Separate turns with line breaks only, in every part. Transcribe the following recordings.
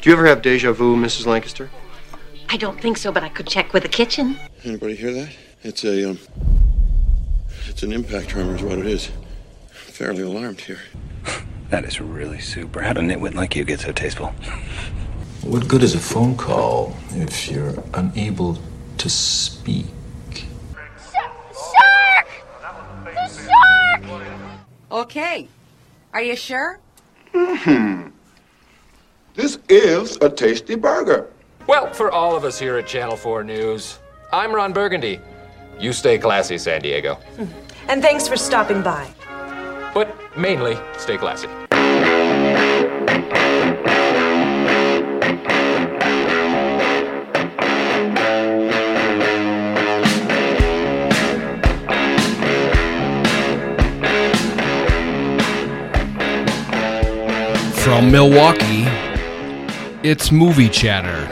Do you ever have deja vu, Mrs. Lancaster?
I don't think so, but I could check with the kitchen.
Anybody hear that? It's a um, it's an impact tremor, is what it is. I'm fairly alarmed here.
That is really super. How did a nitwit like you get so tasteful?
What good is a phone call if you're unable to speak?
Shark! The shark!
Okay. Are you sure?
This is a tasty burger.
Well, for all of us here at Channel 4 News, I'm Ron Burgundy. You stay classy, San Diego.
And thanks for stopping by.
But mainly, stay classy.
From Milwaukee, it's Movie Chatter.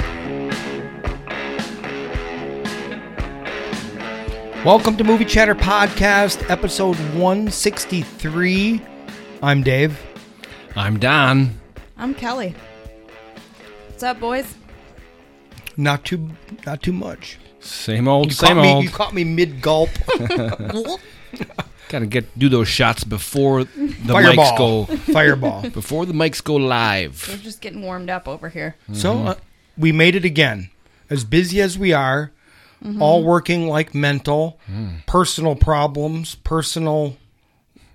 Welcome to Movie Chatter Podcast, episode 163. I'm Dave.
I'm Don.
I'm Kelly. What's up, boys?
Not too not too much.
Same old,
You
same
caught me
old.
you caught me mid gulp.
Gotta get do those shots before the mics
Fireball.
go
Fireball.
before the mics go
We're
live.
just getting warmed up over here.
So uh, we made it again. As busy as we are,
Mm-hmm.
all working like mental,
Mm.
personal problems, personal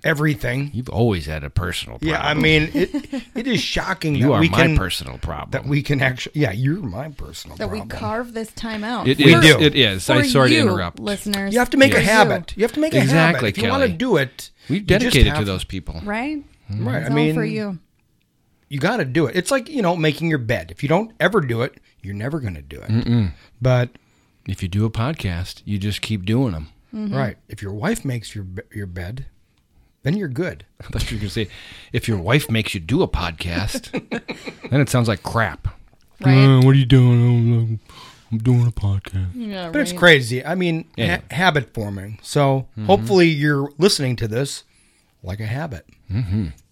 everything.
You've always had a personal problem.
Yeah, I mean it. It is shocking
you
that
are
we
my
can
personal problem.
that we can actually. Yeah, you're my personal
That we
problem.
carve this time out.
It
We
is-
do.
It is.
For
I'm sorry
you,
to interrupt.
listeners.
You have to make
For
a
you.
habit. You have to make a
Exactly,
habit. If you want
Kelly.
to do it,
We've
you just
dedicated to
have-
those people.
right?
Right.
It's
I mean,
all for you.
you got to do it. It's like you know making your bed. If you don't ever do it, you're never going to do it. But
If you do a podcast, you just keep doing them.
Mm-hmm.
right, if your wife makes your be- your bed, then you're good.
I thought you were gonna say, if your wife makes you do a podcast, then it sounds like crap.
mm.
Right?
what are you doing? I'm doing a podcast.
Yeah,
But it's
right.
crazy. I mean,
Yeah.
ha- habit forming. So hopefully you're listening to this like a habit.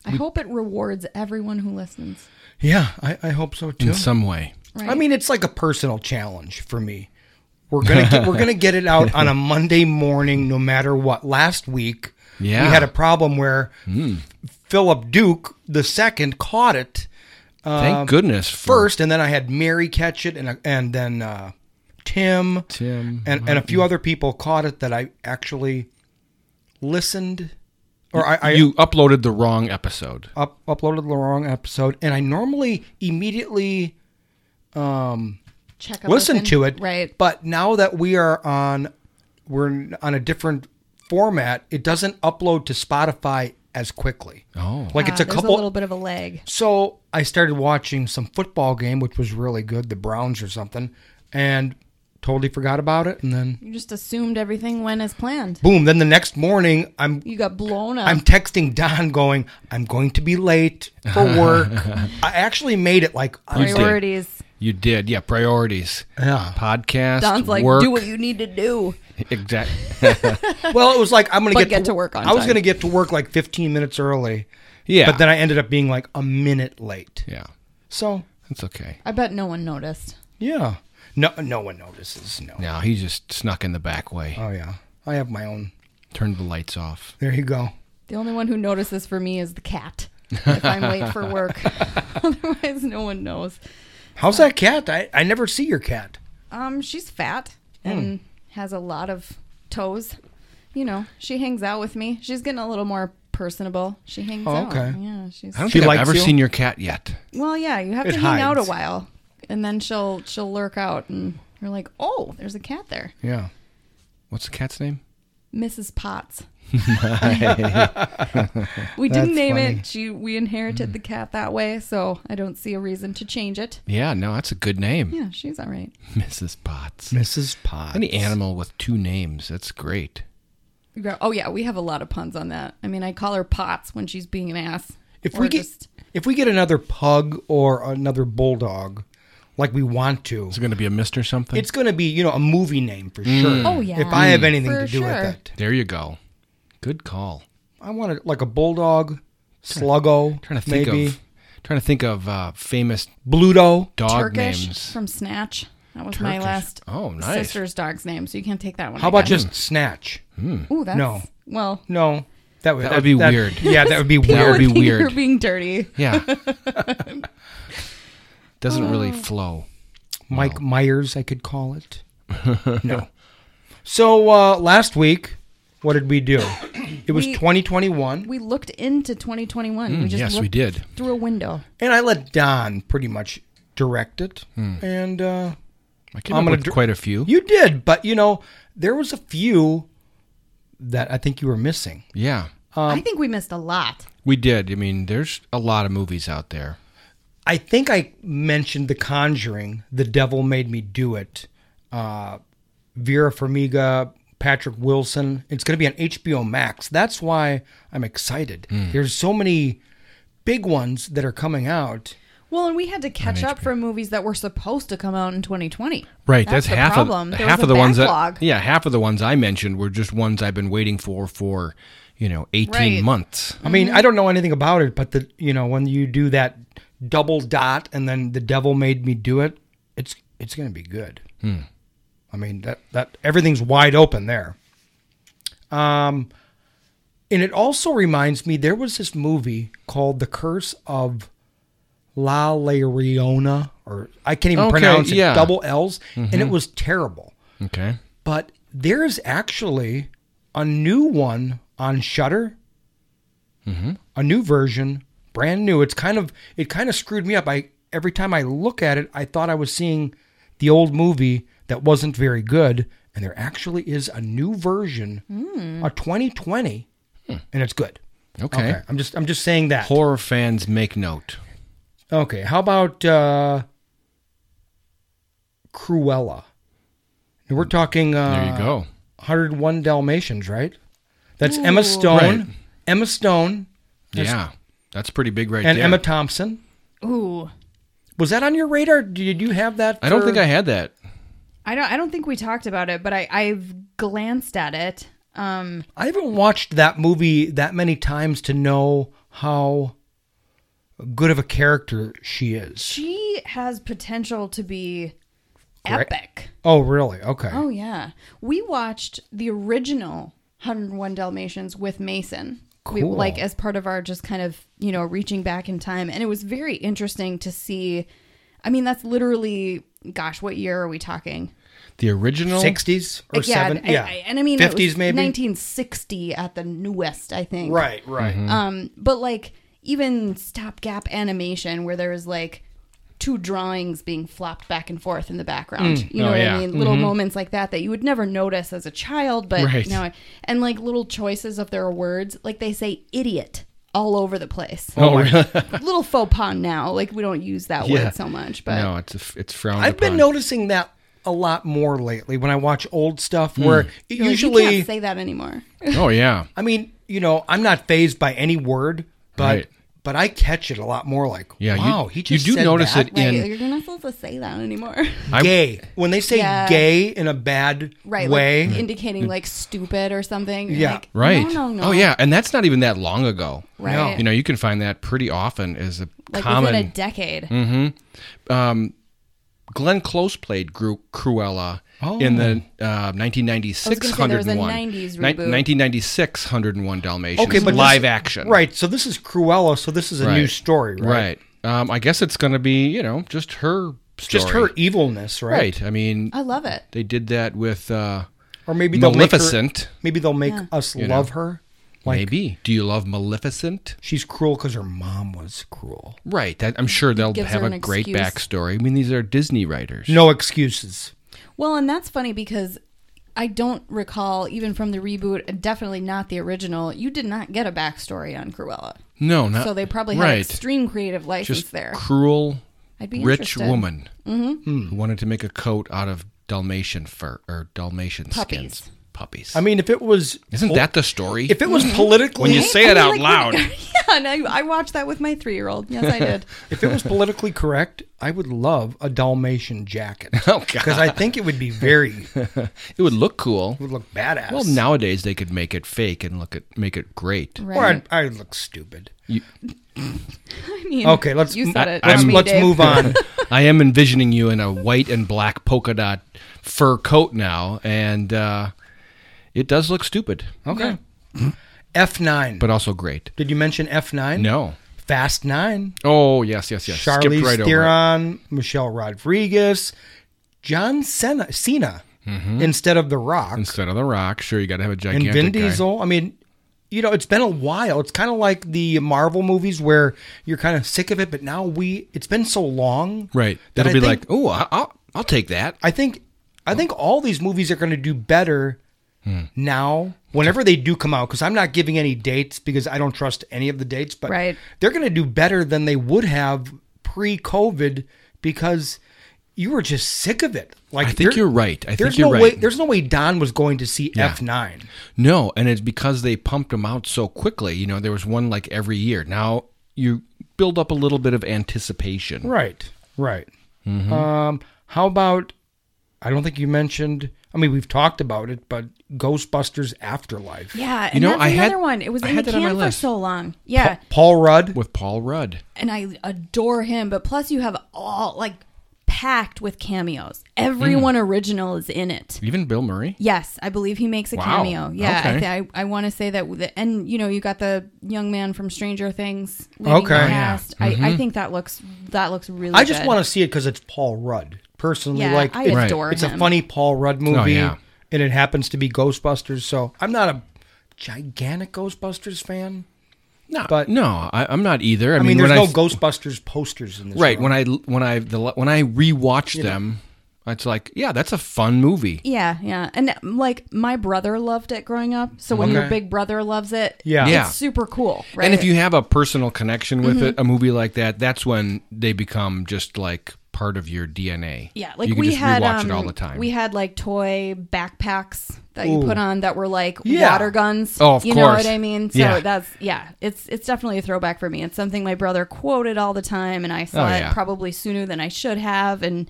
I hope it rewards everyone who listens.
Yeah, I, I hope so too.
In some way.
Right?
I mean, it's like a personal challenge for me. We're gonna get, we're gonna get it out on a Monday morning, no matter what. Last week,
Yeah. Hmm.
we had a problem where Philip Duke the second caught it
Thank goodness. for
first, and then I had Mary catch it, and and then uh, Tim,
Tim.
and and a few other people caught it that I actually listened, or I, I
you uploaded the wrong episode.
up, uploaded the wrong episode, and I normally immediately.
Check a
listen to it.
Right.
But now that we are on, we're on a different format. It doesn't upload to Spotify as quickly.
Oh.
like it's
Ah,
a
there's
couple.
little bit of a lag.
so I started watching some football game, which was really good, the Browns or something, and totally forgot about it. And then
You just assumed everything went as planned.
boom! Then the next morning, I'm.
You got blown up.
I'm texting Don going, I'm going to be late for work. I actually made it like,
You did.
Priorities.
You did. Yeah, priorities.
Yeah.
Podcast.
Don's like,
work.
do what you need to do.
Exact.
well, it was like, I'm going
But
to
get to work on
I was
time.
going to get to work like 15 minutes early.
Yeah.
But then I ended up being like a minute late.
Yeah.
So
That's okay.
I bet no one noticed.
yeah, no, no one notices. No.
No, he just snuck in the back way.
Oh yeah, I have my own.
Turned the lights off.
There you go.
The only one who notices for me is the cat. If I'm late for work, otherwise no one knows.
How's that cat? I, I never see your cat.
Um, she's fat
Hmm.
and has a lot of toes. You know, she hangs out with me. She's getting a little more personable. She hangs
Oh,
out.
okay.
Yeah, she's
I don't
She
think I've
likes
ever
you?
seen your cat yet.
well. Yeah, you have
It
to hang out a
hides.
while, and then she'll she'll lurk out, and you're like, oh, there's a cat there,
Yeah.
What's the cat's name?
Mrs. Potts. we didn't name it. She we inherited the cat that way, so I don't see a reason to change it.
Yeah, no, that's a good name.
Yeah, she's all right.
Mrs. Potts.
Mrs. Potts.
Any animal with two names, that's great.
You go- Oh yeah, we have a lot of puns on that. I mean, I call her Potts when she's being an ass.
If
Or
we get
just-
if we get another pug or another bulldog, like we want to,
Is it going to be a Mm. mist or something?
it's going to be you know a movie name for sure.
Oh, yeah.
If I have anything
For
to do
sure.
with it,
there you go. Good call.
I want it like a bulldog, Sluggo,
trying to think
maybe.
of trying to think of uh, famous
Bluto
dog
Turkish
names.
from Snatch. That was my
Turkish.
last
Oh, nice.
sister's dog's name, so you can't take that one. I
How about
guess.
just Snatch?
Ooh, that's
no.
well.
No, that would
That would be weird.
Yeah, that would be
That
weird.
would be
People think
weird.
You're being dirty.
Yeah. Doesn't really
Oh.
flow.
Mike Myers, I could call it. no. So uh, last week, what did we do? It was
We-
2021,
we looked into 2021. we
Mm,
just
yes, we
looked
did.
through a window.
and I let Don pretty much direct it.
Hmm.
And uh,
I came
I'm
up
gonna
with
dr-
quite a few.
you did, but you know, there was a few that I think you were missing.
yeah,
I think we missed a lot.
we did. I mean, there's a lot of movies out there.
I think I mentioned The Conjuring, The Devil Made Me Do It, uh, Vera Farmiga, Patrick Wilson. It's going to be on HBO Max. That's why I'm excited. There's so many big ones that are coming out.
Well, and we had to catch up for movies that were supposed to come out in 2020.
Right, that's,
the
half
problem.
of
There
half
was
of
a
the ones
backlog.
that yeah, half of the ones I mentioned were just ones I've been waiting for for you know eighteen
Right.
months.
I mean, I don't know anything about it, but the you know when you do that double dot and then The Devil Made Me Do It, it's it's going to be good.
Hmm.
I mean that that everything's wide open there. Um, and it also reminds me there was this movie called The Curse of La Llorona, or I can't even
Okay,
pronounce it.
yeah. Mm-hmm.
Double L's, and it was terrible.
Okay,
But there is actually a new one on Shutter.
Mm-hmm.
A new version, brand new. It's kind of it kind of screwed me up. I every time I look at it, I thought I was seeing the old movie that wasn't very good, and there actually is a new version, a 2020, and it's good.
Hmm. okay.
I'm just I'm just saying that.
Horror fans make note.
Okay, how about uh Cruella? And We're talking uh
There you go.
101 Dalmatians, right? That's Emma Stone.
Right.
Emma Stone there's-
Yeah, that's pretty big right
and
there.
Emma Thompson.
Ooh,
Was that on your radar? Did you have that?
I don't
for-
think I had that.
I don't. I don't think we talked about it, but I, I've glanced at it. Um,
I haven't watched that movie that many times to know how good of a character she is.
she has potential to be
Correct.
epic.
Oh, really? Okay.
Oh yeah, we watched the original 101 Dalmatians with Mason. We,
Cool.
like as part of our just kind of you know reaching back in time, and it was very interesting to see. I mean, that's literally, gosh, what year are we talking?
The original
60s or
Like, yeah,
70s?
I-
yeah.
I- and I mean, 50s
50s maybe?
1960 at the newest, I think.
Right, right.
Mm-hmm.
Um, but like even stopgap animation where there was like two drawings being flopped back and forth in the background. You know
Oh,
what
yeah.
I mean? Little moments like that that you would never notice as a child, but
Right.
now I- and like little choices of their words, like they say idiot all over the place.
Oh, really?
little faux pas now, like we don't use that
Yeah.
word so much, but
no, it's a f it's frowned
I've been
upon.
noticing that a lot more lately when I watch old stuff where
Mm.
it
you're like, you
usually
can't say that anymore.
oh yeah,
I mean, you know, I'm not phased by any word, but
Right.
but I catch it a lot more like
yeah. you-
wow, he just
you do
said
notice
that.
it
Right,
in
you're not supposed to say that anymore.
I-
gay. When they say
Yeah.
gay in a bad
right
way,
like indicating like stupid or something You're
Yeah.
like,
Right.
no no no
Oh yeah, and that's not even that long ago.
Right. No.
You know, you can find that pretty often as a
like
common. um,
within a decade
Glenn Close played Gru- Cruella
Oh.
in the uh, 1996
I was gonna say, there was a
101.
90s
Ni-
reboot.
1996 101 Dalmatians.
okay, but this-
live action.
right? So this is Cruella, so this is a new
Right.
story, right?
Right. Um, I guess it's going to be you know just her story.
Just her evilness, right?
Right. I mean,
i love it
they did that with uh,
Or maybe they'll make her-
Maleficent.
maybe they'll make us
You
love
know.
her. Like
Maybe. Do you love Maleficent?
she's cruel because her mom was cruel.
Right. That, I'm sure they'll
gives
have
her
a
an
great
excuse.
backstory. I mean, these are Disney writers.
No excuses.
well and that's funny because i don't recall even from the reboot and definitely not the original you did not get a backstory on cruella
No, not
so they probably had
right.
extreme creative license
just
there
cruel,
I'd be
rich
interested. Mm-hmm.
Hmm.
woman who wanted to make a coat out of Dalmatian fur or Dalmatian
Puppies.
skins. puppies.
I mean, if it was,
isn't that the story?
If it was
Mhm.
politically,
when you say it out loud,
yeah, and I, I watched that with my three year old. Yes, I did.
if it was politically correct, I would love a Dalmatian jacket.
Oh, God.
because I think it would be very.
it would look cool. It
would look badass.
Well, nowadays they could make it fake and look at make it great.
Or I'd, I'd look stupid.
You-
I mean,
okay, let's
You said it.
let's,
not me,
let's
Dave.
move on.
I am envisioning you in a white and black polka dot fur coat now, and uh, it does look stupid,
Okay, F nine.
but also great.
Did you mention F nine?
No.
Fast nine.
Oh yes, yes, yes. Skipped
Charlize
right over it.
Theron, Michelle Rodriguez, John Cena, Cena instead of The Rock,
Mm-hmm. instead of the Rock. Sure, you got to have a
and
gigantic
Vin
guy.
Diesel. I mean, you know, it's been a while. It's kind of like the Marvel movies where you're kind of sick of it, but now we it's been so long,
Right.
that
That'll
I
be like,
think-
oh, I- I'll, I'll take that.
I think I think all these movies are going to do better now whenever they do come out because I'm not giving any dates because I don't trust any of the dates but
Right.
they're going to do better than they would have pre-covid because you were just sick of it. Like
I think you're right. I think
there's
you're
no
right.
way there's no way Don was going to see
Yeah.
F9.
No, and it's because they pumped them out so quickly. You know, there was one like every year. Now you build up a little bit of anticipation.
Right. Right.
Mm-hmm.
Um how about I don't think you mentioned I mean we've talked about it but Ghostbusters Afterlife.
Yeah, and
know,
that's
I had-
another one. It was
I
in
had
the
that on my
can for
list.
so long. Yeah,
Paul Rudd
With Paul Rudd.
and I adore him. But plus, you have all like packed with cameos. Everyone
Mm.
original is in it.
Even Bill Murray?
Yes, I believe he makes a
Wow.
cameo. Yeah, I,
Okay.
th- I, I want to say that. with it- And you know, you got the young man from Stranger Things.
Okay.
okay.
Yeah.
Past. I,
Mm-hmm.
I think that looks that looks really.
I just
good.
want to see it because it's Paul Rudd. Personally,
Yeah,
like
I
it's,
adore
it's a
him.
funny Paul Rudd movie,
Oh, yeah.
and it happens to be Ghostbusters. So I'm not a gigantic Ghostbusters fan.
No,
But-
no, I, I'm not either. I,
I mean,
when
there's no
I,
Ghostbusters posters in this.
Right
room.
when I when I the, when I rewatch them, it's like, yeah, that's a fun movie.
Yeah, yeah. And like my brother loved it growing up. So when your
Okay.
big brother loves it,
Yeah.
it's
Yeah.
super cool. Right. Mm-hmm.
And if you have a personal connection with it, a movie like that, that's when they become just like part of your DNA.
yeah, like
you can
we
just
had
rewatch
um,
it all the time.
We had like toy backpacks that you
Ooh.
put on that were like
Yeah.
water guns.
Oh, of
you know
course.
what I mean. So
Yeah.
that's yeah, it's it's definitely a throwback for me. It's something my brother quoted all the time, and I saw
Oh,
it
yeah.
probably sooner than I should have. And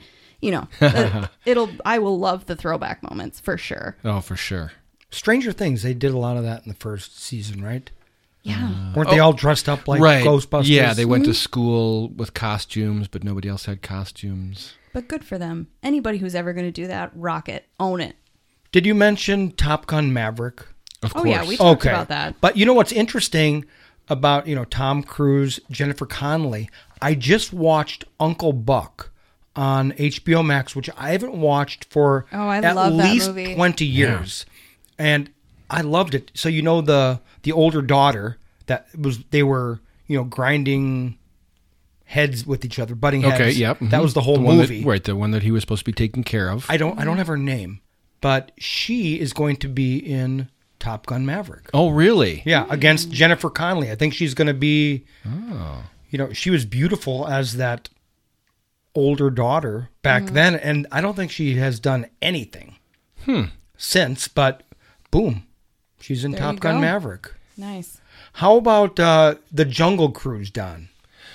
you know, it, it'll I will love the throwback moments for sure.
oh, for sure.
Stranger Things, they did a lot of that in the first season, right?
Yeah.
Weren't they all dressed up like
Oh. right.
Ghostbusters?
Yeah, they
Mm-hmm.
went to school with costumes, but nobody else had costumes.
But good for them. Anybody who's ever going to do that, rock it, own it.
Did you mention Top Gun Maverick?
Of
Oh,
course.
yeah, we talked about that.
But you know what's interesting about you know Tom Cruise, Jennifer Connelly? I just watched Uncle Buck on HBO Max, which I haven't watched for
Oh, I
at
love that
least
movie.
twenty years, and I loved it. So you know the the older daughter that was they were you know grinding heads with each other, butting heads.
Okay, yep.
Oh, That
mhm.
was the whole
one that-
movie.
right, the one that he was supposed to be taking care of.
I don't I don't have her name, but she is going to be in Top Gun Maverick.
oh, really?
Yeah, against Jennifer Connelly. I think she's going to be.
Oh.
You know, she was beautiful as that older daughter back
Mm-hmm.
then, and I don't think she has done anything
Hmm.
since. But boom, she's in
There you
Top Gun
go.
Maverick.
Nice.
How about uh, the Jungle Cruise, Don?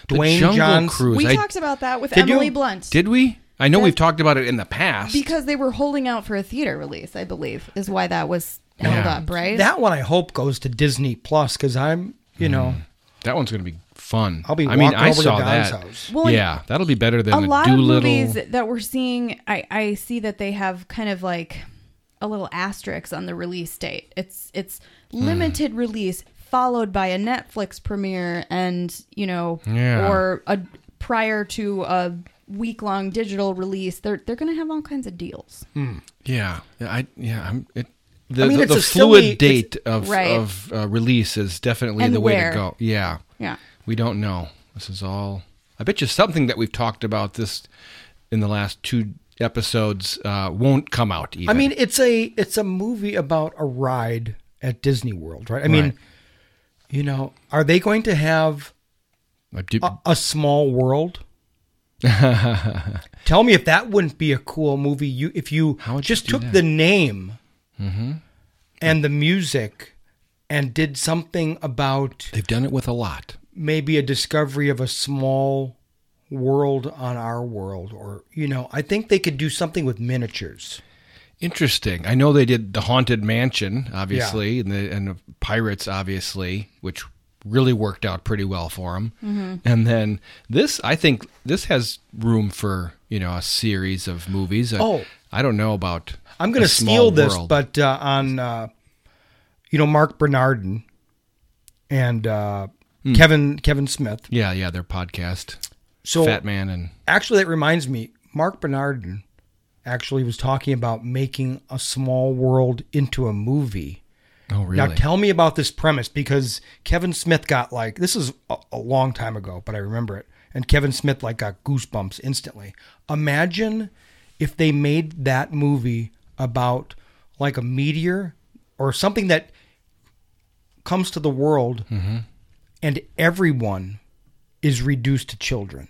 The
Dwayne
Jungle
Johns-
Cruise.
We
I-
talked about that with
Did you-
Emily Blunt.
Did we? I know
Yeah.
we've talked about it in the past.
because they were holding out for a theater release, I believe, is why that was held
Yeah.
up, right?
That one I hope goes to Disney Plus because I'm, you know,
Hmm. that one's going to be fun.
I'll be
I mean,
walking
I
over to
saw
Don's
that.
house.
Well, and
yeah, that'll be better than
a lot of
Doolittle.
movies that we're seeing, I, I see that they have kind of like a little asterisk on the release date. It's it's
Hmm.
limited release followed by a Netflix premiere and you know
Yeah.
or a prior to a week long digital release. They're they're gonna have all kinds of deals.
Hmm. Yeah, yeah, I yeah, I'm it. The,
I mean,
the,
it's
the
a
fluid
silly- it's-
date of
Right.
of uh, release is definitely
And
the way
where.
to go. Yeah,
Yeah.
we don't know. This is all. I bet you something that we've talked about this in the last two episodes uh, won't come out. Even.
I mean, it's a it's a movie about a ride at Disney World, right? I
Right.
mean, you know, are they going to have
I do-
uh,
a, a small world? Tell me if that wouldn't be a cool movie. You if you
How would you
just
do Mm-hmm. that?
took the name and the music and did something about
They've done it with a lot.
maybe a discovery of a small world on our world or you know i think they could do something with miniatures
Interesting. I know they did the Haunted Mansion, obviously, and the and the Pirates, obviously, which really worked out pretty well for them.
Mm-hmm.
Mhm.
And then this, I think, this has room for you know a series of movies. I-
Oh.
I don't know about.
i'm going
A
to
Small
steal this
World.
but uh, on uh, you know mark bernardin and uh,
Hmm.
kevin kevin smith
yeah, yeah, their podcast.
So-
Fat Man and
actually that reminds me mark bernardin actually was talking about making a small world into a movie
oh
Now
really?
tell me about this premise because Kevin Smith got like this is a, a long time ago, but I remember it. And Kevin Smith like got goosebumps instantly. Imagine if they made that movie about like a meteor or something that comes to the world
Mhm.
and everyone is reduced to children.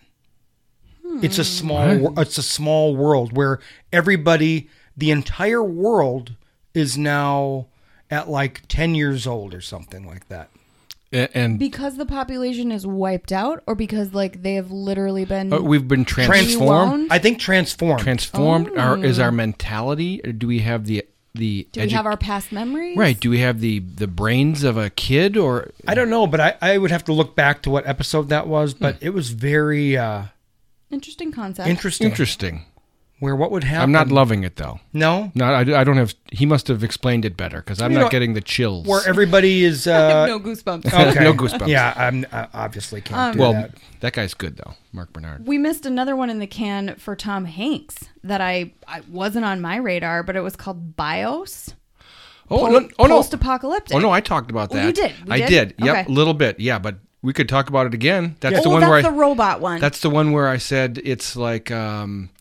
It's a small
What?
wor- it's a small world where everybody the entire world is now at like 10 years old or something like that.
A- and
Because the population is wiped out, or because like they have literally been
Uh, we've been
rewound?
transformed.
I think transformed.
Transformed our, is
Oh.
our mentality, or do we have the the
Do we
edu-
have our past memories?
right? Do we have the the brains of a kid, or
I don't know, but I, I would have to look back to what episode that was,
Hmm.
but it was very uh,
Interesting concept.
interesting.
Interesting.
Where what would happen?
I'm not loving it though.
No?
no, I, I don't have. He must have explained it better because I'm
You
not
know,
getting the chills.
Where everybody is. Uh,
have no goosebumps.
Okay.
No goosebumps.
Yeah, I'm I obviously can't
Um,
do
well,
that.
that. guy's good though, Mark Bernard.
We missed another one in the can for Tom Hanks that I, I wasn't on my radar, but it was called Bios.
Oh,
Po-
no, oh no,
Post-apocalyptic.
Oh no, I talked about
Oh,
that.
you did. We
I
did?
did. Yep,
Okay.
a little bit. Yeah, but we could talk about it again. That's
Oh,
the one
that's
where I,
the robot one.
That's the one where I said it's like um,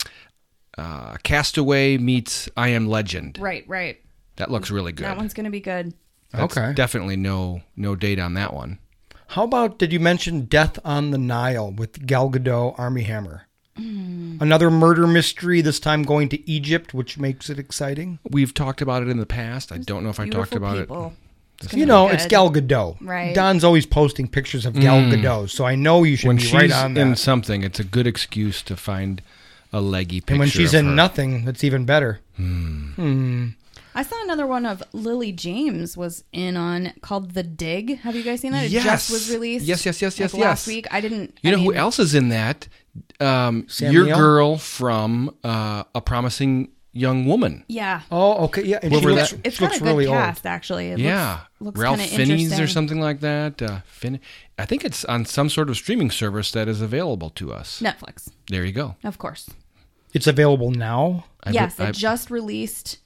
uh, Castaway meets I Am Legend.
Right, right.
That looks really good.
That one's gonna be good.
That's
Okay.
Definitely no no date on that one.
How about did you mention Death on the Nile with Gal Gadot, Army Hammer?
Hmm.
Another murder mystery. This time going to Egypt, which makes it exciting.
We've talked about it in the past. I don't know if I talked
beautiful
about
people.
it.
It's gonna
you know,
be
it's
good.
Gal Gadot.
Right.
Don's always posting pictures of Gal
Mm.
Gadot, so I know you should
when
be
she's
right on that.
in something, it's a good excuse to find a leggy picture.
and when she's
of
in
her.
nothing, it's even better. Hmm.
I saw another one of Lily James was in on called The Dig. Have you guys seen that? It
Yes.
just was released.
Yes, yes, yes,
like,
yes, yes.
Last week, I didn't.
You
I
know who
mean,
else is in that? Um,
Sam
your
Neill?
girl from uh, A Promising Young Woman.
Yeah.
Oh, okay, yeah. And
What
she
were
looks,
that-
It's
she looks
got a good
really
cast, actually. It
yeah,
looks, looks
Ralph
kinda
Fiennes or
interesting.
something like that. Uh, Finn. I think it's on some sort of streaming service that is available to us.
Netflix,
There you go.
of course.
old. It's available now.
I
yes,
be- I-
it just released.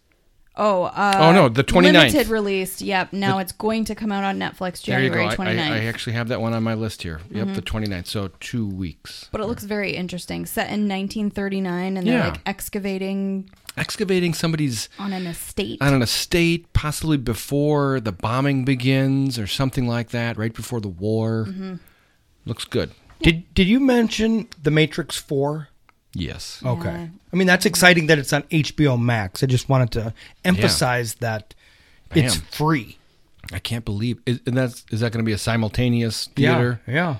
Oh, uh,
Oh, no, the 29th.
Limited released. Yep. Now
The-
it's going to come out on Netflix
there you go.
January
I-
29th.
I, I actually have that one on my list here. Yep,
Mm-hmm.
Mhm.
the 29th. So two weeks.
but it looks very interesting. Set in 1939, and they're
Yeah.
like excavating
Excavating somebody's
on an estate.
on an estate, possibly before the bombing begins or something like that, right before the war.
Mhm.
Looks good.
Did Did you mention The Matrix Four?
Yes.
Oh, Okay. I mean, that's exciting that it's on HBO Max. I just wanted to emphasize that it's
Bam.
free.
I can't believe is, and that's is that going to be a simultaneous
Yeah,
theater?
yeah.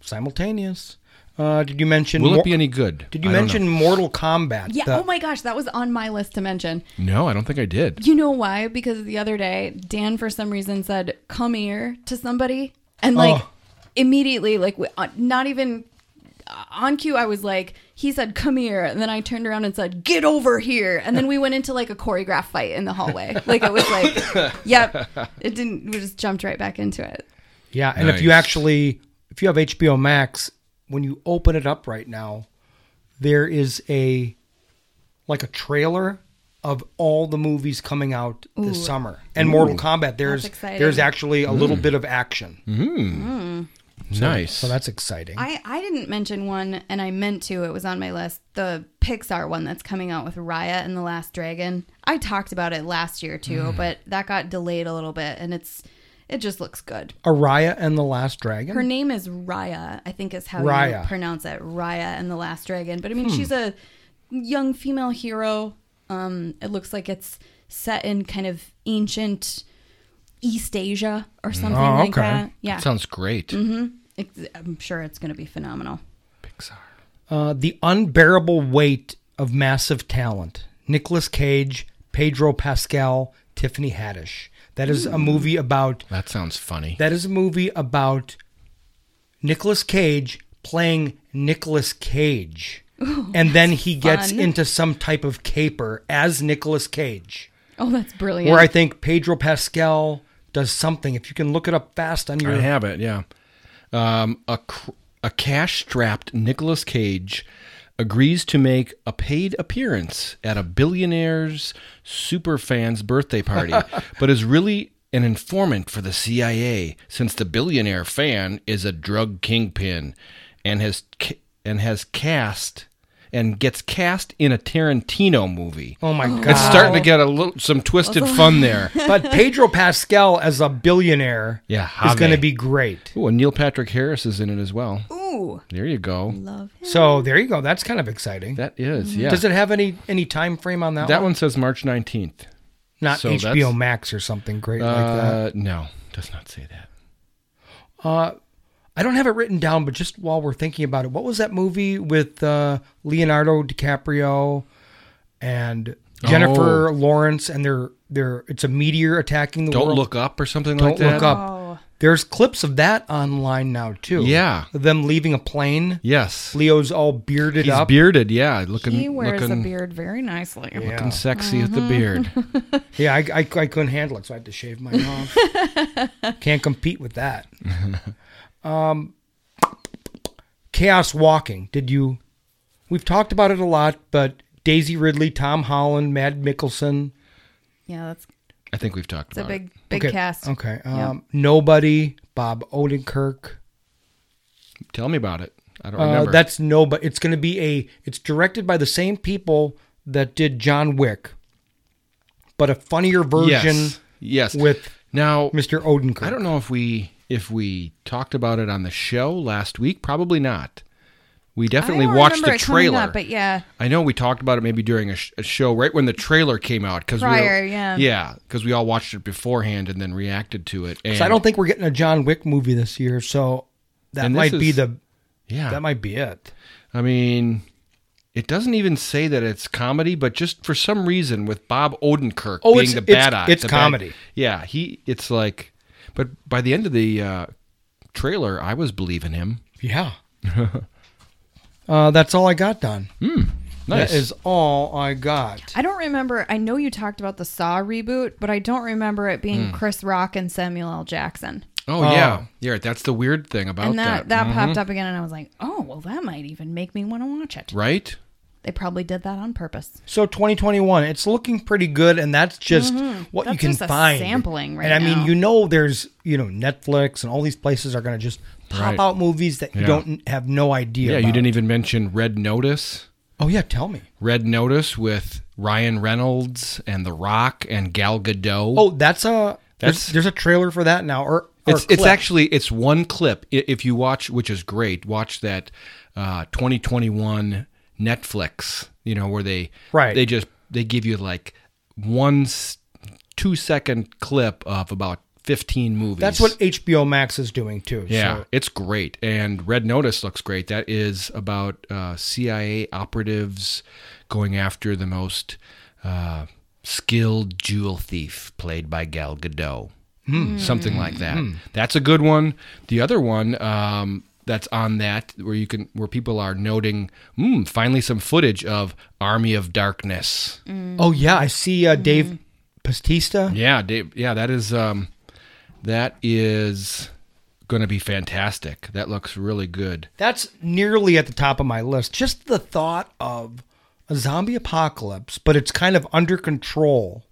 Simultaneous. Uh, did you mention?
Will it
Mor-
be any good?
Did you
I don't
mention Mortal Kombat?
Yeah.
The-
oh my gosh, that was on my list to mention.
No, I don't think I did.
You know why? Because the other day, Dan for some reason said "come here" to somebody, and like
Oh.
immediately, like w- uh, not even uh, on cue, I was like, he said "come here," and then I turned around and said "get over here," and then we went into like a choreograph fight in the hallway. Like it was like, yep, it didn't. We just jumped right back into it.
Yeah, and if you actually if you have HBO Max, when you open it up right now, there is a like a trailer of all the movies coming out
Ooh.
this summer. And
Ooh.
Mortal Kombat, there's
That's exciting.
there's actually a little
Mm.
bit of action.
Mm.
Mm.
So-
Nice.
So that's exciting.
I, I didn't mention one, and I meant to. It was on my list. The Pixar one that's coming out with Raya and the Last Dragon. I talked about it last year too, but that got delayed a little bit, and it's it just looks good.
Araya and the Last Dragon.
Her name is Raya, I think is how
Raya.
you pronounce it. Raya and the Last Dragon. But I mean,
Hmm.
she's a young female hero. Um, it looks like it's set in kind of ancient East Asia or something
Oh,
like
okay.
that. Yeah,
That sounds great.
hmm I'm sure it's going to be phenomenal.
Uh, the unbearable weight of massive talent. Nicolas Cage, Pedro Pascal, Tiffany Haddish. That is a
Hmm.
movie about.
That sounds funny.
That is a movie about Nicolas Cage playing Nicolas Cage,
Ooh,
and then
that's
he gets
fun.
into some type of caper as Nicolas Cage.
Oh, that's brilliant.
Where I think Pedro Pascal does something. If you can look it up fast on your
I have it. Yeah, um, a cr- a cash-strapped Nicolas Cage agrees to make a paid appearance at a billionaire's superfan's birthday party, but is really an informant for the CIA since the billionaire fan is a drug kingpin and has ca- and has cast and gets cast in a Tarantino movie.
Oh my god!
It's starting to get a little some twisted fun there.
But Pedro Pascal as a billionaire,
Yeah,
is
Javi.
going to be great.
Ooh, and Neil Patrick Harris is in it as well.
Ooh.
There you go.
So there you go. That's kind of exciting.
That is, yeah.
Mm-hmm. Does it have any any time frame on that?
that
one?
one says March 19th.
Not
So that's-
HBO Max or something great like that.
Uh, No, does not say that.
Uh, I don't have it written down, but just while we're thinking about it, what was that movie with uh, Leonardo DiCaprio and Jennifer Lawrence? And they're they're it's a meteor attacking the
Oh. Don't
world.
Look Up or something
Don't
like that?
look up. There's clips of that online now too.
Yeah.
them leaving a plane.
Yes.
Leo's all bearded
He's
up.
bearded, yeah. Looking,
he wears
looking,
a beard very nicely.
looking sexy with
Uh-huh.
the beard.
Yeah, I, I, I couldn't handle it, so I had to shave mine off. Can't compete with that. Um, Chaos Walking. Did you? We've talked about it a lot, but Daisy Ridley, Tom Holland, Mad Mickelson.
Yeah, that's
I think we've talked
It's a
about
big-
it.
big
okay,
cast.
Okay.
Yeah.
Um, Nobody. Bob Odenkirk.
Tell me about it. I don't
Uh,
remember.
that's Nobody. It's going to be a. It's directed by the same people that did John Wick, but a funnier version.
Yes. Yes.
With
now
Mr. Odenkirk.
I don't know if we if we talked about it on the show last week. Probably not. We definitely
don't
watched the
remember it coming
trailer,
up, but yeah.
I know we talked about it maybe during a, sh- a show right when the trailer came out because
Prior,
we
yeah.
yeah because we all watched it beforehand and then reacted to it. And
So I don't think we're getting a John Wick movie this year, so that
And this
might be
is-
the
yeah
that might be it.
I mean, it doesn't even say that it's comedy, but just for some reason with Bob Odenkirk
Oh,
being
it's-
the
it's-
bad eye,
it's
the
comedy.
yeah, he. It's like, but by the end of the uh, trailer, I was believing him.
Yeah. Uh, that's all I got, Don.
nice.
That is all I got.
I don't remember. I know you talked about the Saw reboot, but I don't remember it being
Mm.
Chris Rock and Samuel L. Jackson.
Oh,
Oh.
yeah, yeah. That's the weird thing about
and that that,
Mhm.
popped up again, and I was like, oh, well, that might even make me want to watch it.
right.
They probably did that on purpose.
So 2021, it's looking pretty good, and that's just
Mhm.
what you
That's
can
just a
find.
sampling right
And I mean,
now.
you know, there's you know Netflix and all these places are going to just pop
Right.
out movies that you
Yeah.
don't have no idea.
Yeah,
about.
you didn't even mention Red Notice.
Oh yeah, tell me.
Red Notice with Ryan Reynolds and The Rock and Gal Gadot.
Oh, that's a
That's-
there's, there's a trailer for that now, or, or
it's it's
clip.
actually it's one clip. I- If you watch, which is great, watch that uh, 2021 Netflix. You know where they
Right.
They just they give you like one s- two second clip of about 15 movies.
that's what HBO Max is doing too.
Yeah,
so-
it's great. And Red Notice looks great. That is about uh, CIA operatives going after the most uh, skilled jewel thief, played by Gal Gadot.
Hmm.
Something like that.
Hmm.
That's a good one. The other one um, that's on that where you can where people are noting, mm, finally some footage of Army of Darkness.
Oh yeah, I see uh,
Mm-hmm.
Dave Pastista.
Yeah, Dave, yeah, that is um, that is going to be fantastic. That looks really good.
That's nearly at the top of my list. Just the thought of a zombie apocalypse, but it's kind of under control,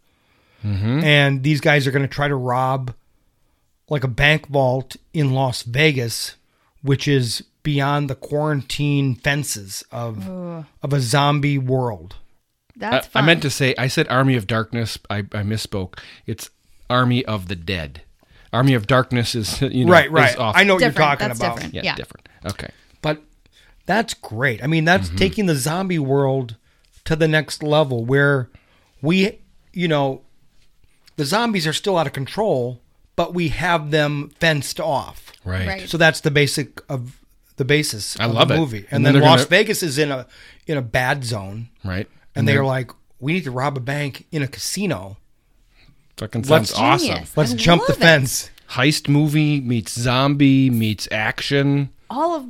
Mm-hmm.
and these guys are going to try to rob like a bank vault in Las Vegas, which is beyond the quarantine fences of
Ooh.
of a zombie world.
That's
I, I
fun.
meant to say I said Army of Darkness. I, I misspoke. It's Army of the Dead. Army of Darkness is you know
right, right.
is off-
I know what you're
Different,
talking
that's
about.
different, Yeah, yeah.
different. Okay.
But that's great. I mean, that's
Mm-hmm.
taking the zombie world to the next level where we, you know, the zombies are still out of control, but we have them fenced off.
Right. Right.
So that's the basic of the basis
I
of
love
the
it.
movie.
And
And,
then
then,
they're
Las
gonna-
Vegas is in a in a bad zone.
Right.
And, they're like, we need to rob a bank in a casino.
Fucking sounds
Let's-
awesome.
Genius. Let's I jump the love it. fence.
Heist movie meets zombie meets action.
All of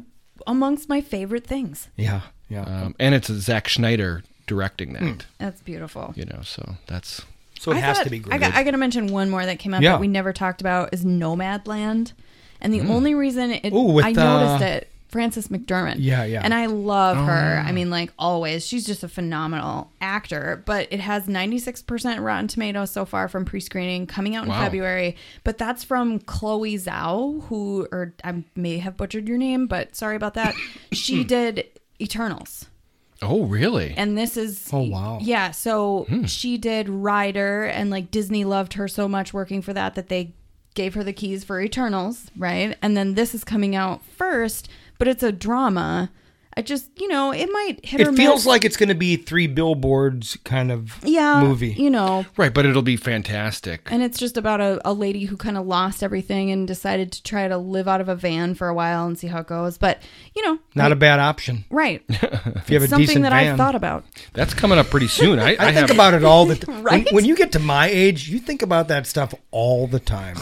amongst my favorite things.
Yeah, yeah. Um, and it's Zack Schneider directing that.
Hmm.
That's beautiful.
You know, so that's
So it
I
has
thought-
to be
I
great.
got, I got to mention one more that came up
Yeah.
that we never talked about is Nomadland, and the
Mm.
only reason it
Ooh, with,
I
uh,
noticed it. Frances McDermott.
Yeah, yeah.
And I love
Oh,
her.
yeah.
I mean, like always, she's just a phenomenal actor. But it has 96% Rotten Tomatoes so far from pre screening, coming out in
Wow.
February. But that's from Chloe Zhao, who, or I may have butchered your name, but sorry about that. she did Eternals.
Oh, really?
And this is
Oh, wow.
Yeah, so
Hmm.
she did Ryder and like Disney loved her so much working for that that they gave her the keys for Eternals, right? And then this is coming out first, but it's a drama. I just, you know, it might hit or
it feels
miss.
like it's going to be three billboards kind of
yeah,
movie.
you know,
Right, but it'll be fantastic.
and it's just about a, a lady who kind of lost everything and decided to try to live out of a van for a while and see how it goes. But, you know,
Not a bad option.
right.
If you have a
Something
decent
that
van.
I've thought about.
That's coming up pretty soon. I,
I, think
have-
about it all the time.
Right?
when, when you get to my age, you think about that stuff all the time.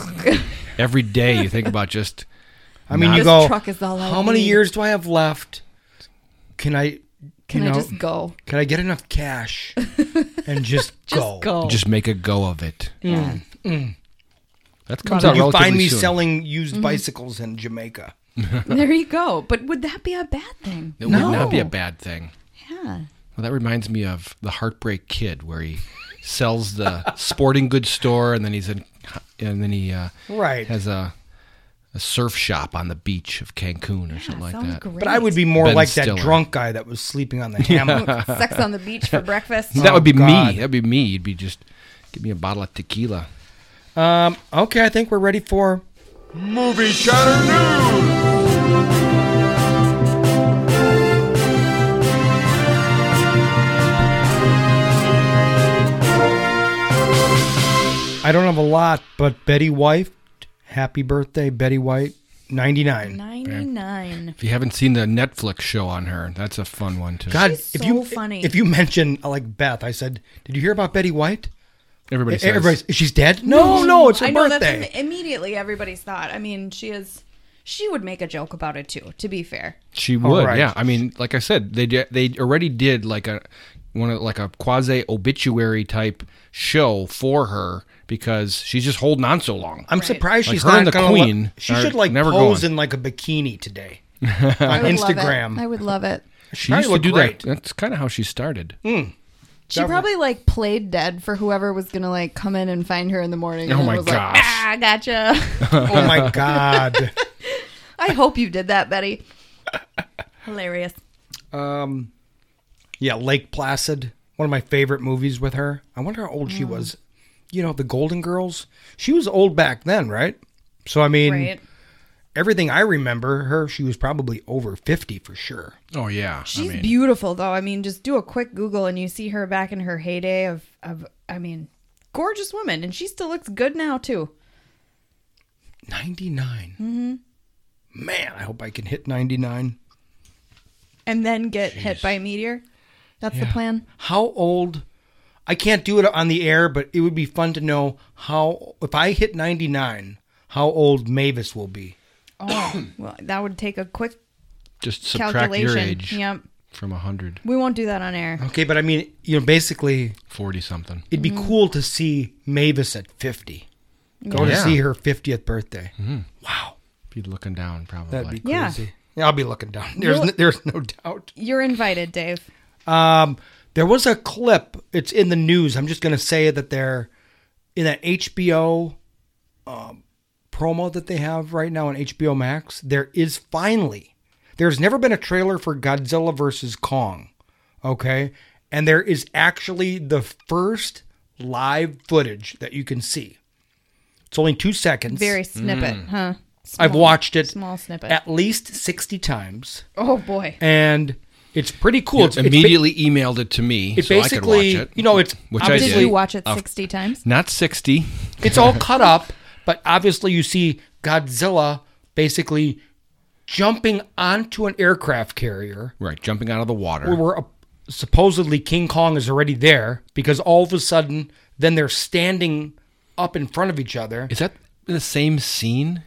every day. You think about just.
I mean,
not-
you go.
truck is all I
how many
need."
years do I have left? Can I?
Can
you
I
know,
just go?
Can I get enough cash and just, go?
go.
Just make a go of it.
Mm, mm.
That comes
Will
out
You find
relatively
me
soon.
selling used
Mhm.
bicycles in Jamaica.
there you go. But would that be a bad thing?
It would not be a bad thing.
Yeah.
Well, that reminds me of the Heartbreak Kid, where he sells the sporting goods store, and then he's in, and then he uh,
Right.
has a a surf shop on the beach of Cancun or something like
sounds
that.
great.
But I would be more
Ben
like
Stiller.
that drunk guy that was sleeping on the
Yeah.
hammock.
Sex on the beach for breakfast.
that would be
Oh, God.
me. That'd be me. You'd be just give me a bottle of tequila.
Um, okay, I think we're ready for movie shutter news. I don't have a lot, but Betty White, happy birthday, Betty White, ninety nine.
99.
If you haven't seen the Netflix show on her, that's a fun one too.
God,
She's
if
so
you
funny.
if you mention uh, like Beth, I said, did you hear about Betty White?
Everybody
E-
says-
everybody's- she's dead. No, no, it's her
I know
birthday.
that's im- immediately everybody's thought. I mean, she is. She would make a joke about it too. To be fair,
She
All
would,
right.
yeah. I mean, like I said, they di- they already did like a one of like a quasi obituary type show for her because she's just holding on so long.
I'm surprised
Like
she's
her
not
and the
gonna let-
Queen
she
are
should like
never
pose
going.
in like a bikini today
I
on
would love it.
Instagram.
I would love it.
She
Probably
used to
look
do
great.
that. That's kind of how she started.
Mm.
She
Definitely.
probably like played dead for whoever was gonna like come in and find her in the morning.
Oh
and then
my
was
gosh.
Like, ah, gotcha.
oh my god.
I hope you did that, Betty. Hilarious.
Um, yeah, Lake Placid, one of my favorite movies with her. I wonder how old she
Mm.
was. You know, The Golden Girls. She was old back then, right? So I mean,
Right.
everything I remember her, she was probably over fifty for sure.
Oh yeah,
She's
I mean,
beautiful, though. I mean, just do a quick Google and you see her back in her heyday of, of I mean, gorgeous woman, and she still looks good now too.
Ninety
Mm-hmm.
Man, I hope I can hit ninety nine.
And then get hit by a meteor. That's the plan.
How old? I can't do it on the air, but it would be fun to know how if I hit ninety nine, how old Mavis will be.
Oh, well, that would take a quick
just subtract
calculation.
your age
Yep.
from hundred
We won't do that on air.
Okay, but I mean, you know, basically,
forty something.
it'd be cool to see Mavis at 50. Go to
Yeah.
see her 50th birthday. Wow.
Be looking down probably.
Mm-hmm. That'd be
Yeah.
crazy. Yeah, I'll be looking down. There's,
You'll-
no, there's no doubt.
You're invited, Dave.
Um, there was a clip. It's in the news. I'm just going to say that they're in that HBO um, promo that they have right now on HBO Max. There is finally, there's never been a trailer for Godzilla versus Kong. Okay. And there is actually the first live footage that you can see. It's only two seconds.
Very snippet, huh?
mm. I've watched it
Small snippet.
at least 60 times.
oh boy.
And It's pretty cool.
You
It's- it's ba-
immediately emailed it to me,
It
so
basically-
I could watch it.
you know, it's-
which I
Did
did.
you watch it
Of-
60 times?
Not sixty.
It's all cut up, but obviously you see Godzilla basically jumping onto an aircraft carrier
Right, jumping out of the water.
where we're, uh, supposedly King Kong is already there because all of a sudden then they're standing up in front of each other.
Is that the same scene?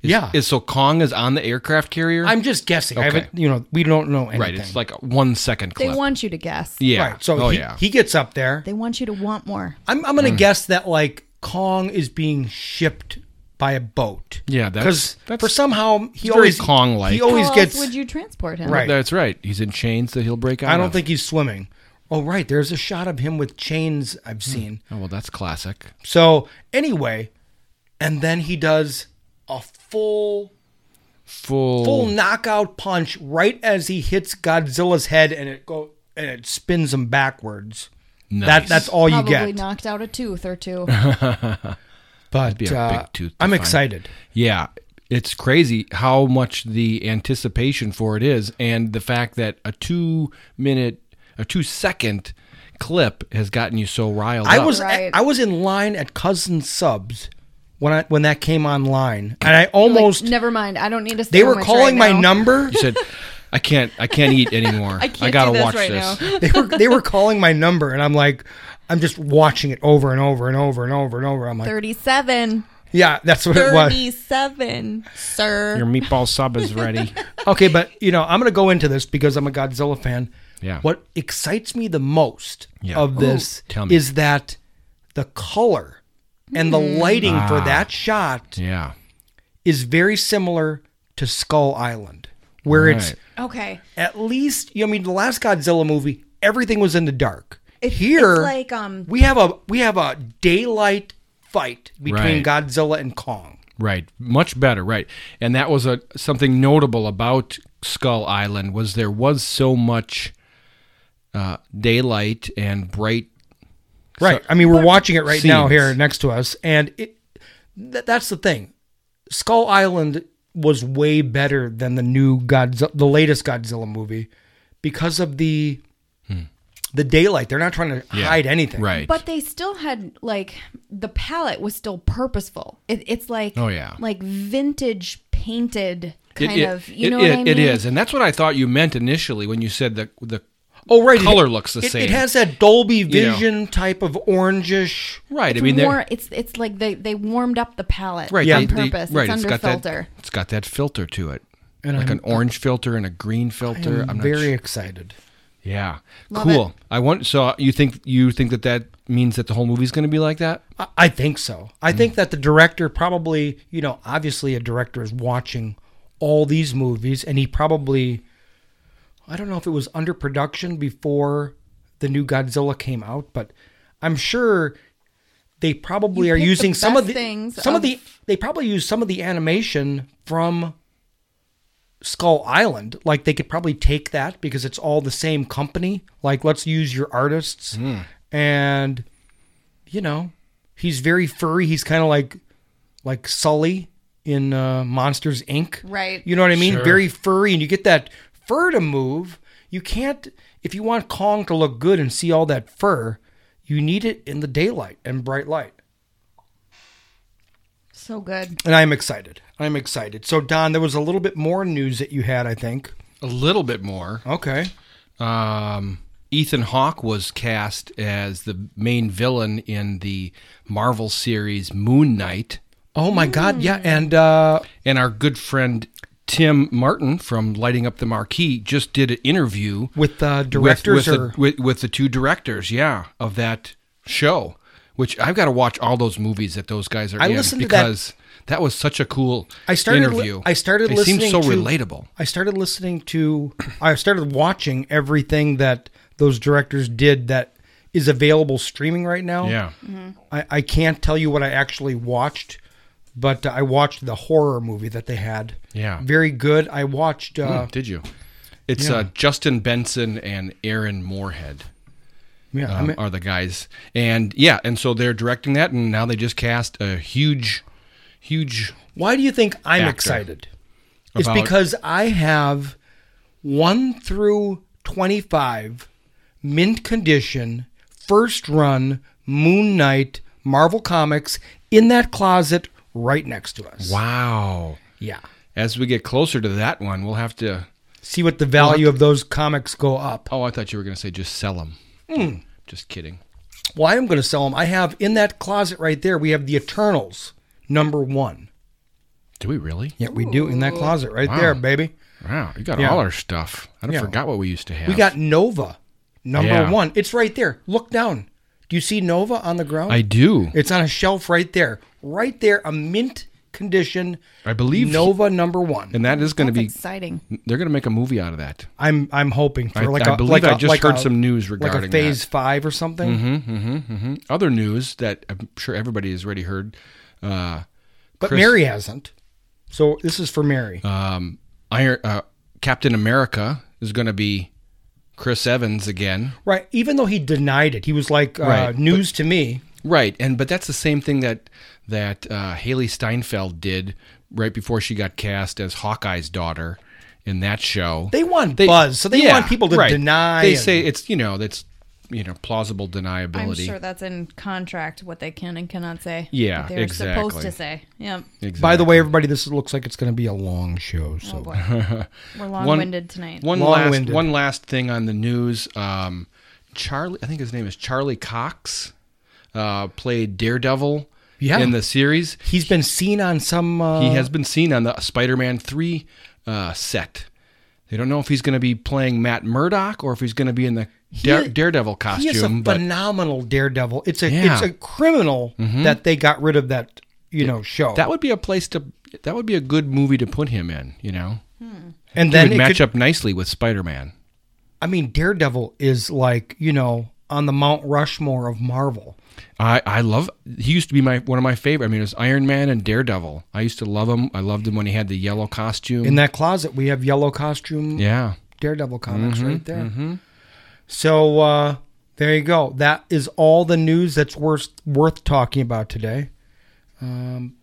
Is,
Yeah.
Is so Kong is on the aircraft carrier?
I'm just guessing. I
Okay.
haven't, you know, we don't know anything.
right. It's like a one second
They
clip.
want you to guess.
yeah.
Right, So
oh
he,
yeah. Hmm.
he gets up there.
They want you to want more.
I'm, I'm going to guess that like Kong is being shipped by a boat.
Yeah, that's-
because for somehow he
very
always
Kong-like.
He always
How
gets
else would you transport him?
Right.
That's right. He's in chains that he'll break out.
I don't
of.
think he's swimming. Oh, right. There's a shot of him with chains I've seen.
Oh well, that's classic.
So, anyway, and then he does a full,
Full.
full knockout punch right as he hits Godzilla's head and it go and it spins him backwards. That,
Nice.
that's all
Probably
you get.
knocked out a tooth or two.
But
be a
uh,
big tooth. to
I'm
find.
excited.
Yeah. It's crazy how much the anticipation for it is and the fact that a 2 minute a 2 second clip has gotten you so riled
I
up.
was
Right.
I was in line at Cousin Subs when I when that came online, and I almost
Like, never mind. I don't need a
they were
sandwich
calling
right
my
now.
number.
you said I can't I can't eat anymore. I,
can't do
gotta
this
watch
right
this.
now.
they were they were calling my number and I'm like I'm just watching it over and over and over and over and over. I'm like,
37.
yeah, that's what it was.
37, sir.
Your meatball sub is ready.
Okay, but you know, I'm going to go into this because I'm a Godzilla fan.
Yeah.
What excites me the most
Yeah.
of this
tell me.
is that the color and the lighting
Ah.
for that shot
yeah.
is very similar to Skull Island, where it's
Right.
okay.
at least you know, I mean the last Godzilla movie, everything was in the dark.
It-
Here
it's like, um,
we have a we have a daylight fight between
Right.
Godzilla and Kong.
Right, much better. Right, and that was a something notable about Skull Island was there was so much uh, daylight and bright.
Right. I mean we're watching it right now
Scenes.
here next to us and it th- that's the thing. Skull Island was way better than the new Godzilla the latest Godzilla movie because of the the daylight. They're not trying to hide anything.
Hmm. Right,
But they still had like the palette was still purposeful. It, it's like
Oh, yeah.
like vintage painted
It-
kind
it-
of. You
it-
know what
it-
I mean?
It is, and that's what I thought you meant initially when you said the the
Oh right.
Color looks the
it,
same.
It has that Dolby
know.
Vision type of orangish
right. I
It's,
mean, they're-
more, it's it's like they, they warmed up the palette
right.
on
they- they-
purpose.
right,
it's under
got
filter.
That, it's got that filter to it,
And
like
I'm-
an orange filter and a green filter. I'm,
I'm
not
very
sure.
excited.
yeah,
Love
cool. I want. So you think you think that that means that the whole movie's going to be like that?
I, I think so. I think that the director probably, you know, obviously a director is watching all these movies and he probably I don't know if it was under production before the new Godzilla came out, but I'm sure they probably
You
are
picked the
using some of
best
the
things
some of
of-
the they probably use some of the animation from Skull Island. Like they could probably take that because it's all the same company. Like let's use your artists and you know he's very furry. He's kind of like like Sully in uh, Monsters Inc.
Right.
You know what I mean? Very furry, and you get that fur to move. You can't if you want Kong to look good and see all that fur. You need it in the daylight and bright light.
So good.
And I'm excited. I'm excited. So Don, there was a little bit more news that you had, I think.
A little bit more.
Okay.
Um, Ethan Hawke was cast as the main villain in the Marvel series Moon Knight, Mm.
Oh my God! Yeah, and uh,
and our good friend Tim Martin from Lighting Up the Marquee just did an interview
with the
with-
directors
with,
or
the, with, with the two directors, yeah, of that show. Which I've got to watch all those movies that those guys are
I
in
listened to that-
because that. was such a cool
I started. li-
interview.
I started.
They
listening
seemed so
to-
relatable.
I started listening to. I started watching everything that those directors did that is available streaming right now.
Yeah.
I, I can't tell you what I actually watched, but uh, I watched the horror movie that they had.
Yeah.
Very good. I watched. Uh,
Did you? It's uh, Justin Benson and Aaron Moorhead.
yeah. I
um,
mean,
are the guys. And yeah, and so they're directing that, and now they just cast a huge, huge.
why do you think I'm
Actor.
excited? It's
About-
because I have one through 25 mint condition first run Moon Knight Marvel Comics in that closet right next to us.
Wow.
Yeah.
As we get closer to that one, we'll have to
see what the value of those comics go up.
Oh, I thought you were going to say just sell them.
Hmm.
Just kidding.
Well, I am going to sell them. I have in that closet right there, we have the Eternals number one.
Do we really?
Yeah, we do in that closet right
Wow.
there, baby.
Wow, you got
Yeah.
all our stuff. I don't
Yeah.
forgot what we used to have.
We got Nova number
Yeah.
one. It's right there. Look down. Do you see Nova on the ground?
I do.
It's on a shelf right there. Right there, a mint condition
I believe
Nova number one.
and that is going to be
exciting.
They're going to make a movie out of that.
I'm I'm hoping for
I-
like
I
a
believe
like
I
a-
just
like
heard
a-
some news regarding
like a
that.
phase five or something.
Mm-hmm, mm-hmm, mm-hmm. Other news that I'm sure everybody has already heard. Uh,
But
Chris-
Mary hasn't. So this is for Mary.
Um, Iron uh, Captain America is going to be Chris Evans again.
Right. Even though he denied it, he was like uh,
Right,
news to me.
Right, and but that's the same thing that that uh, Haley Steinfeld did right before she got cast as Hawkeye's daughter in that show.
They want buzz, so they want people to
right.
deny
They
and-
say it's you know that's you know plausible deniability.
I'm sure that's in contract what they can and cannot say.
Yeah,
what they're supposed
exactly.
to say. Yeah,
Exactly.
By the way, everybody, this looks like it's going to be a long show. So
We're long-winded tonight.
One
Long-winded.
last one last thing on the news. Um, Charlie, I think his name is Charlie Cox, uh, played Daredevil
Yeah.
in the series.
he's been seen on some. Uh,
he has been seen on the Spider-Man three uh, set. They don't know if he's going to be playing Matt Murdock or if he's going to be in the Dare-
He-
Daredevil costume.
He is a
but
phenomenal daredevil. It's a
Yeah. Mm-hmm.
it's a criminal that they got rid of that you know show.
that would be a place to. That would be a good movie to put him in. You know,
and
He
then
would
it
match
could-
up nicely with Spider-Man.
I mean, Daredevil is like you know on the Mount Rushmore of Marvel.
I, I love he used to be my one of my favorite. I mean, it was Iron Man and Daredevil. I used to love him. I loved him when he had the yellow costume.
In that closet, we have yellow costume
yeah, Mm-hmm,
Daredevil comics right there. So uh, there you go. That is all the news that's worth worth talking about today. Um,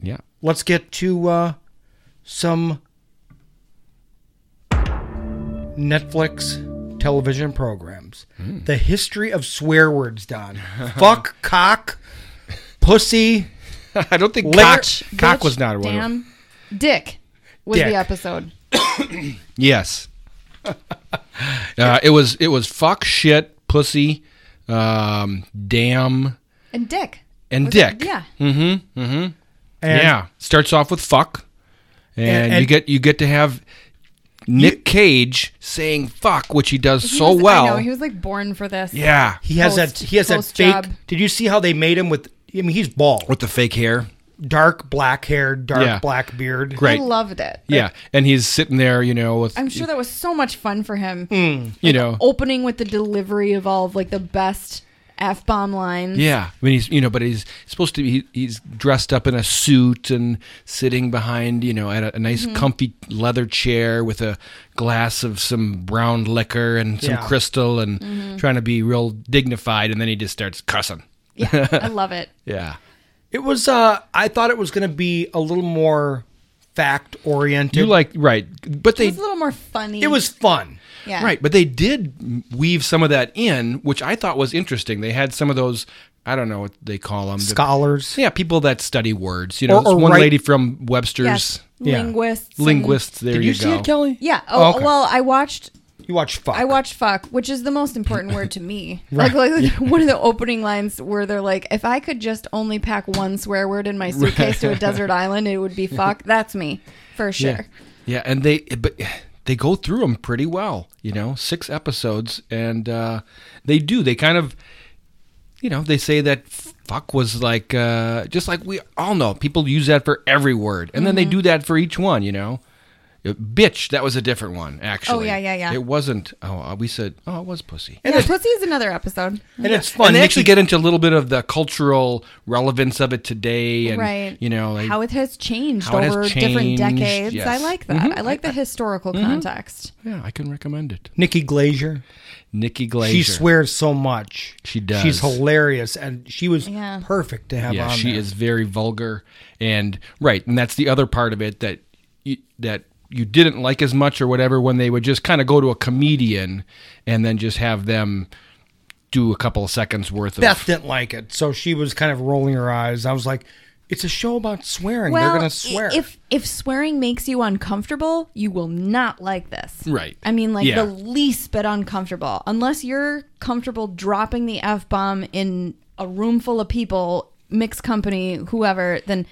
yeah.
let's get to uh, some Netflix television programs.
Hmm.
The history of swear words, Don. Fuck, cock, pussy.
I don't think
Later-
cock, cock
Bitch,
was not one. of-
Damn, Dick was
Dick.
the episode.
Yes, uh, it was it was fuck shit pussy, um, damn
And Dick.
and
was
dick.
it- yeah.
Mm-hmm. Mm-hmm.
And
yeah. Starts off with fuck, and,
And-
you
and-
get you get to have Nick Cage saying fuck, which he does
He
so
was-
well.
I know, he was like born for this.
yeah.
He has
Host-
that. He has that
host
fake.
job.
Did you see how they made him with? I mean, he's bald,
With the fake hair.
dark black hair, dark
Yeah.
black beard.
Great.
I loved it.
Yeah, and he's sitting there, you know, with
I'm sure that was so much fun for him.
Hmm.
you know,
Opening with the delivery of all of like the best f bomb lines.
yeah. I mean, he's you know, but he's supposed to be. he- He's dressed up in a suit and sitting behind, you know, at a, a nice,
Mm-hmm.
comfy leather chair with a glass of some brown liquor and some
Yeah.
crystal, and
Mm-hmm.
trying to be real dignified, and then he just starts cussing.
Yeah, I love it.
Yeah,
It was. uh I thought it was going to be a little more fact oriented.
you like right, but
It
they
was a little more funny.
It was fun.
yeah.
Right, but they did weave some of that in, which I thought was interesting. They had some of those, I don't know what they call them.
Scholars.
yeah, people that study words. You know,
Or-
there's
or
one
write-
lady from Webster's.
Yes.
Yeah.
Linguists. and-
Linguists, there
Did you, see
go.
it, Kelly?
Yeah. Oh,
Okay.
well, I watched
You watch fuck.
I watched fuck, which is the most important word to me. Like, like one of the opening lines where they're like, if I could just only pack one swear word in my suitcase to a desert island, it would be fuck. That's me for sure.
Yeah. Yeah, and they but they go through them pretty well. You know, six episodes, and uh, they do. They kind of, you know, they say that fuck was like uh, just like we all know people use that for every word, and then they
Mm-hmm.
do that for each one. You know. Uh, Bitch, that was a different one, actually.
Oh, yeah, yeah, yeah.
It wasn't. Oh, uh, we said. Oh, it was pussy.
Yeah, Pussy is another episode.
and it's fun.
and they
Nikki-
actually get into a little bit of the cultural relevance of it today, and
right.
you know, they,
how it has changed
how it has
over different
changed,
decades. I
yes. Mm-hmm.
like that. I like the historical context.
yeah, I can recommend it.
Nikki Glazier.
Nikki Glaser.
She swears so much.
She does.
She's hilarious, and she was
Yeah.
perfect to have
yeah,
on.
she
there.
is very vulgar and right, and that's the other part of it that you, that you didn't like as much or whatever when they would just kind of go to a comedian and then just have them do a couple of seconds worth of
Beth didn't like it, so she was kind of rolling her eyes. I was like, "It's a show about swearing. They're going to swear."
i- If if swearing makes you uncomfortable, you will not like this.
Right.
I mean, like
Yeah.
the least bit uncomfortable. Unless you're comfortable dropping the f bomb in a room full of people, mixed company, whoever, then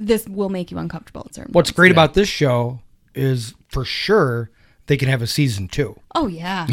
this will make you uncomfortable. At certain
What's
points.
great about this show is for sure they can have a season two.
Oh yeah,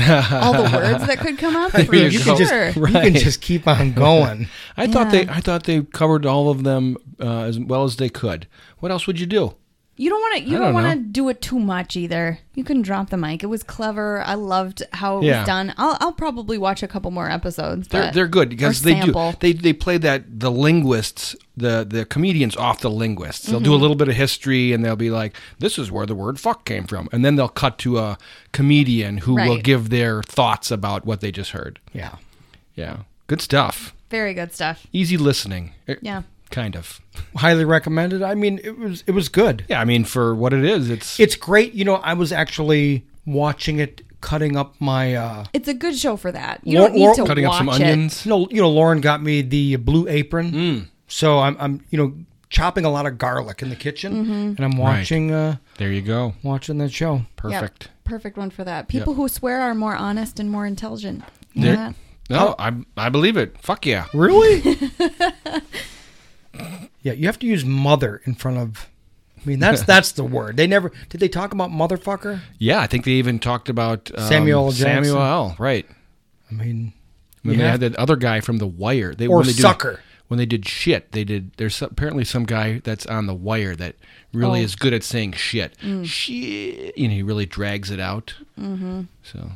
all the words that could come up. For
you,
sure.
can just, you can just keep on going.
I thought
Yeah.
they I thought they covered all of them uh, as well as they could. What else would you do?
You don't want to. You
I
don't,
don't
want to
know.
do it too much either. You can drop the mic. It was clever. I loved how it
Yeah.
was done. I'll, I'll probably watch a couple more episodes.
They're
but-
they're good because
or
they
sample.
do they they play that the linguists the the comedians off the linguists. They'll do a
Mhm.
little bit of history and they'll be like, "This is where the word fuck came from," and then they'll cut to a comedian who will
Right.
give their thoughts about what they just heard.
Yeah,
yeah, good stuff.
Very good stuff.
Easy listening. Eh,
Yeah.
kind of.
Highly recommended. I mean, it was it was good.
Yeah, I mean for what it is, it's
It's great. You know, I was actually watching it, cutting up my. uh
It's a good show for that. You
Lau-
don't need
Lau-
to watch It.
You know, you know, Lauren got me the blue apron,
Hmm.
so I'm, I'm, you know, chopping a lot of garlic in the kitchen,
Mhm.
and I'm
Right.
watching. Uh,
there you go,
watching that show.
Yeah,
Perfect.
perfect one for that. People who swear are more honest and more intelligent. You know
There-
that?
No, I I believe it. Fuck yeah.
Really? Yeah, you have to use mother in front of. I mean, that's that's the word. They never did. They talk about motherfucker.
Yeah, I think they even talked about um,
Samuel L. Jackson.
Samuel L. Right.
I mean,
When
you
they
have-
had that other guy from The Wire, they
Or
when they did-
Sucker.
when they did shit, they did. There's so- apparently some guy that's on The Wire that really
Oh.
is good at saying shit.
Mm.
Shit, and he really drags it out.
Mhm.
So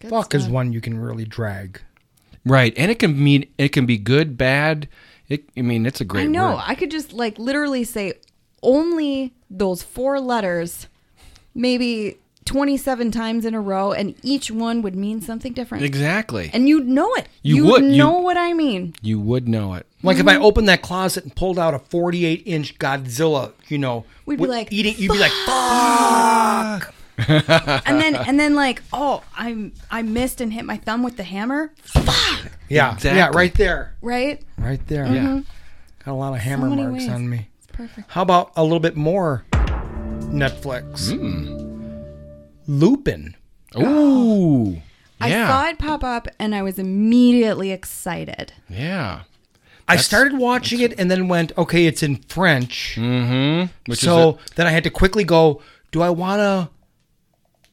Good
fuck is
stuff. Mm-hmm.
one you can really drag.
right, and it can mean it can be good, bad. It, I mean, it's a great.
I know.
word.
I could just like literally say only those four letters, maybe 27 times in a row, and each one would mean something different.
Exactly.
And you'd know it.
You
You'd
would. You-
know what I mean.
you would know it.
Like if I opened that closet and pulled out a 48 inch Godzilla, you know,
We'd be
with
like,
eating. You'd be like, fuck.
And then and then like, oh, I'm I missed and hit my thumb with the hammer.
yeah, yeah,
Exactly.
right there,
Right?
right there.
Yeah. Mhm.
got a lot of hammer
many
marks
ways.
on me.
It's perfect.
How about a little bit more Netflix?
Hmm.
Lupin.
Ooh.
Oh. I saw it pop up and I was immediately excited.
Yeah.
I started watching it and then went, okay, it's in French.
Mm-hmm. Which is
so then I had to quickly go, do I want to?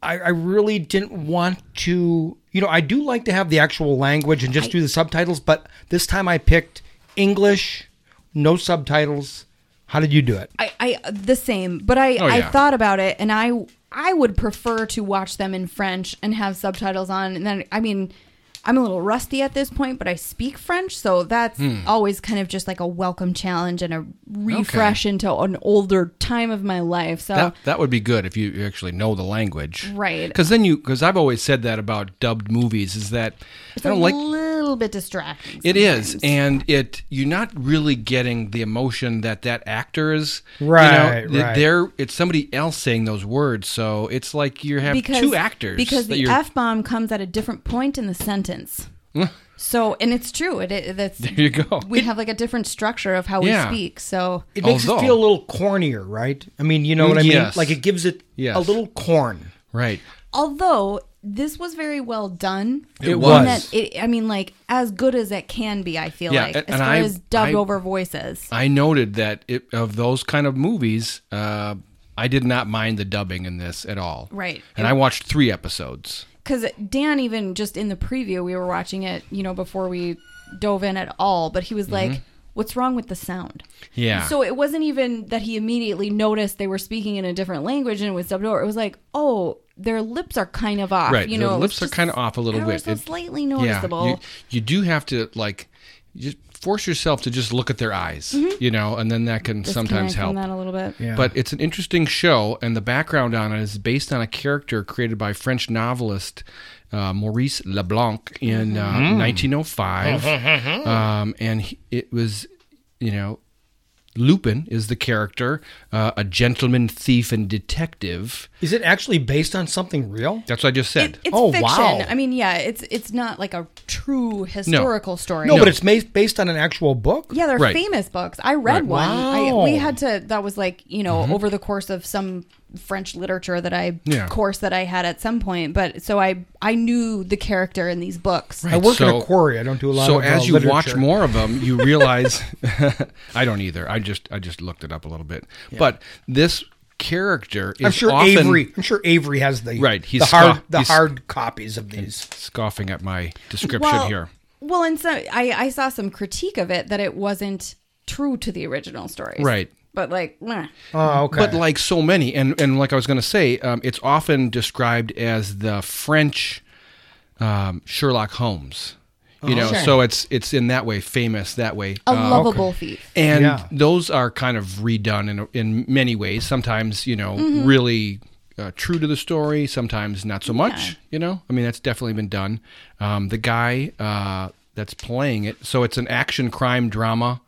I, I really didn't want to. You know, I do like to have the actual language and just do the subtitles, but this time I picked English, no subtitles. How did you do it?
I, I the same, but I,
Oh,
I
yeah.
thought about it, and I I would prefer to watch them in French and have subtitles on. And then I mean, I'm a little rusty at this point, but I speak French, so that's
Hmm.
always kind of just like a welcome challenge and a refresh into an older time of my life. So
That, that would be good if you you actually know the language,
Right.
Because then you, because I've always said that about dubbed movies is that
it's
I
a
don't like
little bit distracting.
it is, and it you're not really getting the emotion that that actor is, you know?
Right,
Th-
right.
They're it's somebody else saying those words, so it's like you have two actors
because
that
the
you're-
f bomb comes at a different point in the sentence. so and it's true. It, it that's
There you go.
We have like a different structure of how
Yeah.
we speak. So
It makes it feel a little cornier, right? I mean, you know what I mean?
Yes.
Like it gives it
Yes.
a little corn.
Right.
although this was very well done.
It
in
was.
that it, I mean, like as good as it can be. I feel
Yeah,
like
and-
as
and
far
I-
as dubbed
I-
over voices.
I noted that it, of those kind of movies, uh, I did not mind the dubbing in this at all,
Right.
And I watched three episodes.
Because Dan, even just in the preview, we were watching it, you know, before we dove in at all, but he was like,
Mhm.
What's wrong with the sound?
Yeah.
So it wasn't even that he immediately noticed they were speaking in a different language and it was dubbed over. It was like, Oh, their lips are kind of off.
Right.
You
the
know, it was
lips are kind of off a little
ever
bit.
so slightly
yeah, you-
noticeable.
you, do have to like you just force yourself to just look at their eyes,
Mhm.
you know, and then that can
Disconnect
sometimes
from
help.
that a little bit. Yeah.
But it's an interesting show, and the background on it is based on a character created by French novelist uh, Maurice Leblanc in uh,
Mhm.
1905, um, and he, it was, you know. Lupin is the character, uh, a gentleman thief and detective.
Is it actually based on something real?
That's what I just said.
It's fiction. I mean, yeah, it's it's not like a true historical story.
No, but it's ma- based on an actual book.
Yeah, they're
Right.
famous books. I read
Right.
one.
Wow.
I, we had to. That was like you know
Mhm.
over the course of some French literature that I
Mm-hmm. Yeah.
course that I had at some point. But so I I knew the character in these books.
Right, so- So
uh,
as you watch more of them, you realize I don't either. I just I just looked it up a little bit.
Yeah.
But this character is
I'm sure
often-
Avery. I'm sure Avery has the
Right, he's
the hard
scoff-
the
he's-
hard copies of these.
scoffing at my description
well,
here.
Well, and so I I saw some critique of it that it wasn't true to the original stories.
Right. Uh,
But like, meh.
Oh, But like so many, and and like I was going to say, um, it's often described as the French um, Sherlock Holmes. You
Oh,
know,
sure.
so it's it's in that way famous that way.
A
um,
lovable thief.
and
Yeah.
those are kind of redone in in many ways. Sometimes you know
Mhm.
really uh, true to the story. Sometimes not so much. You know, I mean that's definitely been done. Um, the guy uh, that's playing it, so it's an action crime drama,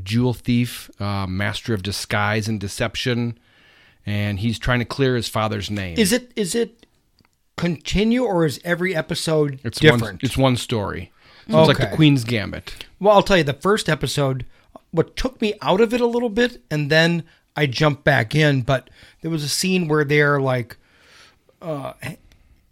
jewel thief, uh, master of disguise and deception, and he's trying to clear his father's name.
Is it is it continue or is every episode
It's
different?
One, it's one story. So It's like
Okay.
the Queen's Gambit.
Well, I'll tell you the first episode what took me out of it a little bit and then I jumped back in, but there was a scene where they're like uh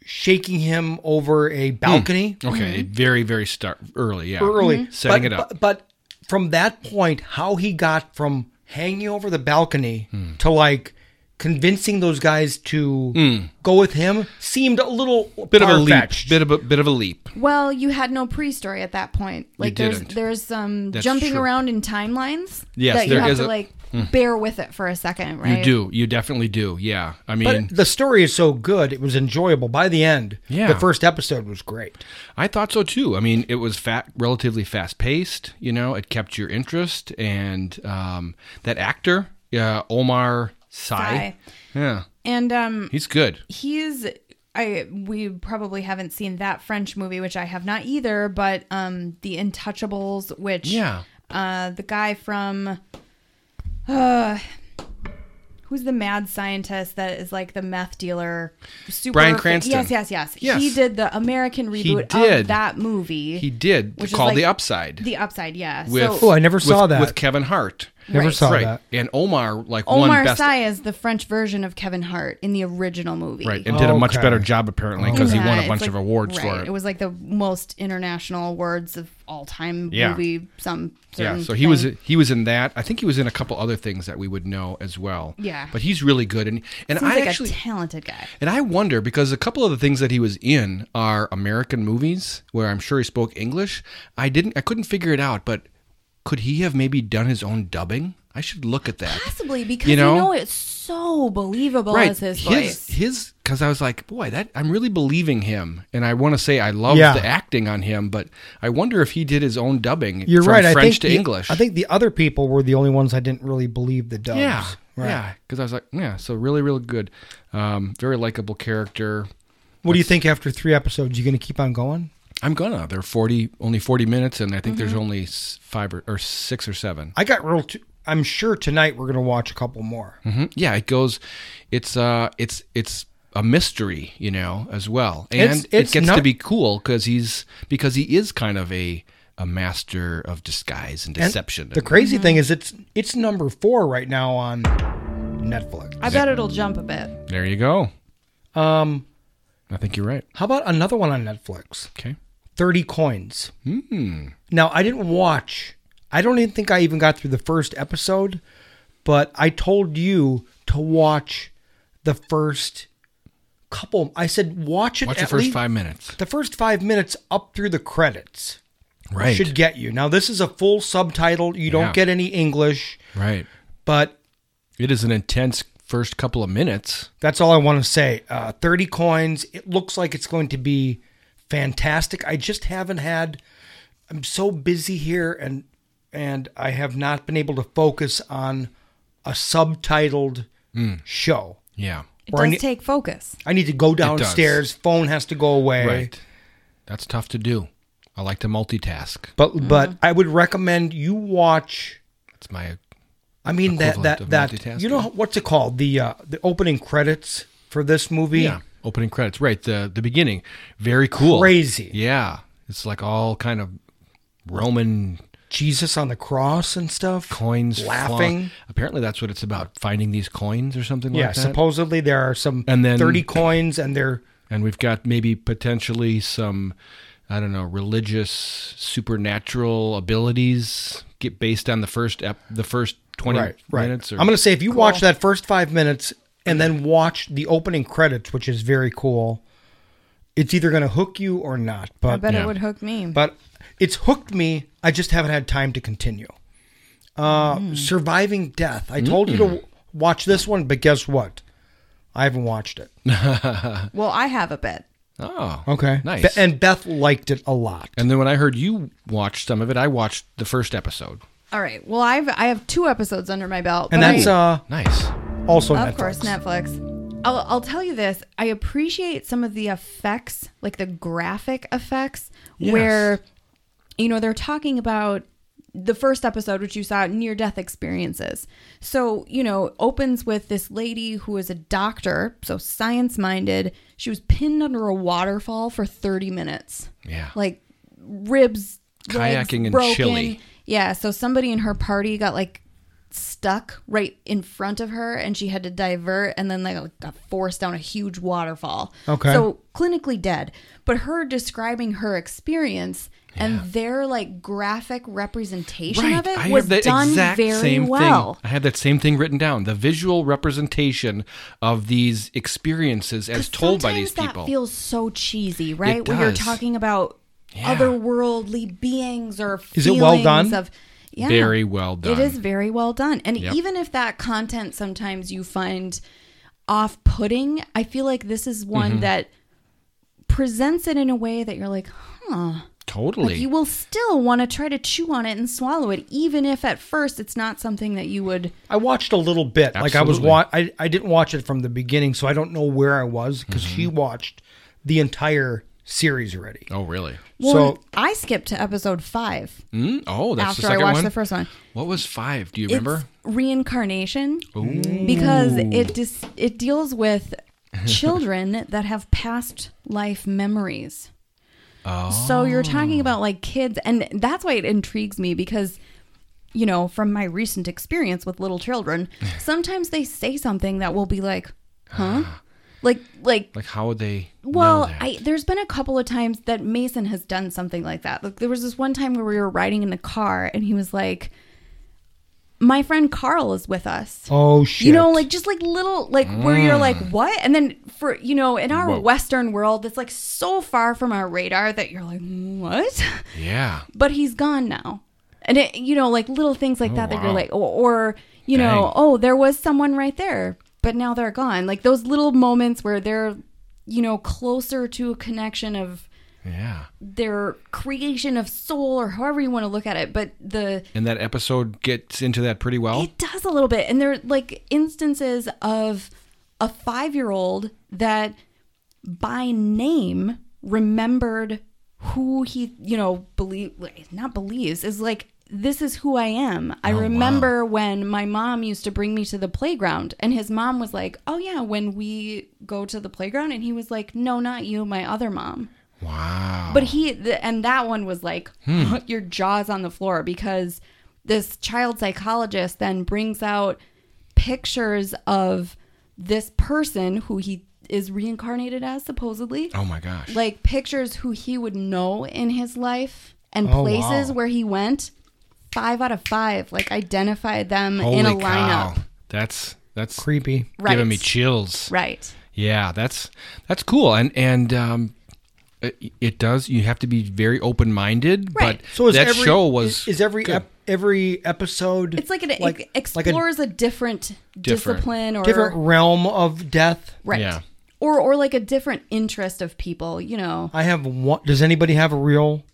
shaking him over a balcony.
Hmm. Okay, very very start early. Yeah,
Early.
setting it
But-
up.
But, but from that point, how he got from hanging over the balcony to like convincing those guys to
Hmm.
go with him seemed a little
Bit of a leap.
far-fetched.
Bit of a bit of a leap.
Well, you had no pre-story at that point. Like there's
didn't.
there's some
That's
jumping
true.
around in timelines
Yes,
that you
there
have
is a-
to like
Mm.
bear with it for a second, right?
You do. You definitely do. Yeah. I mean,
But the story is so good; it was enjoyable by the end.
Yeah.
the first episode was great.
I thought so too. I mean, it was fat, relatively fast paced. You know, it kept your interest, and um, that actor, yeah, Omar Sy,
Sy.
yeah,
And um
he's good.
he's I we probably haven't seen that French movie, which I have not either, but um The Untouchables, which
Yeah.
uh the guy from uh Who's the mad scientist that is like the meth dealer? Super
Bryan Cranston.
Yes, yes, yes,
Yes.
He did the American
He
reboot
did.
of that movie.
He did
which is
called
like-
The Upside.
The Upside, yeah.
with,
so
with- with Kevin Hart.
Never Right. saw that.
And Omar like won
Omar
best
Sy is the French version of Kevin Hart in the original movie.
right and did a much
Oh, Okay. Oh,
better job apparently because he
Yeah,
won a
it's
bunch
like-
of awards
right,
for it.
It was like the most international awards of all time
Yeah.
movie. Some
Yeah,
certain
so he was
thing.
he was in that. I think he was in a couple other things that we would know as well.
Yeah.
but he's really good, and and
Seems
I
like
actually
a talented guy.
And I wonder because a couple of the things that he was in are American movies where I'm sure he spoke English. I didn't I couldn't figure it out, but could he have maybe done his own dubbing? I should look at that.
Possibly because
You
you
know?
know, it's so believable
Right.
as his
his
voice.
his cuz I was like, boy, that I'm really believing him and I want to say I love
Yeah.
the acting on him, but I wonder if he did his own dubbing
You're
from
right.
French
I think
to
the-
English.
I think the other people were the only ones I didn't really believe the dubs.
Yeah,
Right.
yeah. Because I was like, yeah. So really, really good. Um, very likable character.
What do you think after three episodes? You going to keep on going?
I'm gonna. They're forty, only forty minutes, and I think there's
Mhm.
only s- five or, or six or seven.
I got real. T- I'm sure tonight we're going to watch a couple more.
hmm Yeah, it goes. It's uh, it's it's a mystery, you know, as well, and
It's-
it
it's
gets
not-
to be cool because he's because he is kind of a a master of disguise and
And
deception.
the
And-
crazy thing is, it's it's number four right now on Netflix.
I bet it'll jump a bit.
There you go.
Um,
I think you're right.
How about another one on Netflix?
Okay.
30 coins.
Hmm.
Now, I didn't watch. I don't even think I even got through the first episode, but I told you to watch the first couple. I said watch it
Watch the
at
first
lea-
five minutes.
The first 5 minutes up through the credits.
Right.
Should get you. Now, this is a full subtitle. You
Yeah.
don't get any English.
Right.
But
it is an intense first couple of minutes.
That's all I want to say. Uh, 30 coins. It looks like it's going to be fantastic. I just haven't had I'm so busy here and and I have not been able to focus on a subtitled
Mm.
show.
Yeah.
It
Or I
does
ne-
take focus.
I need to go
does.
downstairs, phone has to go away.
Right. That's tough to do. I like to multitask.
But but I would recommend you watch
It's my
I mean that
Equivalent
that
of
that
multitasking.
you know what's it called the uh, the opening credits for this movie.
Yeah. Opening credits, right? The the beginning, very cool,
Crazy.
Yeah, it's like all kind of Roman
Jesus on the cross and stuff,
coins fly-
laughing.
Apparently, that's what it's about: finding these coins or something
yeah,
like that.
supposedly there are some
And then-
thirty coins and they're
and we've got maybe potentially some, I don't know, religious supernatural abilities get based on the first ep- the first twenty
right, right.
minutes. Or,
I'm gonna say if you watch that first five minutes and then watch the opening credits, which is very cool, it's either gonna hook you or not. But
I bet it would hook me.
But it's hooked me. I just haven't had time to continue. Uh,
Mm-hmm.
Surviving death. I told you to w- watch this one, but guess what? I haven't watched it.
well, I have a bet.
oh,
Okay.
nice.
Be- and Beth liked it a lot.
And then when I heard you watched some of it, I watched the first episode.
All right. Well, I've I have two episodes under my belt.
And
but
that's
I-
uh
Nice.
also
of
Netflix.
course Netflix. I'll I'll tell you this. I appreciate some of the effects, like the graphic effects, where you know they're talking about the first episode which you saw near death experiences so you know it opens with this lady who is a doctor so science minded she was pinned under a waterfall for 30 minutes
Yeah.
like ribs legs
Kayaking in
broken.
Chile.
yeah so somebody in her party got like stuck right in front of her and she had to divert and then like got forced down a huge waterfall
Okay.
so clinically dead but her describing her experience and their like graphic representation of it was done very well
thing. I have that same thing written down. The visual representation of these experiences as
'Cause
told by
sometimes
these people.
That feels so cheesy, right? When you're
does.
talking about
Yeah.
otherworldly beings or
Is it well
feelings
done?
Of, yeah,
Very well done.
It is very well done, and
Yep.
even if that content sometimes you find off-putting, I feel like this is
Mm-hmm.
one that presents it in a way that you're like, huh.
totally.
Like you will still want to try to chew on it and swallow it, even if at first it's not something that you would.
I watched a little bit. Like I was
Absolutely.
wa- I, I didn't watch it from the beginning, so I don't know where I was because she
Mm-hmm.
watched the entire series already.
oh, really?
Well,
so
I skipped to episode five
Mm? Oh, that's
after
the
I
second
watched
one.
the first one.
What was five? Do you remember?
It's reincarnation because it dis- it deals with children that have past life memories. Oh. So you're talking about like kids and that's why it intrigues me because you know, from my recent experience with little children, sometimes they say something that will be like, "Huh?" like like
Like how would they? know
well,
that?
I there's been a couple of times that Mason has done something like that. Like there was this one time where we were riding in the car and he was like, "My friend Carl is with us."
oh shit,
You know, like just like little like where you're like, "What?" And then for you know, in our
Mm. Whoa.
western world, it's like so far from our radar that you're like, "What?"
yeah.
But he's gone now. And it you know, like little things like that that you're
Oh, wow.
like or, or you know,
Dang.
"Oh, there was someone right there, but now they're gone." Like those little moments where they're you know, closer to a connection of
Yeah.
their creation of soul or however you want to look at it but the
And that episode gets into that pretty well.
it does a little bit and there are like instances of a five-year-old that by name remembered who he you know believe like, not believes is like this is who I am. I remember when my mom used to bring me to the playground, and his mom was like, Oh, yeah, when we go to the playground. And he was like, No, not you, my other mom.
wow.
But he th- and that one was like your jaws on the floor because this child psychologist then brings out pictures of this person who he is reincarnated as supposedly.
oh my gosh.
Like pictures who he would know in his life and
Oh,
places
wow.
where he went. 5 out of 5 like identified them
Holy
in a
cow.
lineup.
That's that's
creepy.
Right.
giving me chills.
Right.
Yeah, that's that's cool, and and um, it, it does. You have to be very open minded,
Right.
but
So is
that
every,
show was
is, is every
good.
ep- every episode?
It's like it ex- explores a, different,
Different.
discipline or
different realm of death.
right.
Yeah.
Or or like a different interest of people, you know.
I have one. Does anybody have a real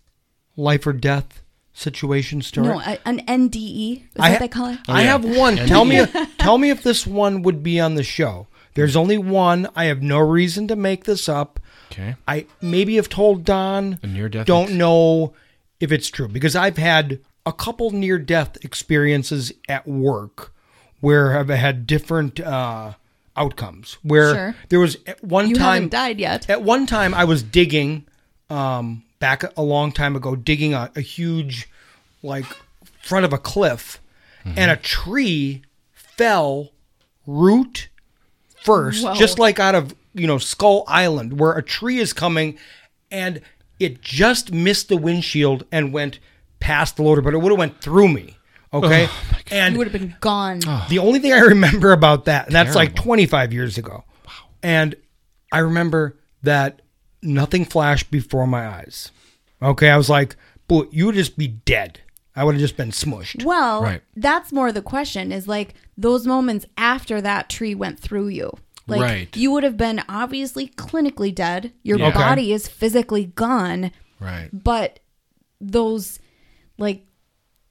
life or death situation story?
No, a- an NDE. Is
I
that
ha-
they call it?
I have one. Tell me, tell me if this one would be on the show. There's only one. I have no reason to make this up.
okay.
I maybe have told Don.
A near-death
Don't
ex-
know if it's true because I've had a couple near death experiences at work where have had different uh, outcomes. Where
Sure.
there was at one
You
time
haven't died yet.
At one time, I was digging um, back a long time ago, digging a, a huge like front of a cliff, and a tree fell root first,
Whoa.
just like out of you know Skull Island, where a tree is coming, and it just missed the windshield and went past the loader, but it would have went through me. Okay, and
you would have been gone.
Oh,
the only thing I remember about that, and that's like
Terrible.
25 years ago. And I remember that nothing flashed before my eyes. Okay. I was like, but you would just be dead. I would have just been smushed.
Well, that's more the question is like those moments after that tree went through you. Like
Right.
you would have been obviously clinically dead. Your
Yeah. Okay.
body is physically gone,
Right.
but those like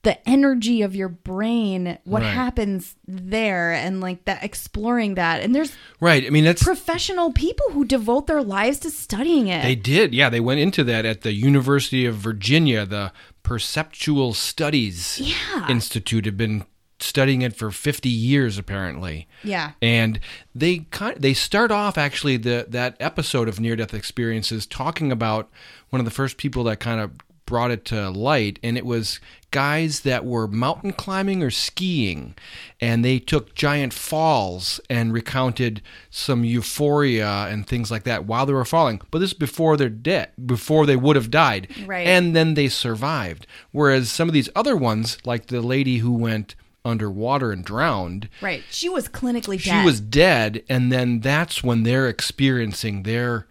the energy of your brain, what
Right.
happens there and like that exploring that. And there's
Right. I mean, that's
professional people who devote their lives to studying it.
They did. Yeah, they went into that at the University of Virginia. The Perceptual Studies
Yeah.
Institute had been studying it for 50 years apparently.
Yeah.
And they kind they start off actually the that episode of near death experiences talking about one of the first people that kind of brought it to light and it was guys that were mountain climbing or skiing and they took giant falls and recounted some euphoria and things like that while they were falling but this is before they're dead before they would have died
Right.
and then they survived whereas some of these other ones like the lady who went underwater and drowned
right. She was clinically
she
dead.
was dead and then that's when they're experiencing their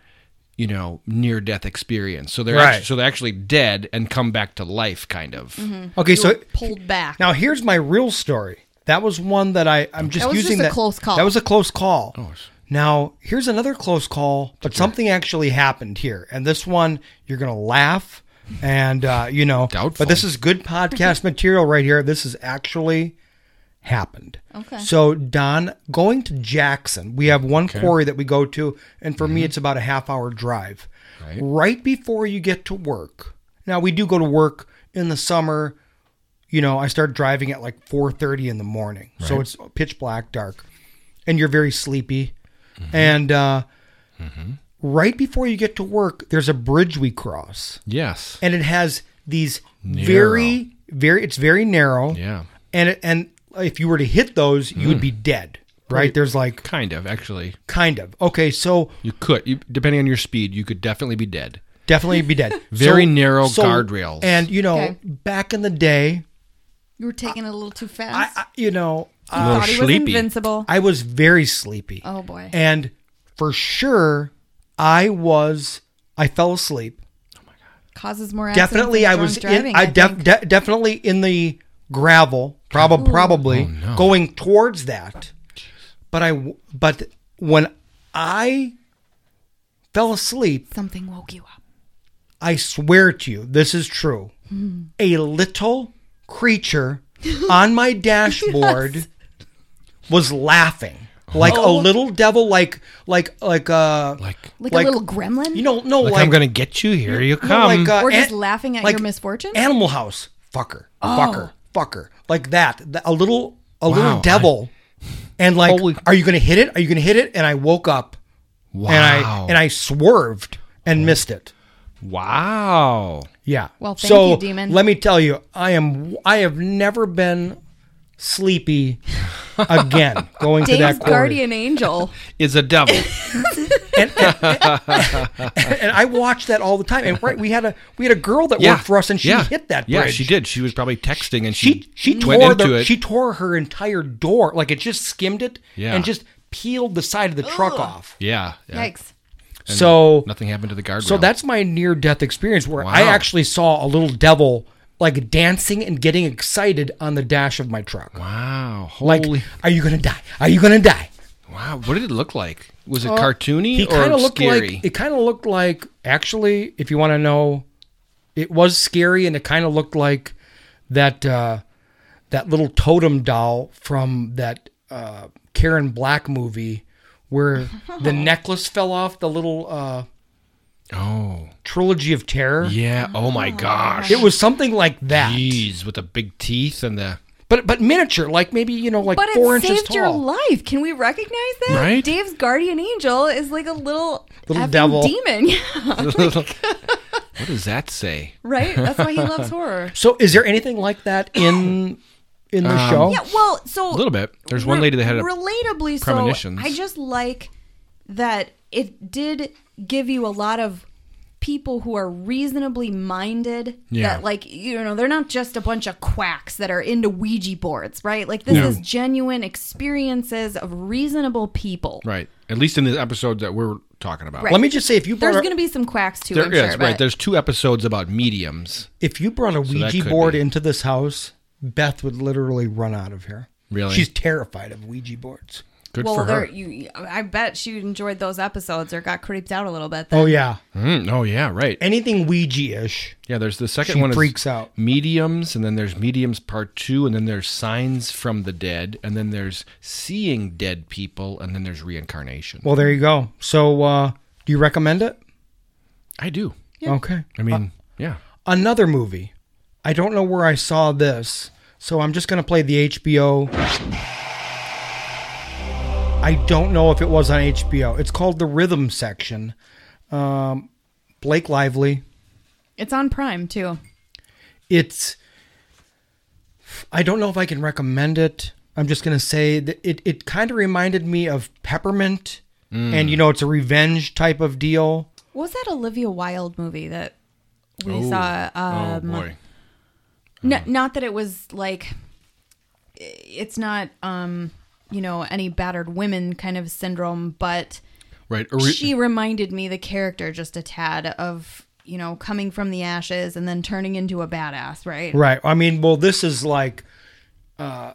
you know near death experience so they're
Right.
actually, so they're actually dead and come back to life kind of
Mhm.
Okay,
You
so-
were pulled back.
Now, here's my real story. That was one that I, I'm just
That was just
using
a
that.
close call. Oh,
That was a close call. Now, here's another close call, but something actually happened here. And this one, you're going to laugh and, uh, you know, but this is good podcast material right here. This is actually happened.
Okay.
So, Don, going to Jackson, we have one
Okay.
quarry that we go to. And for me, it's about a half hour drive. Right. before you get to work. Now, we do go to work in the summer. You know, I start driving at like 4.30 in the morning. So
Right.
it's pitch black, dark. And you're very sleepy. And uh, right before you get to work, there's a bridge we cross.
Yes.
And it has these
Narrow.
very, very, it's very narrow.
Yeah.
And, it, and if you were to hit those, you would
Mm.
be dead. Right?
Right.
There's like.
Kind of, actually.
Kind of. Okay, so.
You could, you, depending on your speed, you could definitely be dead.
Definitely be dead.
Very
So-
narrow
so-
guardrails.
And, you know,
Okay.
back in the day,
you were taking it a little too fast.
you know,
You thought he was invincible.
I was very sleepy.
Oh, boy.
And for sure, I was. I fell asleep.
Causes more accidents
Definitely,
than
I
drunk
was.
driving,
in, I, def, de- definitely in the gravel. Probably, probably
Oh,
going towards that. But I. w- But when I fell asleep,
something woke you up.
I swear to you, this is true.
Hmm.
A little creature on my dashboard was laughing. Like
Oh.
a little devil, like like like uh like
Like, a little gremlin?
You know, no,
Like,
like,
I'm going to get you. Here you
no,
come.
like, uh,
or just
an-
laughing at
like
your misfortune?
Animal House, fucker,
Oh.
fucker, fucker, like that. Th- A little, a
Wow,
little
I-
devil, and like, are you going to hit it? Are you going to hit it? And I woke up, and
Wow.
I and I swerved and missed it.
wow.
Yeah.
Well, thank
so
you, demon.
let me tell you, I am I have never been sleepy again going to
Dave's
that quarry.
guardian angel.
Is a devil.
and I watched that all the time. And right, we had a we had a girl that worked for us, and she
yeah.
hit that bridge.
Yeah, she did. She was probably texting and she
She
went
tore
into
the,
it.
she tore her entire door like it just skimmed it
Yeah.
and just peeled the side of the truck off.
yeah, yeah.
Yikes.
And
So
nothing happened to the guardrail.
So that's my near death experience where I
Wow.
actually saw a little devil like dancing and getting excited on the dash of my truck.
Wow.
Like are you going to die? Are you going to die?
Wow, what did it look like? Was it
Uh,
cartoony
he
or
kinda looked
scary?
Like, it kind of looked like, actually, if you want to know, it was scary, and it kind of looked like that uh, that little totem doll from that uh, Karen Black movie, where the necklace fell off the little uh,
oh
trilogy of terror.
Ah.
yeah. Oh my gosh.
It was something like that.
Jeez, with the big teeth and the
But but miniature, like maybe you know, like
but
four
it
inches
saved
tall.
your life. Can we recognize that?
Right?
Dave's guardian angel is like a little
Little
effing
devil.
demon. Yeah.
what does that say?
Right? That's why he loves horror.
So is there anything like that in in the
Um,
show?
Yeah, well, so
A little bit. There's one lady that had a
relatably
premonitions.
So I just like that it did give you a lot of people who are reasonably minded
Yeah.
that like you know they're not just a bunch of quacks that are into ouija boards right like this
No.
is genuine experiences of reasonable people
Right. At least in the episode that we're talking about.
Right. there's
there
going to be some quacks too
is
I'm sure,
right.
but-
There's two episodes about mediums.
If you brought a
So that
Ouija
could
board
be.
into this house, Beth would literally run out of here.
Really?
She's terrified of Ouija boards.
well, there- You, I bet she enjoyed those episodes or got creeped out a little bit. Then.
Oh yeah.
Mm, oh yeah, right.
Anything Ouija-ish.
Yeah, there's the second
She
one.
freaks
is
out.
Mediums, and then there's mediums part two, and then there's signs from the dead, and then there's seeing dead people, and then there's reincarnation.
Well, there you go. So, uh, do you recommend it?
I do.
Yeah.
Okay.
I mean,
uh,
yeah.
Another movie. I don't know where I saw this, so I'm just going to play the HBO. I don't know if it was on HBO. It's called The Rhythm Section. Um, Blake Lively.
It's on Prime too.
It's. I don't know if I can recommend it. I'm just going to say that it, it kind of reminded me of Peppermint.
Mm.
And, you know, it's a revenge type of deal.
What was that Olivia Wilde movie that we
Oh.
saw?
Oh,
Um,
boy.
No, not that it was like it's not um you know any battered women kind of syndrome, but
Right. Ori-
she reminded me the character just a tad of you know coming from the ashes and then turning into a badass, right?
Right. I mean, well, this is like uh,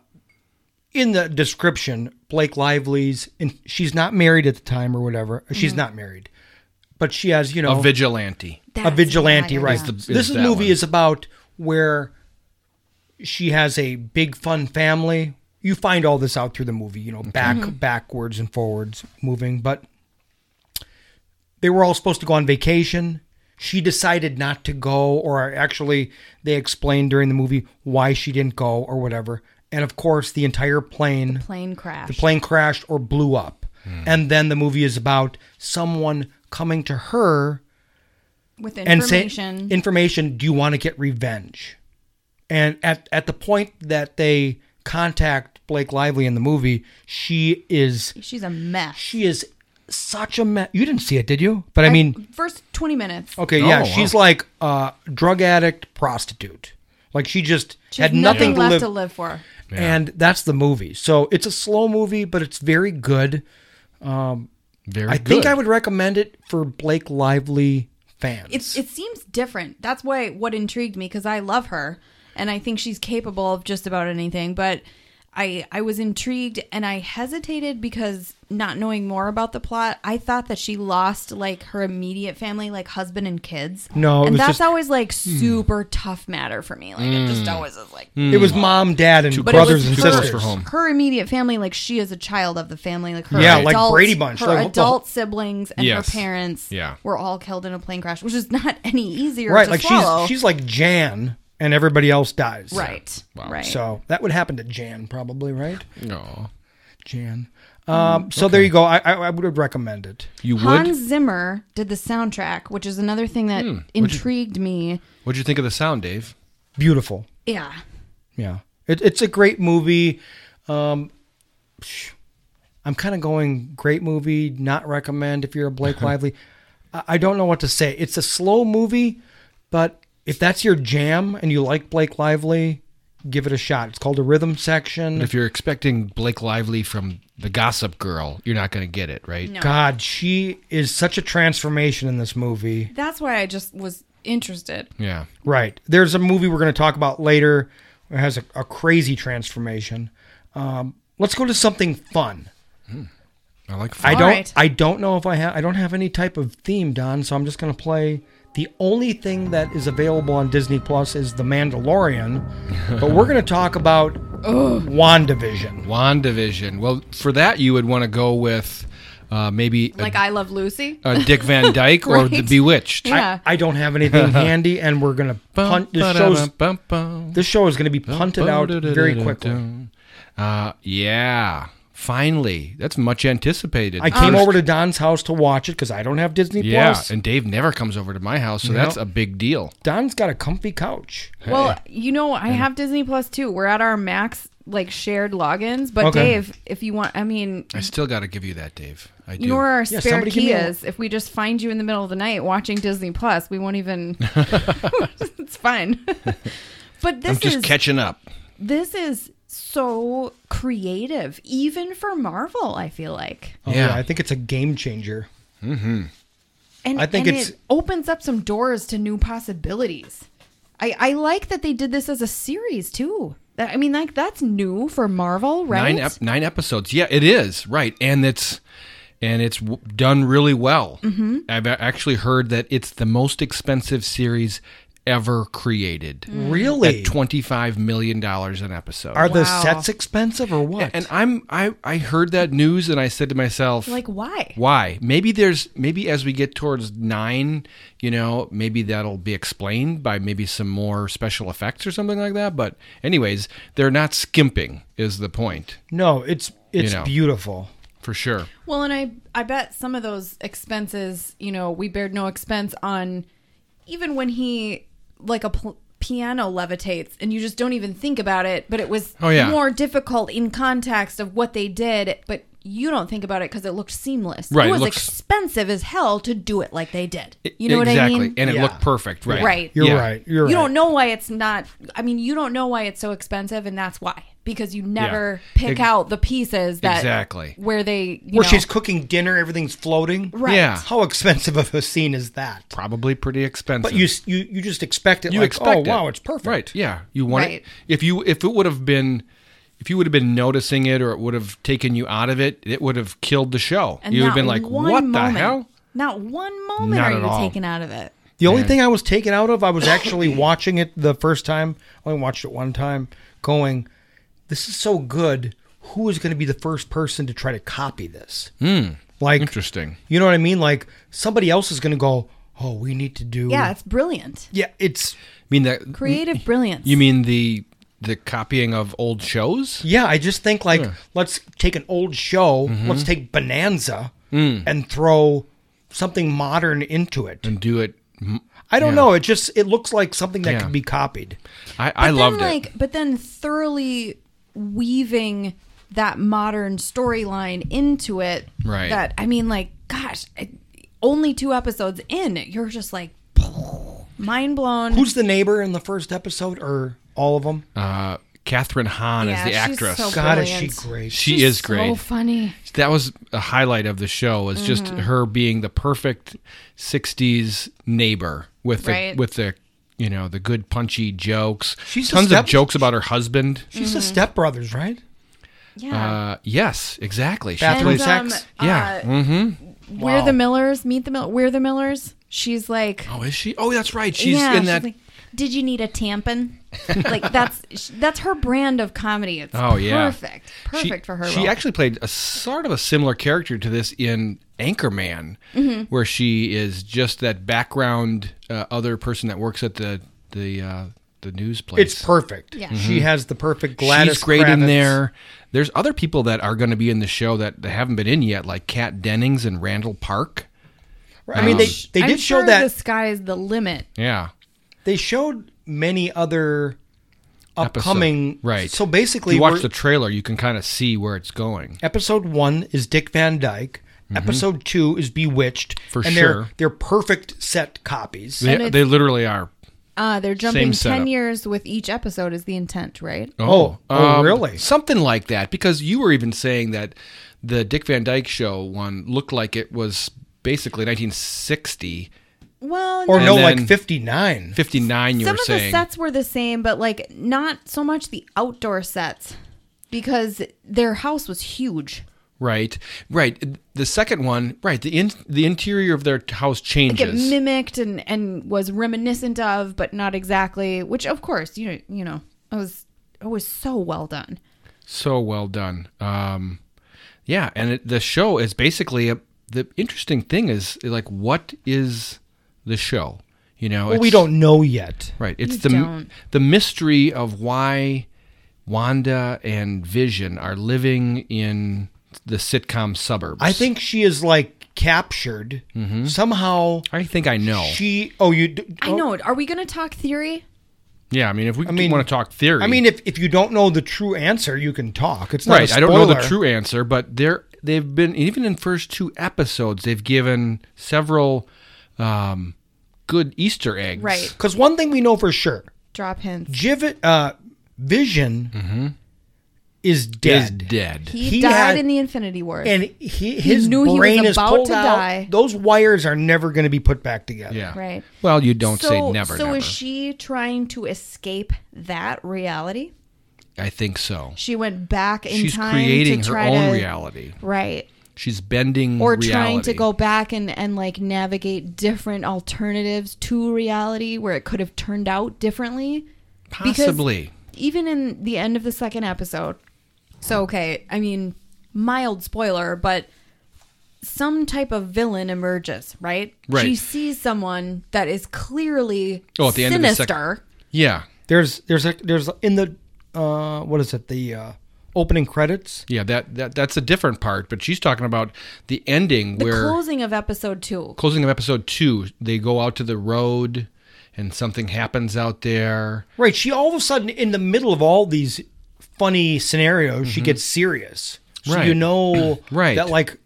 in the description, Blake Lively's, and she's not married at the time or whatever. She's
Mhm.
not married, but she has, you know,
A vigilante.
A
That's
vigilante,
right.
right?
Is the- is
this
that
movie
one.
is about where she has a big fun family. You find all this out through the movie, you know, back
Mhm.
backwards and forwards moving, but they were all supposed to go on vacation. She decided not to go, or actually, they explained during the movie why she didn't go or whatever. And of course, the entire plane
Plane crash.
the plane crashed or blew up.
Hmm.
And then the movie is about someone coming to her
With
and say-
information.
information, do you want to get revenge? And at, at the point that they contact Blake Lively in the movie, she is
She's a mess.
she is such a mess. You didn't see it, did you? But I mean,
First twenty minutes.
Okay, yeah, she's like a drug addict, prostitute. Like she just
She
had nothing,
left
to
to
live.
live for.
And that's the movie. So it's a slow movie, but it's very good. Um,
very.
I think
good.
I would recommend it for Blake Lively fans.
It, it seems different. That's why what intrigued me because I love her and I think she's capable of just about anything. But I I was intrigued and I hesitated because not knowing more about the plot, I thought that she lost like her immediate family, like husband and kids.
No, it
and
was
that's
just-
always like
Hmm.
super tough matter for me. Like it just always is like.
Hmm.
it was mom, dad, and
But it was
brothers and
her,
sisters.
Her immediate family, like she is a child of the family, like her
Yeah,
adult,
like Brady Bunch,
Her
like, what the-
adult siblings and
Yes.
her parents
Yeah.
were all killed in a plane crash, which is not any easier
Right,
to
like
swallow.
she's she's like Jan, and everybody else dies.
Right, Yeah. Wow. right.
So that would happen to Jan probably, right?
No.
Jan. Um,
Mm,
so there you go. I, I I would recommend it.
You would.
Hans Zimmer did the soundtrack, which is another thing that
Hmm. What'd you-
intrigued me.
What'd you think of the sound, Dave?
Beautiful.
Yeah.
Yeah, it, it's a great movie. Um, psh, I'm kind of going great movie. Not recommend if you're a Blake Lively. I, I don't know what to say. It's a slow movie, but if that's your jam and you like Blake Lively, give it a shot. It's called a rhythm section.
Mm.
But if you're expecting Blake Lively from The Gossip Girl, you're not going to get it, right?
No.
God, she is such a transformation in this movie.
That's why I just was interested.
Yeah.
Right. There's a movie we're going to talk about later. It has a, a crazy transformation. Um, let's go to something fun.
I like.
I
fun.
don't.
Alright.
I don't know if I have. I don't have any type of theme, Don. So I'm just going to play. The only thing that is available on Disney Plus is The Mandalorian, but we're going to talk about WandaVision.
WandaVision. Well, for that, you would want to go with Uh, maybe a-
Like I Love Lucy.
a
uh,
uh, Dick Van Dyke or The
Right.
Bewitched.
Yeah.
I don't have anything handy, and we're gonna punt this show's
Bum,
this show is gonna be punted out very quickly.
Uh, yeah, finally, that's much anticipated.
I came
First-
over to Don's house to watch it because I don't have Disney
Um, yeah,
Plus.
and Dave never comes over to my house, so
No.
that's a big deal.
Don's got a comfy couch.
Well, you know, I have Disney Plus too. We're at our max like shared logins, but
Okay.
Dave, if you want, I mean,
I still got to give you that, Dave. I do.
you know where our spare
somebody give
key
me a-
is. If we just find you in the middle of the night watching Disney Plus, we won't even. it's fine. but this
I'm just
is
catching up.
this is so creative, even for Marvel. I feel like,
Oh,
Yeah.
yeah. I think it's a game changer.
Mm-hmm.
and
I think
and
it's-
it opens up some doors to new possibilities. I I like that they did this as a series too. That, I mean, like that's new for Marvel, right?
Nine ep- nine episodes. Yeah, it is right, and it's and it's w- done really well.
Mhm.
I've a- actually heard that it's the most expensive series ever created.
Mm. Really?
at twenty five million dollars an episode.
Are the sets expensive or what?
And I'm I I heard that news and I said to myself,
Like, why?
Why? Maybe there's maybe as we get towards nine, you know, maybe that'll be explained by maybe some more special effects or something like that. But anyways, they're not skimping is the point.
no, it's
you
it's
know.
beautiful.
For sure.
Well, and I I bet some of those expenses, you know, we bared no expense on even when he like a pl- piano levitates and you just don't even think about it, but it was
Oh, yeah.
more difficult in context of what they did, but you don't think about it because it looked seamless.
Right,
It
it
was
looks- E-,
expensive as hell to do it like they did. You know
exactly.
what I mean?
And it looked perfect, right?
Right.
You're right. You're
you
right.
don't know why it's not. I mean, you don't know why it's so expensive, and that's why because you never
Yeah.
pick
Ex-
out the pieces that
Exactly.
where they you
Where
know,
she's cooking dinner, everything's floating.
Right. Yeah.
How expensive of a scene is that?
Probably pretty expensive.
But you s- you you just expect it.
you
like,
expect
oh
it.
wow, it's perfect.
right yeah you want
Right.
it if you if it would have been if you would have been noticing it or it would have taken you out of it it would have killed the show you would have
not
been like
one
what
moment-
the hell
Not one moment
Not
are
at
you
all.
taken out of it.
The only
Yeah.
thing I was taken out of, I was actually watching it the first time. I only watched it one time, going, This is so good. Who is going to be the first person to try to copy this?
Hmm.
Like,
interesting
You know what I mean? Like, somebody else is going to go, Oh, we need to do.
Yeah, it's brilliant.
Yeah, it's.
i mean that
Creative brilliance.
you mean the the copying of old shows
Yeah, I just think, like,
Yeah.
let's take an old show,
Mhm.
let's take Bonanza
Mm.
and throw something modern into it.
and do it m-
I don't
yeah.
know. It just it looks like something that
Yeah.
could be copied.
i i
But
loved
then,
it
like, But then thoroughly weaving that modern storyline into it.
Right.
That I mean, like, gosh, I, only two episodes in, you're just like mind blown.
Who's the neighbor in the first episode or all of them?
uh catherine hahn
Yeah,
is the
she's
actress
so
God, is
brilliant.
she great.
she
She's
is great Uh,
So funny.
that was a highlight of the show was just
Mhm.
her being the perfect 60s neighbor with the
Right.
with the you know the good punchy jokes
She's a
tons
step-
of jokes about her husband
Mm-hmm.
She's the Step Brothers, right?
uh, yes exactly
Bathroom
plays-
And, sex? um,
yeah
uh,
mm-hmm
We're the Millers. Meet the Mill. We're the Millers. She's like.
oh is she oh that's right she's
Yeah,
in that
like, Did you need a tampon? like that's sh- that's her brand of comedy. It's
oh yeah
perfect, perfect
She-
for her.
she
role.
actually played a sort of a similar character to this in anchorman
Mhm.
where she is just that background uh, other person that works at the the uh, the news place
It's perfect.
Yeah.
She
Mhm.
has the perfect Gladys.
She's great in
Kravitz.
there. There's other people that are going to be in the show that they haven't been in yet, like Kat Dennings and Randall Park.
I mean, they
Um,
they
I'm
did show
sure
that
the sky's the limit.
yeah.
they showed many other
episode.
upcoming.
right?
So basically,
if you watch
we're-
the trailer, you can kind of see where it's going.
episode one is Dick Van Dyke.
Mhm.
Episode two is Bewitched.
For
and
sure.
they're they're perfect set copies.
They,
And it's-
they literally are.
Uh, they're jumping
setup.
ten years with each episode is the intent, right?
Oh, oh, really?
um, Something like that, because you were even saying that the Dick Van Dyke show one looked like it was basically 1960
Well,
Or
And
no,
then-
like fifty nine.
59. You
some
were
of the
saying
sets were the same, but like not so much the outdoor sets because their house was huge.
right, right. The second one, right. The in, the interior of their house
Like it
changes.
mimicked and and was reminiscent of, but not exactly. Which, of course, you know, you know, it was it was so well done.
So well done. Um, yeah, and it, the show is basically a, the interesting thing is like what is the show? You know,
Well, we
it's-
don't know yet.
Right. It's
You
the
don't.
the mystery of why Wanda and Vision are living in the sitcom suburbs.
I think she is like captured
Mhm.
somehow.
I think I know.
She. Oh, you. d-
I
oh,
know. Are we going to talk theory?
Yeah, I mean, if we want to talk theory,
I mean, if, if you don't know the true answer, you can talk. It's not
right.
A
I don't know the
spoiler.
true answer, but they're they've been even in first two episodes, they've given several um, good Easter eggs.
Right.
Because one thing we know for sure,
Drop hints.
Jiv, uh, Vision is dead.
Mm-hmm. Is dead.
He,
He
died
had-
in the Infinity War.
and he his
knew he was
brain is
about
pulled
to
out.
die.
Those wires are never going to be put back together.
Yeah.
Right.
Well, you don't
so,
say never.
So
never.
is she trying to escape that reality?
I think so.
She went back in
She's
time
creating
to
her
try
own
to-
reality.
Right.
She's bending
or
reality.
trying to go back and, and like navigate different alternatives to reality where it could have turned out differently Because
Possibly.
even in the end of the second episode so okay i mean mild spoiler but some type of villain emerges right
Right.
she sees someone that is clearly
Oh, at the end of the
sinister
sec- Yeah.
There's there's a there's a- in the uh what is it the uh opening credits
Yeah, that, that that's a different part, but she's talking about the ending
the
where
closing of episode two
closing of episode 2, they go out to the road and something happens out there.
right she all of a sudden in the middle of all these funny scenarios she
Mhm.
gets serious so
Right.
you know
Right.
that like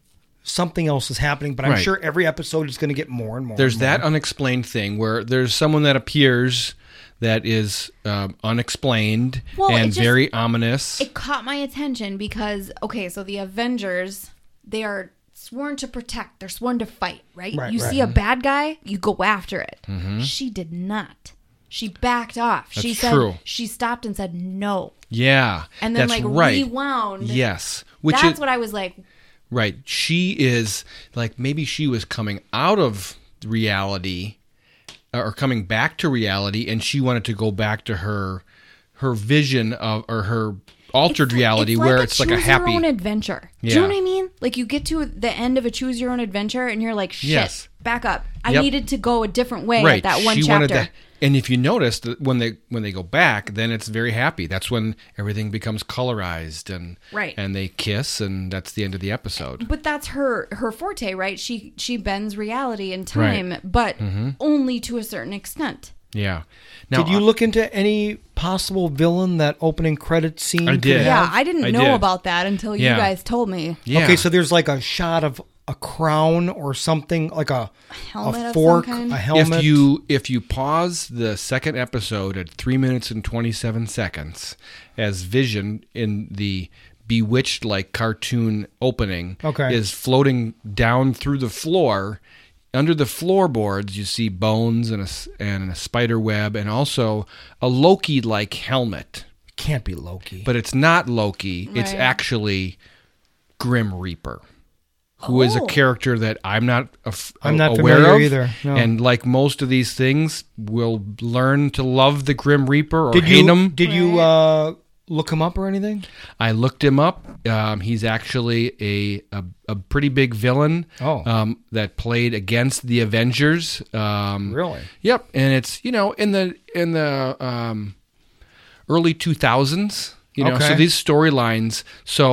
something else is happening but i'm
Right.
sure every episode is going to get more and more
There's
and
that unexplained thing where there's someone that appears that is um, unexplained
Well, it
and
just-
very ominous.
It caught my attention because okay, so the Avengers, they are sworn to protect. They're sworn to fight, right?
Right,
you
right.
see a bad guy, you go after it.
Mhm.
She did not. She backed off. she
That's
said
true.
she stopped and said no.
yeah.
And then
that's
like
right.
rewound.
Yes. Which
That's
is,
what I was like,
Right. She is like maybe she was coming out of reality uh, or coming back to reality and she wanted to go back to her her vision of or her altered reality
it's
where
like a
it's like a
choose
happy
your own adventure. Do you know
Yeah.
what I mean? Like you get to the end of a choose your own adventure and you're like, shit,
Yes.
back up. I
Yep.
needed to go a different way at that one
she
chapter.
wanted that and if you notice that when they when they go back then it's very happy that's when everything becomes colorized and
Right.
and they kiss and that's the end of the episode
but that's her her forte right she she bends reality and time
Right.
but
Mhm.
only to a certain extent
yeah
more.
now uh,
did you look into any possible villain that opening credit scene
I
could
did.
have?
yeah i didn't
I
know
did.
about that until
Yeah.
you guys told me
Okay, so there's like a shot of a crown or something, like a,
helmet of some
a fork,
kind?
a helmet.
If you if you pause the second episode at three minutes and twenty seven seconds, as Vision in the bewitched like cartoon opening
Okay.
is floating down through the floor. Under the floorboards, you see bones and a s- and a spider web, and also a Loki like helmet.
Can't be Loki.
But it's not Loki. It's
Right.
actually Grim Reaper, who is
Oh.
a character that I'm not af-
I'm not
aware
familiar
of.
either, no.
And like most of these things, we'll learn to love the Grim Reaper or
did
hate
you
him.
did you uh, look him up or anything?
I looked him up. Um, he's actually a, a a pretty big villain.
Oh.
um, that played against the Avengers. Um,
Really?
Yep. And it's you know in the in the um, early two thousands. You know, so
Okay.
these storylines. So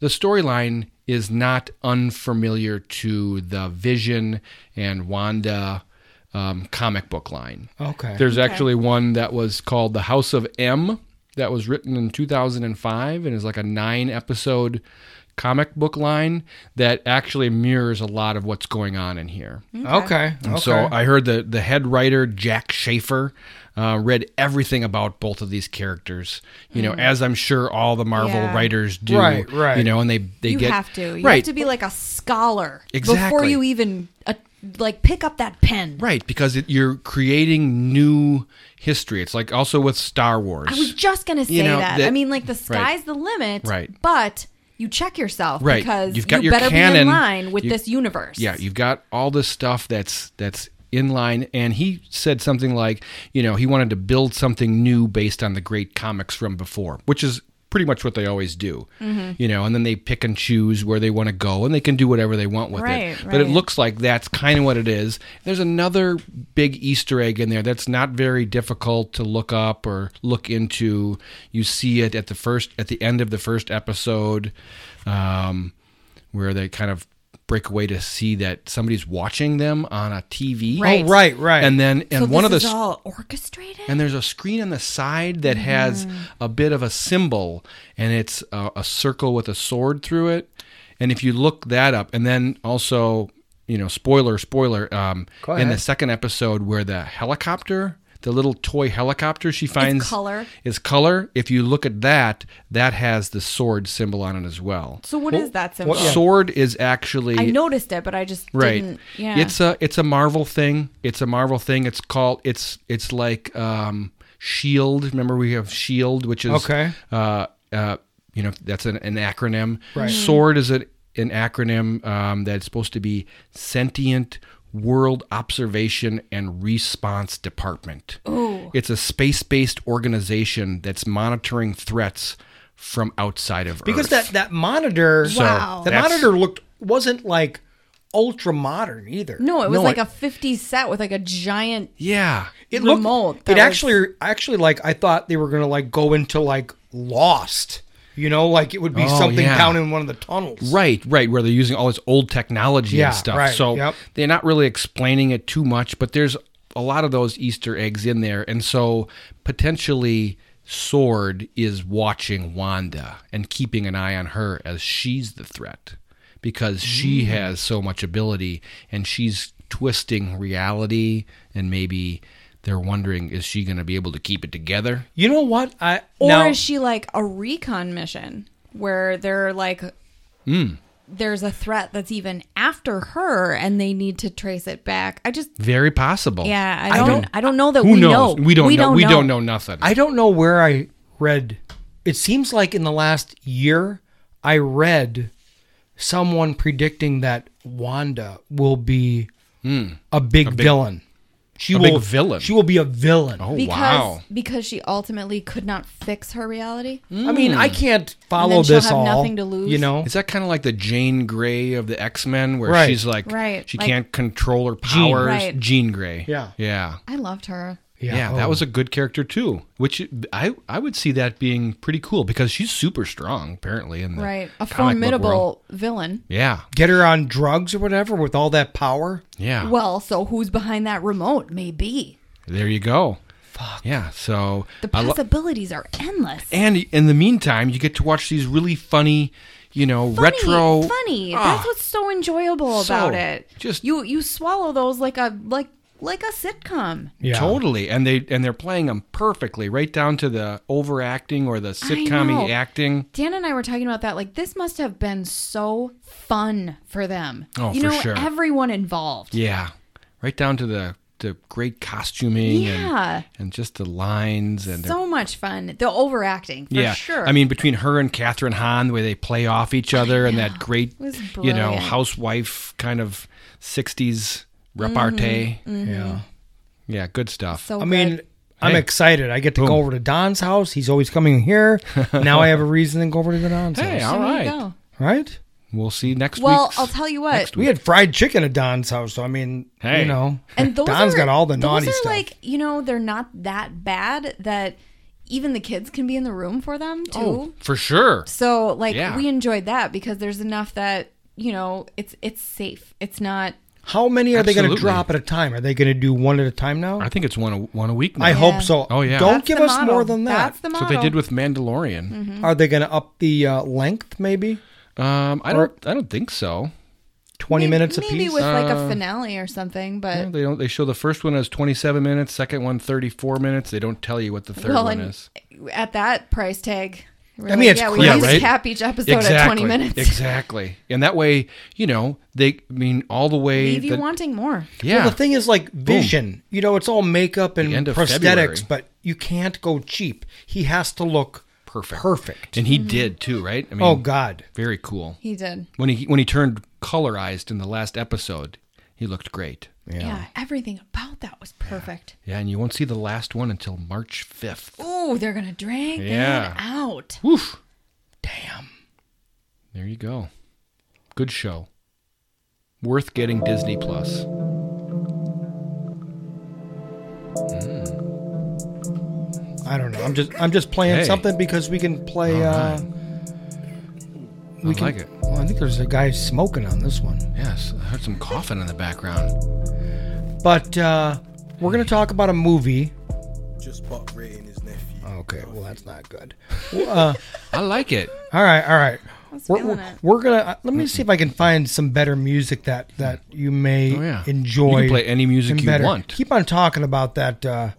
the storyline is not unfamiliar to the Vision and Wanda um, comic book line.
Okay.
There's
Okay.
actually one that was called The House of M that was written in 2005 and is like a nine episode comic book line that actually mirrors a lot of what's going on in here.
Mm.
Okay.
And so
Okay.
I heard the, the head writer, Jack Schaefer, uh, read everything about both of these characters, you know,
Mm.
as I'm sure all the Marvel
Yeah.
writers do.
Right, right.
You know, and they, they
you
get.
have to you
right.
have to be like a scholar before
Exactly.
you even uh, like pick up that pen
Right, because it, you're creating new history. It's like also with Star Wars.
i was just gonna say
You know,
that. i mean like the sky's
right.
the limit
Right.
but you check yourself
Right.
because
You've got
you
your
better be in
canon.
line with
You-
this universe
Yeah, you've got all this stuff that's that's in line. And he said something like, you know, he wanted to build something new based on the great comics from before, which is pretty much what they always do.
Mhm.
You know, and then they pick and choose where they want to go, and they can do whatever they want with
Right,
it. But it
right.
looks like that's kind of what it is. There's another big Easter egg in there that's not very difficult to look up or look into. You see it at the first at the end of the first episode, um, where they kind of break away to see that somebody's watching them on a TV.
Right. Oh, right, right.
And then and
So
one
this
of the
is
s-
all orchestrated.
and there's a screen on the side that has
Mm-hmm.
a bit of a symbol, and it's a, a circle with a sword through it. And if you look that up, and then also, you know, spoiler, spoiler, um,
Go
in the
ahead.
second episode where the helicopter, the little toy helicopter, she finds
color.
is color. If you look at that, that has the sword symbol on it as well.
So what is that symbol?
Sword is actually
I noticed it, but I just didn't. Yeah.
it's a it's a Marvel thing. It's a Marvel thing. It's called it's it's like um Shield. Remember we have Shield, E which is
Okay.
Uh, uh, you know that's an, an acronym.
Mm-hmm.
Right. Mhm.
Sword E is a, an acronym um, that's supposed to be sentient. World Observation and Response Department.
Ooh.
It's a space based organization that's monitoring threats from outside of
because
Earth.
that that monitor
So, Wow.
the
that's-
monitor looked wasn't like ultra modern either
no, it was
No,
like
I-
a 50 set with like a giant.
yeah
it looked
remote
it
that
actually actually like i thought they were gonna like go into like lost you know like it would be
Oh,
something
yeah.
down in one of the tunnels
Right, right, where they're using all this old technology
Yeah,
and stuff.
right,
So
yep.
they're not really explaining it too much, but there's a lot of those Easter eggs in there. And so potentially Sword is watching Wanda and keeping an eye on her as she's the threat because
Mm.
she has so much ability and she's twisting reality and maybe they're wondering is she going to be able to keep it together?
you know what i
Or
now,
is she like a recon mission where they're like,
Mm.
there's a threat that's even after her and they need to trace it back? I just.
Very possible.
Yeah, I don't. I don't, know that
Who
we
knows?
know.
We don't know. we don't know nothing.
I don't know where I read. It seems like in the last year, I read someone predicting that Wanda will be a, big
Hmm. A big-
villain. She
a
will
big villain.
She will be a villain.
Oh
Because
wow!
because she ultimately could not fix her reality.
Hmm?
I mean, I can't
Mm. And
follow
then she'll
this
have
all.
nothing to lose.
You know,
Is that kind of like the Jane Grey of the X Men, where
Right.
she's like,
Right,
she
like-
can't control her powers?
Right.
Jean Grey.
Yeah.
yeah,
I loved her.
yeah. That
oh.
was a good character too. Which I I would see that being pretty cool because she's super strong apparently in the
Right, a
comic book world.
formidable villain.
Yeah,
get her on drugs or whatever with all that power.
yeah.
Well, so who's behind that remote? Maybe
there you go. Fuck. Yeah. So
the
I lo-
possibilities are endless.
and in the meantime, you get to watch these really funny, you know,
Funny,
retro.
funny.
Ah.
That's what's so enjoyable
So,
about it.
just-
you you swallow those like a like like a sitcom.
Yeah.
Totally, and they and they're playing them perfectly, right down to the overacting or the sitcom
know.
acting.
Dan and I were talking about that. Like this must have been so fun for them.
Oh,
you
for
know,
sure.
everyone involved.
Yeah, right down to the the great costuming.
Yeah.
and, and just the lines and
So much fun. The overacting, for
yeah.
sure.
I mean, between her and Catherine Hahn, the way they play off each other and that great,
was
you know,
brilliant.
housewife kind of '60s repartee.
Yeah.
Yeah, good stuff.
Mm-hmm. so
I mean,
good.
I'm
Hey.
excited. I get to
Boom.
go over to Don's house. He's always coming here. now I have a reason to go over to the Don's
hey,
house.
all
There you
right.
go.
Right?
We'll see next week.
Well, I'll tell you what.
We had fried chicken at Don's house, so I mean,
Hey.
you know,
and those
Don's
are,
got all the
those
naughty
are
stuff.
Like you know, they're not that bad that even the kids can be in the room for them too.
Oh, for sure.
So like
Yeah.
we enjoyed that because there's enough that you know it's it's safe. It's not.
How many are they going to
Absolutely.
drop at a time? Are they going to do one at a time now?
I think it's one a, one a week. Now.
I
Yeah.
hope so.
Oh, yeah.
Don't
That's
give
the
us
model.
more than that.
That's the
That's
model.
what they did with Mandalorian.
Mm-hmm.
Are they going to up the uh, length maybe?
Um, I
Or-
don't. I don't think so.
20
May-
minutes
maybe
apiece?
with like
Uh,
a finale or something.
Yeah,
But
they don't. They show the first one as 27 minutes, second one 34 minutes. They don't tell you what the third
well,
one
and
is.
at that price tag, we're
I mean,
like,
it's
yeah,
crazy.
we
Yeah,
just
right?
cap each episode at 20 minutes.
Exactly. And that way, you know, they I mean all the way.
Leave you
that-
wanting more.
Yeah.
Well, the thing is like vision. You know, it's all makeup and
The end of February.
prosthetics, but you can't go cheap. He has to look
Perfect.
Perfect.
and he did too, right? I mean,
oh god.
very cool.
He did.
When he when he turned colorized in the last episode, he looked great.
Yeah. everything about that was perfect.
Yeah, and you won't see the last one until March 5th.
Ooh, they're gonna drag
Yeah.
that out.
Woof. There you go. Good show. Worth getting Disney Plus.
I don't know. I'm just I'm just playing
Hey.
something because we can play. Uh, we
I
can,
like it.
Well, I think there's a guy smoking on this one.
Yes, I heard some coughing in the background.
But uh, we're going to talk about a movie.
Just bought Ray and his nephew.
Okay, well that's not good. Uh,
I like it.
All right, all right.
was
We're,
feeling
we're-
it.
we're gonna uh, let me see if I can find some better music that that you may
Oh, yeah.
enjoy.
You can play any music
and
you
better.
want.
Keep on talking about that. Uh,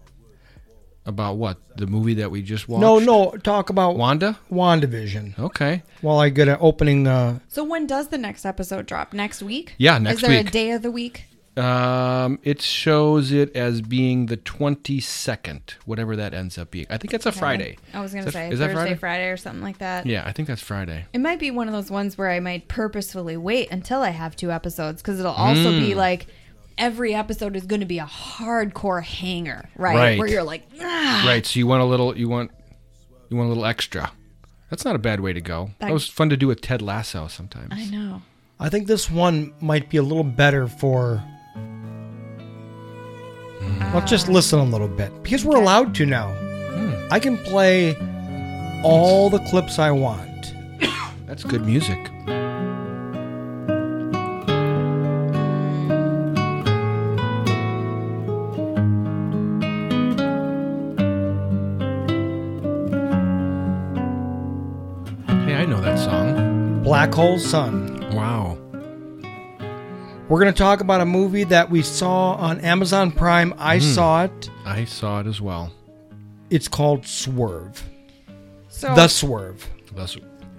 About what? The movie that we just watched?
no, no, talk about
Wanda?
Wandavision.
Okay.
While I get an opening. Uh,
So when does the next episode drop? Next week?
Yeah, next
Is there a
week.
day of the week?
Um, it shows it as being the 22nd, whatever that ends up being. I think it's a
Okay.
Friday.
I was gonna
Is that-
say
is that
Thursday,
Friday?
Friday? or something like that.
Yeah, I think that's Friday.
It might be one of those ones where I might purposefully wait until I have two episodes because it'll also
Mm.
be like every episode is going to be a hardcore hanger, right?
Right.
Where you're like, ah.
Right. So you want a little you want you want a little extra. That's not a bad way to go. That,
That-
was fun to do with Ted Lasso sometimes.
I know.
I think this one might be a little better for. Let's just listen a little bit because we're allowed to now.
Hmm.
I can play all the clips I want.
That's good music. Hey, I know that song.
Black Hole Sun.
Wow.
We're going to talk about a movie that we saw on Amazon Prime. I
Mhm.
saw it.
I saw it as well.
It's called Swerve.
So
the Swerve.
That's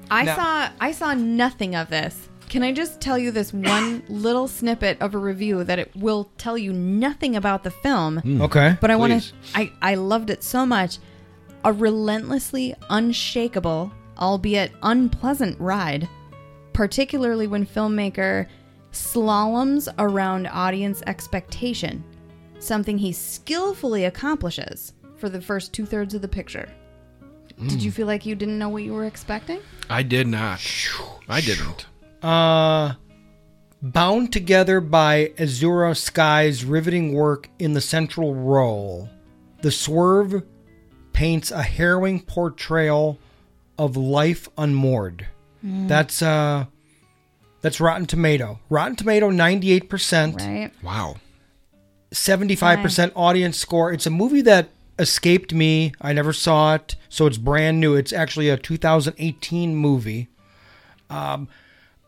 I
Now-
saw I saw nothing of this. Can I just tell you this one little snippet of a review that it will tell you nothing about the film?
Mm. Okay.
But I want
Please.
to I I loved it so much. A relentlessly unshakable, albeit unpleasant ride, particularly when filmmaker slaloms around audience expectation, something he skillfully accomplishes for the first two thirds of the picture. Did
Mm.
you feel like you didn't know what you were expecting?
I did not. I didn't.
Uh, bound together by Azura Sky's riveting work in the central role, The Swerve paints a harrowing portrayal of life unmoored.
Mm.
That's uh that's Rotten Tomato. Rotten Tomato 98%.
Right.
Wow.
75% audience score. It's a movie that escaped me. I never saw it, so it's brand new. It's actually a 2018 movie. Um,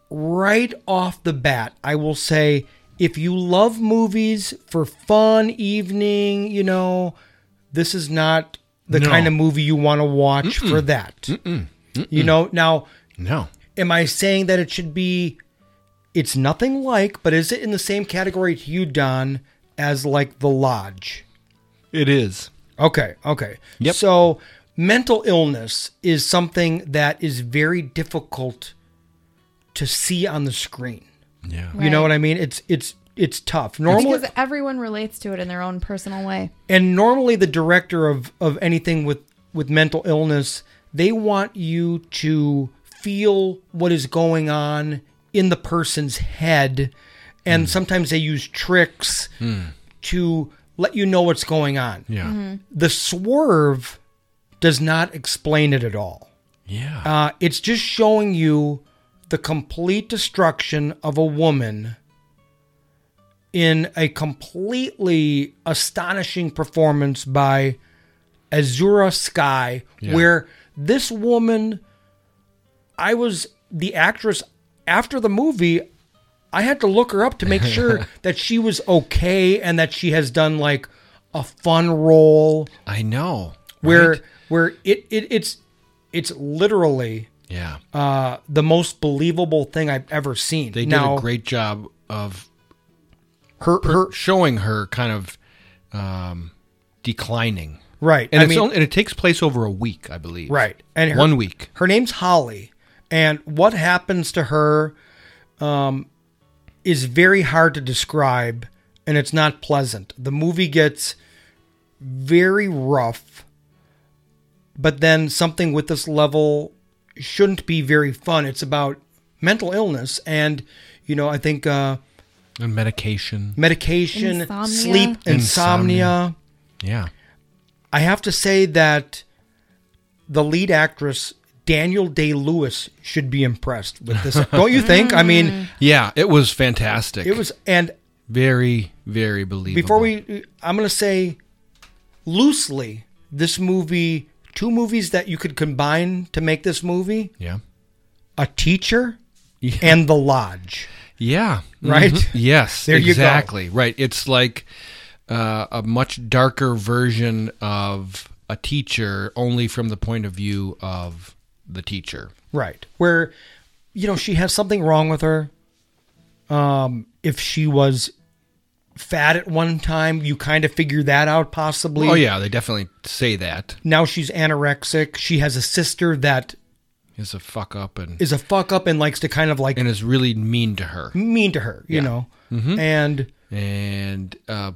right off the bat, I will say if you love movies for fun evening, you know, this is not the
No.
kind of movie you want to watch for that. You know, now
No.
am I saying that it should be it's nothing like, but is it in the same category to you, Don, as like The Lodge?
It is.
Okay, okay. Yep. So mental illness is something that is very difficult to see on the screen.
Yeah.
You know
Right.
what I mean? It's it's it's tough. Normally
because everyone relates to it in their own personal way.
and normally the director of of anything with with mental illness they want you to feel what is going on in the person's head and sometimes they use tricks to let you know what's going on
Yeah.
the swerve does not explain it at all
Yeah.
uh, it's just showing you the complete destruction of a woman in a completely astonishing performance by Azura Sky,
Yeah.
where this woman, I was the actress after the movie. I had to look her up to make sure that she was okay and that she has done like a fun role
I know.
where
right?
where it, it it's it's literally
Yeah.
uh the most believable thing I've ever seen.
They
now,
did a great job of
her, her
showing her kind of um, declining.
Right,
And
I
it's
mean-
only, and it takes place over a week, I believe.
Right. And her-
one week.
Her name's Holly, and what happens to her um, is very hard to describe, and it's not pleasant. The movie gets very rough, but then something with this level shouldn't be very fun. It's about mental illness, and you know, I think uh,
and medication,
medication,
Insomnia.
sleep, insomnia.
Insomnia. Yeah.
I have to say that the lead actress Daniel Day Lewis should be impressed with this. Don't you think? I mean,
Yeah, it was fantastic.
it was and
very, very believable.
before we i'm going to say loosely this movie two movies that you could combine to make this movie
Yeah.
a teacher and the lodge
Yeah.
Right?
Mhm. Yes.
There you go.
exactly. Right. It's like uh, a much darker version of a teacher, only from the point of view of the teacher.
right where you know she has something wrong with her um if she was fat at one time you kind of figure that out possibly
Oh yeah, they definitely say that.
now she's anorexic she has a sister that
Is a fuck up and
is a fuck up and likes to kind of like
and is really mean to her.
mean to her you
Yeah.
know
Mhm.
and
and uh,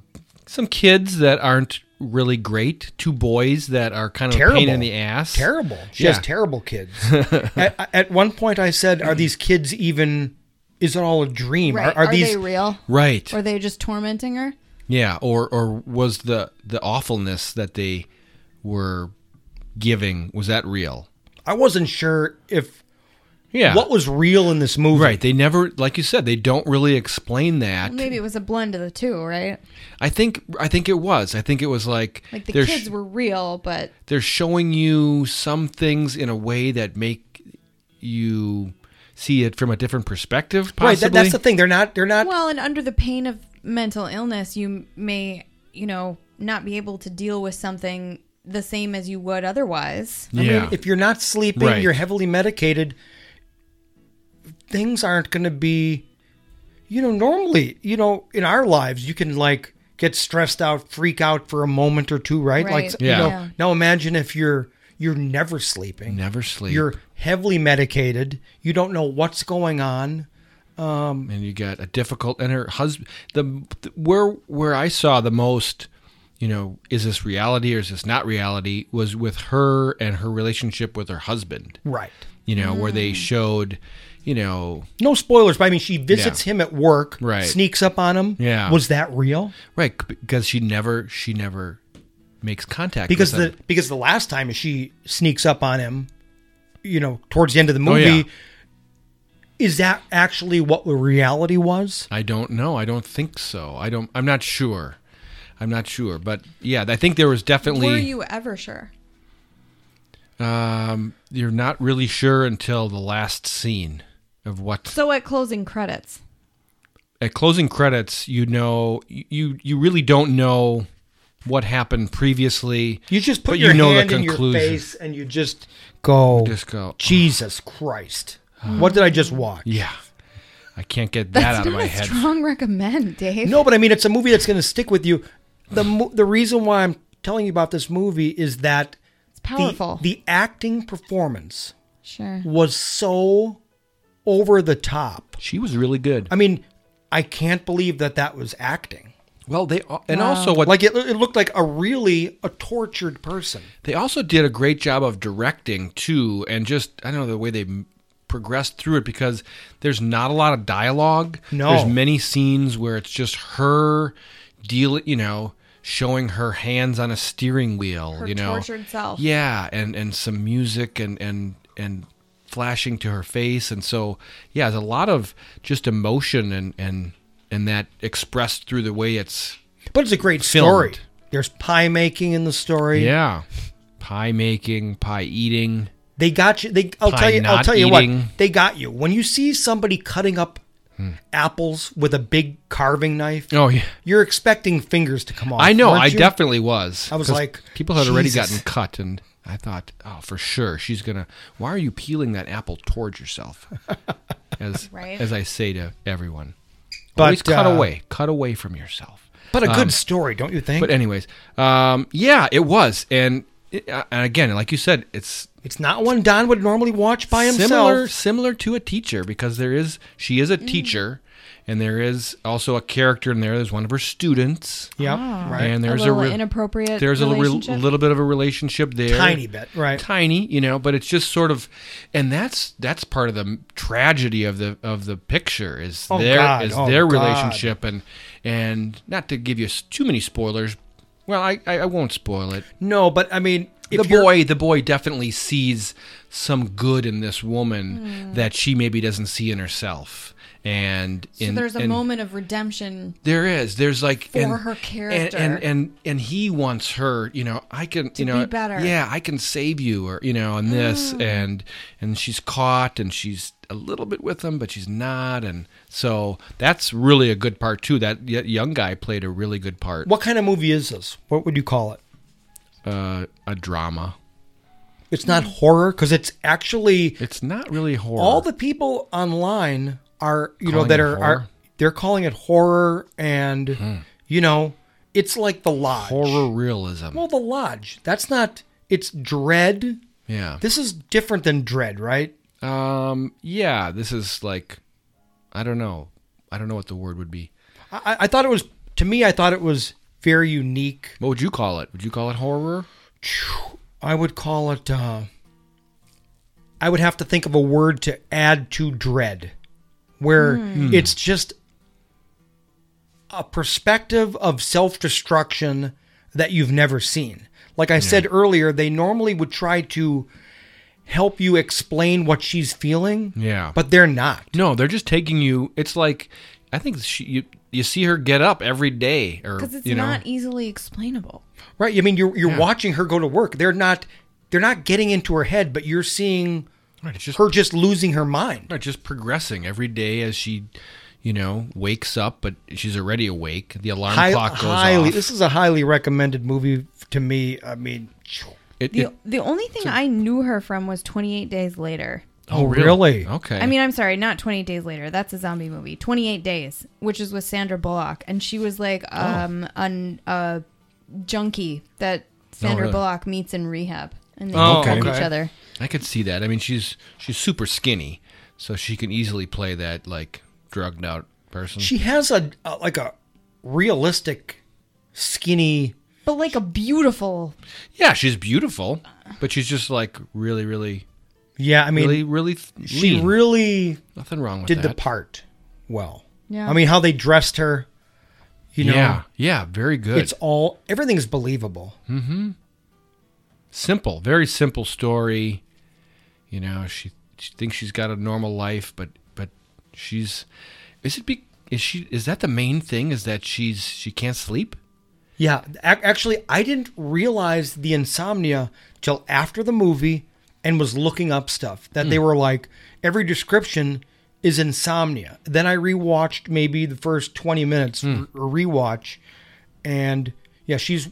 some kids that aren't really great. Two boys that are kind of a pain in the ass.
Terrible. She
Yeah.
has terrible kids. at, at one point, I said, "Are these kids even? Is it all a dream?
Right.
Are, are these
they real?
Right.
Are they just tormenting her?
Yeah, or or was the the awfulness that they were giving was that real?
I wasn't sure if
Yeah.
what was real in this movie.
Right. They never, like you said, they don't really explain that.
Maybe it was a blend of the two, right?
I think I think it was. I think it was like
Like the
they're
kids
sh-
were real, but
they're showing you some things in a way that make you see it from a different perspective. Possibly.
Right. That, that's the thing. They're not. They're not.
well, and under the pain of mental illness, you may, you know, not be able to deal with something the same as you would otherwise.
I
Yeah.
mean, if you're not sleeping,
Right.
you're heavily medicated. Things aren't going to be, you know, normally, you know, in our lives, you can like get stressed out, freak out for a moment or two, right?
Right.
Like, you
Yeah.
know,
Yeah.
now imagine if you're you're never sleeping.
Never sleep.
You're heavily medicated. You don't know what's going on.
and you got a difficult and her husband the where where i saw the most you know is this reality or is this not reality was with her and her relationship with her husband
Right.
you know where
Mm.
they showed you know
No spoilers, but I mean, she visits him at work,
Right.
sneaks up on him.
Yeah.
Was that real?
right c- because she never she never makes contact
because
with
the
him.
because the last time she sneaks up on him, you know, towards the end of the movie,
Oh, yeah.
is that actually what the reality was?
i don't know i don't think so i don't i'm not sure i'm not sure but yeah i think there was definitely
Were you ever sure?
um you're not really sure until the last scene of what
So at closing credits,
at closing credits, you know, you you really don't know what happened previously.
You just put
but
your hand in your face and you just go,
Just go, "Ah."
Jesus Christ, what did I just watch?
Yeah, I can't get that
that's
out
not
of my
a
head.
strong recommend, Dave.
No, but I mean, it's a movie that's going to stick with you. The mo- the reason why I'm telling you about this movie is that
it's
the-
powerful.
the acting performance
sure.
was so over the top.
She was really good.
I mean, I can't believe that that was acting.
Well, they al- and
Wow.
also what
like it, it looked like a really a tortured person.
they also did a great job of directing too, and just I don't know the way they m- progressed through it because there's not a lot of dialogue.
No.
there's many scenes where it's just her deal. You know. Showing her hands on a steering wheel,
Her
you know,
tortured self.
Yeah, and and some music and and and flashing to her face, and so yeah, there's a lot of just emotion and and and that expressed through the way it's
But it's a great
Filmed.
story. There's pie making in the story.
yeah, pie making, pie eating.
They got you. They I'll
Pie
tell you I'll
not
tell you
eating. Hmm.
what. They got you. When you see somebody cutting up apples with a big carving knife,
Oh yeah,
you're expecting fingers to come off.
I know.
weren't
I
you?
definitely was.
I was
'Cause
like,
people had already
Jesus.
gotten cut, and I thought, oh, for sure, she's gonna. Why are you peeling that apple towards yourself? As
Right.
as I say to everyone,
But,
always cut
uh,
away, cut away from yourself.
But a good
Um,
story, don't you think?
But anyways, um, yeah, it was, and it, uh, and again, like you said, it's
it's not one Don would normally watch by
Mm.
himself.
similar similar to a teacher because there is she is a teacher, And there is also a character in there. There's one of her students.
Yep, Ah. right.
And
A
there's a,
little
re-
inappropriate
There's a little,
relationship?
little bit of a relationship there,
Tiny bit, right?
Tiny, you know. But it's just sort of, and that's that's part of the tragedy of the of the picture is
Oh,
their
God.
is
Oh,
their
God.
relationship and and not to give you s- too many spoilers. Well, I I, I won't spoil it.
No, but I mean,
the boy the boy definitely sees some good in this woman
Hmm.
that she maybe doesn't see in herself and
So
in,
there's a
and
moment of redemption.
there is there's like
for her
and,
character.
and and and he wants her you know i can you know
be better. Mm.
yeah i can save you or you know and this and and she's caught and she's a little bit with him but she's not and so that's really a good part too that y- young guy played a really good part
What kind of movie is this? What would you call it?
uh, a drama
It's not horror because it's actually
it's not really horror
all the people online are you know
Calling
that
it
are,
horror? Hmm.
are they're calling it horror and you know it's like the lodge.
horror realism
Well, the lodge. That's not. It's dread.
yeah
This is different than dread, right?
Um, yeah, this is like, I don't know, I don't know what the word would be.
I, I thought it was. To me, I thought it was very unique.
What would you call it? Would you call it horror?
I would call it. Uh, I would have to think of a word to add to dread, where
Hmm.
it's just a perspective of self destruction that you've never seen. Like I said earlier, they normally would try to help you explain what she's feeling,
Yeah,
but they're not.
no, they're just taking you. It's like, I think she, you you see her get up every day, or
Because it's
you know,
not e- easily explainable.
Right? I mean, you're you're watching her go to work. They're not. They're not getting into her head, but you're seeing
right, it's just
her just losing her mind.
right, just progressing every day as she, you know, wakes up, but she's already awake. The alarm
Hi-
clock goes
highly,
off.
This is a highly recommended movie to me. I mean,
It-
The,
it-
the only thing I knew her from was 28 Days Later.
Oh, really?
Okay.
I mean, I'm sorry, not 28 Days Later. That's a zombie movie. 28 Days, which is with Sandra Bullock. And she was like
Oh.
um, an, a junkie that Sandra
really?
Bullock meets in rehab. And they
Oh,
help
okay.
each other.
I could see that. I mean, she's she's super skinny, so she can easily play that like drugged out person.
she has a, a like a realistic skinny.
But like a beautiful.
Yeah, she's beautiful, but she's just like really, really,
Yeah, I mean,
really, really. th-
she
lean.
really
nothing wrong with
did
that.
the part well.
Yeah.
I mean, how they dressed her. You know,
yeah, yeah, very good.
it's all everything's believable.
simple, very simple story. You know, she she thinks she's got a normal life, but but she's is it be is she is that the main thing is that she's she can't sleep?
Yeah, ac- actually, I didn't realize the insomnia till after the movie, and was looking up stuff that
Hmm.
they were like every description is insomnia. Then I rewatched maybe the first twenty minutes
Hmm.
or rewatch, and yeah, she's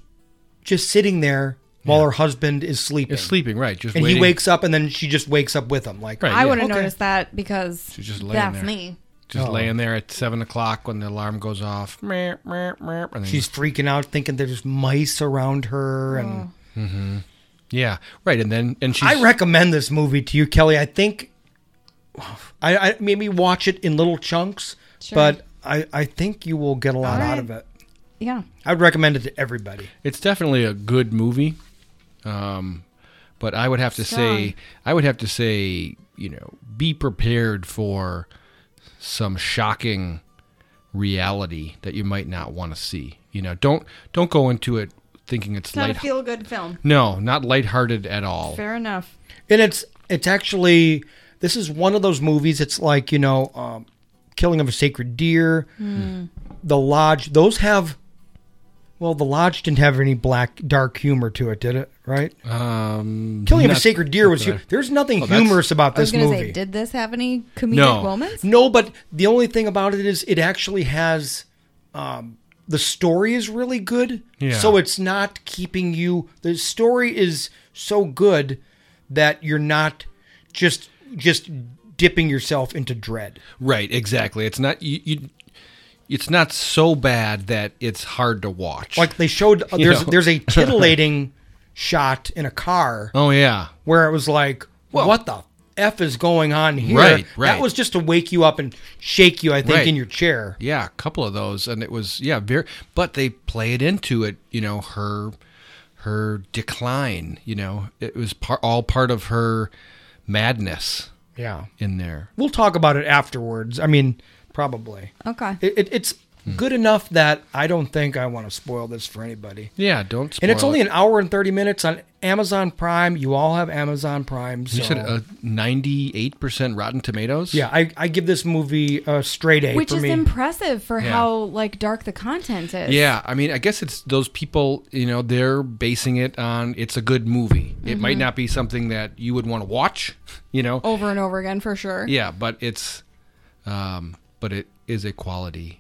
just sitting there while her husband is sleeping.
Is sleeping right? Just
and
waiting.
he wakes up, and then she just wakes up with him. Like
Right,
I
yeah.
would have
Okay.
noticed that because
She's just laying
that's
there.
me.
just
Oh.
laying there at seven o'clock when the alarm goes off. Meh, meh, meh, and then-
she's freaking out, thinking there's mice around her, and.
Oh.
yeah, right, and then and she's
I recommend this movie to you, Kelly. I think I, I maybe watch it in little chunks,
Sure.
but I, I think you will get a lot
All
out
right.
of it.
Yeah.
I'd recommend it to everybody.
It's definitely a good movie, um, but I would have to say,
Strong.
I would have to say, you know, be prepared for some shocking reality that you might not want to see. You know, don't don't go into it thinking it's,
It's not
light.
a feel good film.
no, not lighthearted at all.
Fair enough.
And it's it's actually this is one of those movies. It's like you know, um, Killing of a Sacred Deer,
Hmm.
The Lodge. Those have well, The Lodge didn't have any black dark humor to it, did it? Right?
Um,
Killing of a
not-
Sacred Deer was
not that
hu- there's nothing
Oh, that's-
humorous about
I was
this
going to
movie.
say, did this have any comedic
No.
moments?
No, but the only thing about it is it actually has um, the story is really good.
Yeah.
So it's not keeping you. The story is so good that you're not just just dipping yourself into dread.
Right, exactly. It's not you. you it's not so bad that it's hard to watch.
Like they showed uh,
You
there's
know.
there's a titillating shot in a car
oh yeah,
where it was like, what the f is going on here?
Right, right.
That was just to wake you up and shake you. I think
Right.
in your chair.
Yeah, a couple of those, and it was yeah, very. But they played into it, you know, her her decline. You know, it was par, all part of her madness.
Yeah.
in there.
We'll talk about it afterwards. I mean, probably.
Okay.
It, it, it's good enough that I don't think I want to spoil this for anybody.
Yeah, don't. Spoil
and it's only
it.
an hour and 30 minutes on Amazon Prime. You all have Amazon Prime. So.
you said uh, a ninety-eight percent Rotten Tomatoes.
yeah, I, I give this movie a straight A
Which
for
is
me.
impressive for
Yeah.
how like dark the content is.
Yeah, I mean, I guess it's those people, you know, they're basing it on it's a good movie. It might
Mhm.
Mm-hmm.
not be something that you would want to watch, you
Oh.
know.
Over and over again for sure.
Yeah, but it's um but it is a quality.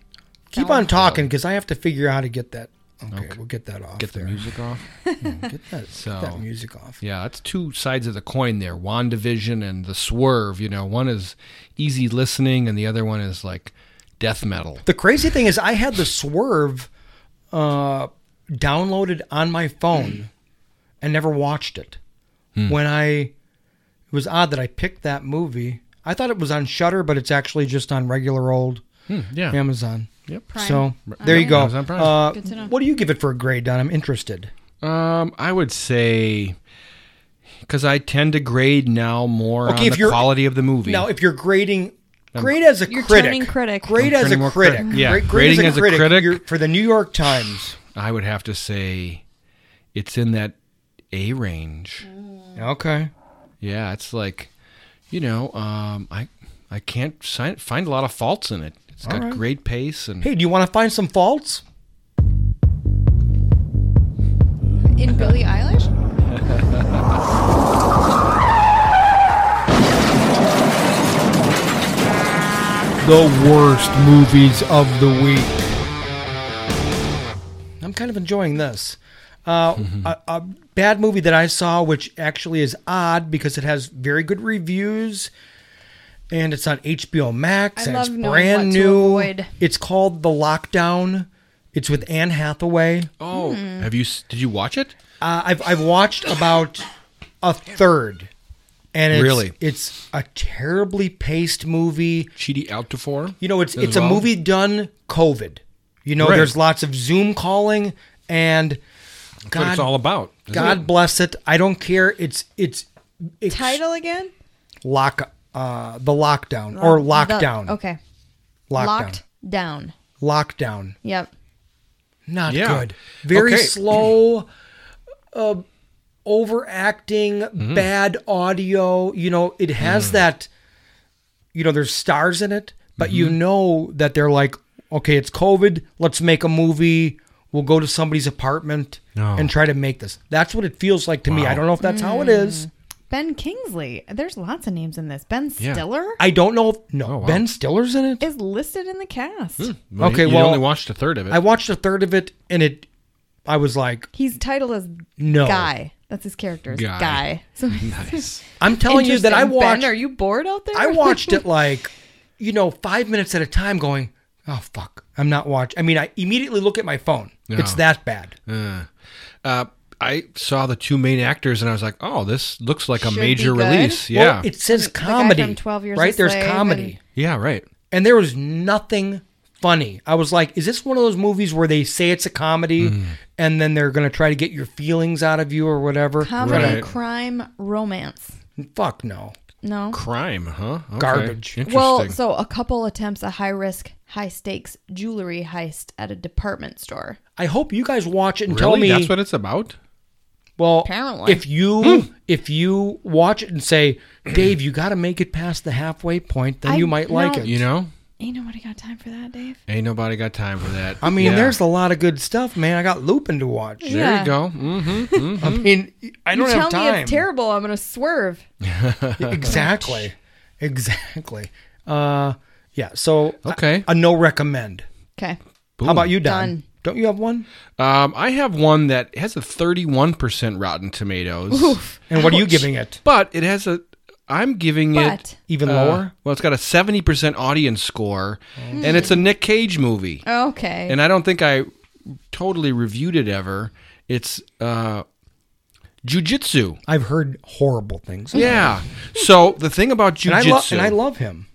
Keep on talking because I have to figure out how to get that. Okay,
Okay.
we'll get that off.
Get the
there.
music off.
Mm, get that,
So
get that music off.
Yeah, that's two sides of the coin there. WandaVision and the swerve, you know, one is easy listening and the other one is like death metal.
The crazy thing is, I had the Swerve uh, downloaded on my phone and never watched it.
Hmm.
When I, it was odd that I picked that movie. I thought it was on Shutter, but it's actually just on regular old
Hmm, yeah.
Amazon.
Yep. Prime.
So
Right.
there you go.
Amazon Prime.
Uh,
Good to know.
what do you give it for a grade, Don? I'm interested.
Um, I would say because I tend to grade now more on the quality of the movie.
Now, if you're grading.
I'm-
Grade as a
You're
critic.
turning critic.
Grade
I'm
as
turning
a
more
critic.
critic. Yeah,
Grade, grade
grading
as a critic. you're- for the New York Times.
I would have to say it's in that A range.
Mm. Okay.
Yeah, it's like, you know, um, I I can't si- find a lot of faults in it. It's
All
got
right.
great pace and
Hey, do you want to find some faults?
In Billie Eilish?
The worst movies of the week. I'm kind of enjoying this. Uh, a, a bad movie that I saw, which actually is odd because it has very good reviews, and it's on HBO Max
I
and
love
it's
knowing
brand
what to
new.
avoid.
It's called The Lockdown. It's with Anne Hathaway.
Oh,
Hmm.
have you s- did you watch it?
Uh, I've I've watched about a third, and it's,
Really?
it's a terribly paced movie.
Cheaty out to form.
You know, it's
as
it's
well?
a movie done COVID. You know,
Right.
there's lots of Zoom calling, and
That's what it's all about, isn't
God
it?
bless it. I don't care. It's it's, it's
Title again?
lock uh the lockdown or
Lock- the-
lockdown
okay.
Lockdown.
Locked down.
lockdown.
Yep.
Not
Yeah.
good. Very
Okay.
slow. Uh, overacting,
Mm-hmm.
bad audio. You know, it has
Mm.
that. You know, there's stars in it, but you
Mm-hmm.
know that they're like, okay, it's COVID. Let's make a movie. We'll go to somebody's apartment
No.
and try to make this. That's what it feels like to me. I
Oh. Wow.
don't know if that's how it is.
Mm. Ben Kingsley. There's lots of names in this. Ben
Yeah.
Stiller
I don't know. If, no,
Oh,
Ben Stiller's in it.
is listed in the cast.
Hmm.
Well, you-
okay,
you
well,
only watched a third of it.
I watched a third of it, and it. I was like,
He's titled as
No.
Guy. That's his character. Guy.
Guy.
guy. So
nice.
I'm telling you that I
Interesting.
watched.
Ben, are you bored out there?
I watched it like, you know, five minutes at a time going, oh, fuck, I'm not watching. I mean, I immediately look at my phone. It's
Yeah.
that bad.
Uh, uh, I saw the two main actors and I was like, "Oh, this looks like a
Should be
major
good.
release."
Well,
Yeah,
it says
guy
comedy.
from 12 Years a
right? There's
Slave
comedy.
and-
And...
yeah, right.
there was nothing funny. I was like, is this one of those movies where they say it's a comedy
Hmm.
and then they're going to try to get your feelings out of you or whatever?
Comedy,
Right.
crime, romance.
Fuck no.
No.
Crime, huh? Okay.
Garbage.
Interesting.
Well, so a couple attempts at high risk, high stakes jewelry heist at a department store.
I hope you guys watch it and
really,
tell me.
that's what it's about.
Well,
Apparently.
if you
Hmm.
if you watch it and say, Dave, you got to make it past the halfway point, then
I-
you might like
no.
it.
You know,
Ain't nobody got time for that, Dave.
ain't nobody got time for that.
I mean,
Yeah.
there's a lot of good stuff, man. I got Lupin to watch.
there
Yeah.
you go. hmm
I mean, I
Mm-hmm. you
don't have
tell me
time.
it's terrible. I'm gonna swerve.
exactly, exactly. Uh, yeah. So I-
Okay.
a no recommend.
Okay.
How about you, Don?
Done.
Don't you have one?
Um, I have one that has a 31% Rotten Tomatoes,
And what are you giving it?
but it has a. I'm giving
But
it
Even
uh,
lower.
Well, it's got a 70% audience score,
Oh.
and it's a Nick Cage movie.
okay.
and I don't think I totally reviewed it ever. It's uh, jujitsu.
I've heard horrible things. about
Yeah.
him.
so the thing about
And I,
jujitsu,
lo- and I love him.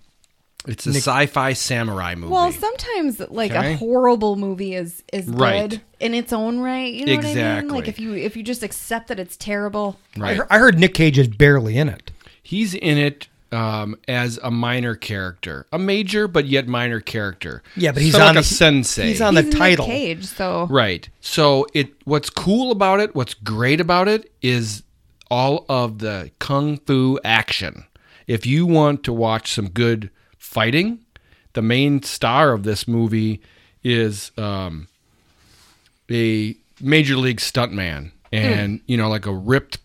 it's a
Nick-
sci-fi samurai movie.
Well, sometimes like
Okay.
a horrible movie is is
Right.
good in its own right. You know what I mean? Like
Exactly.
if you if you just accept that it's terrible.
I, heard, I heard Nick Cage is barely in it.
He's in it um, as a minor character, a major but yet minor character.
Yeah, but he's
So
on
like
the-
a sensei.
He's Nick Cage, so
Right. So it what's cool about it, what's great about it is all of the kung fu action. If you want to watch some good fighting, the main star of this movie is um, a major league stuntman and you know like a ripped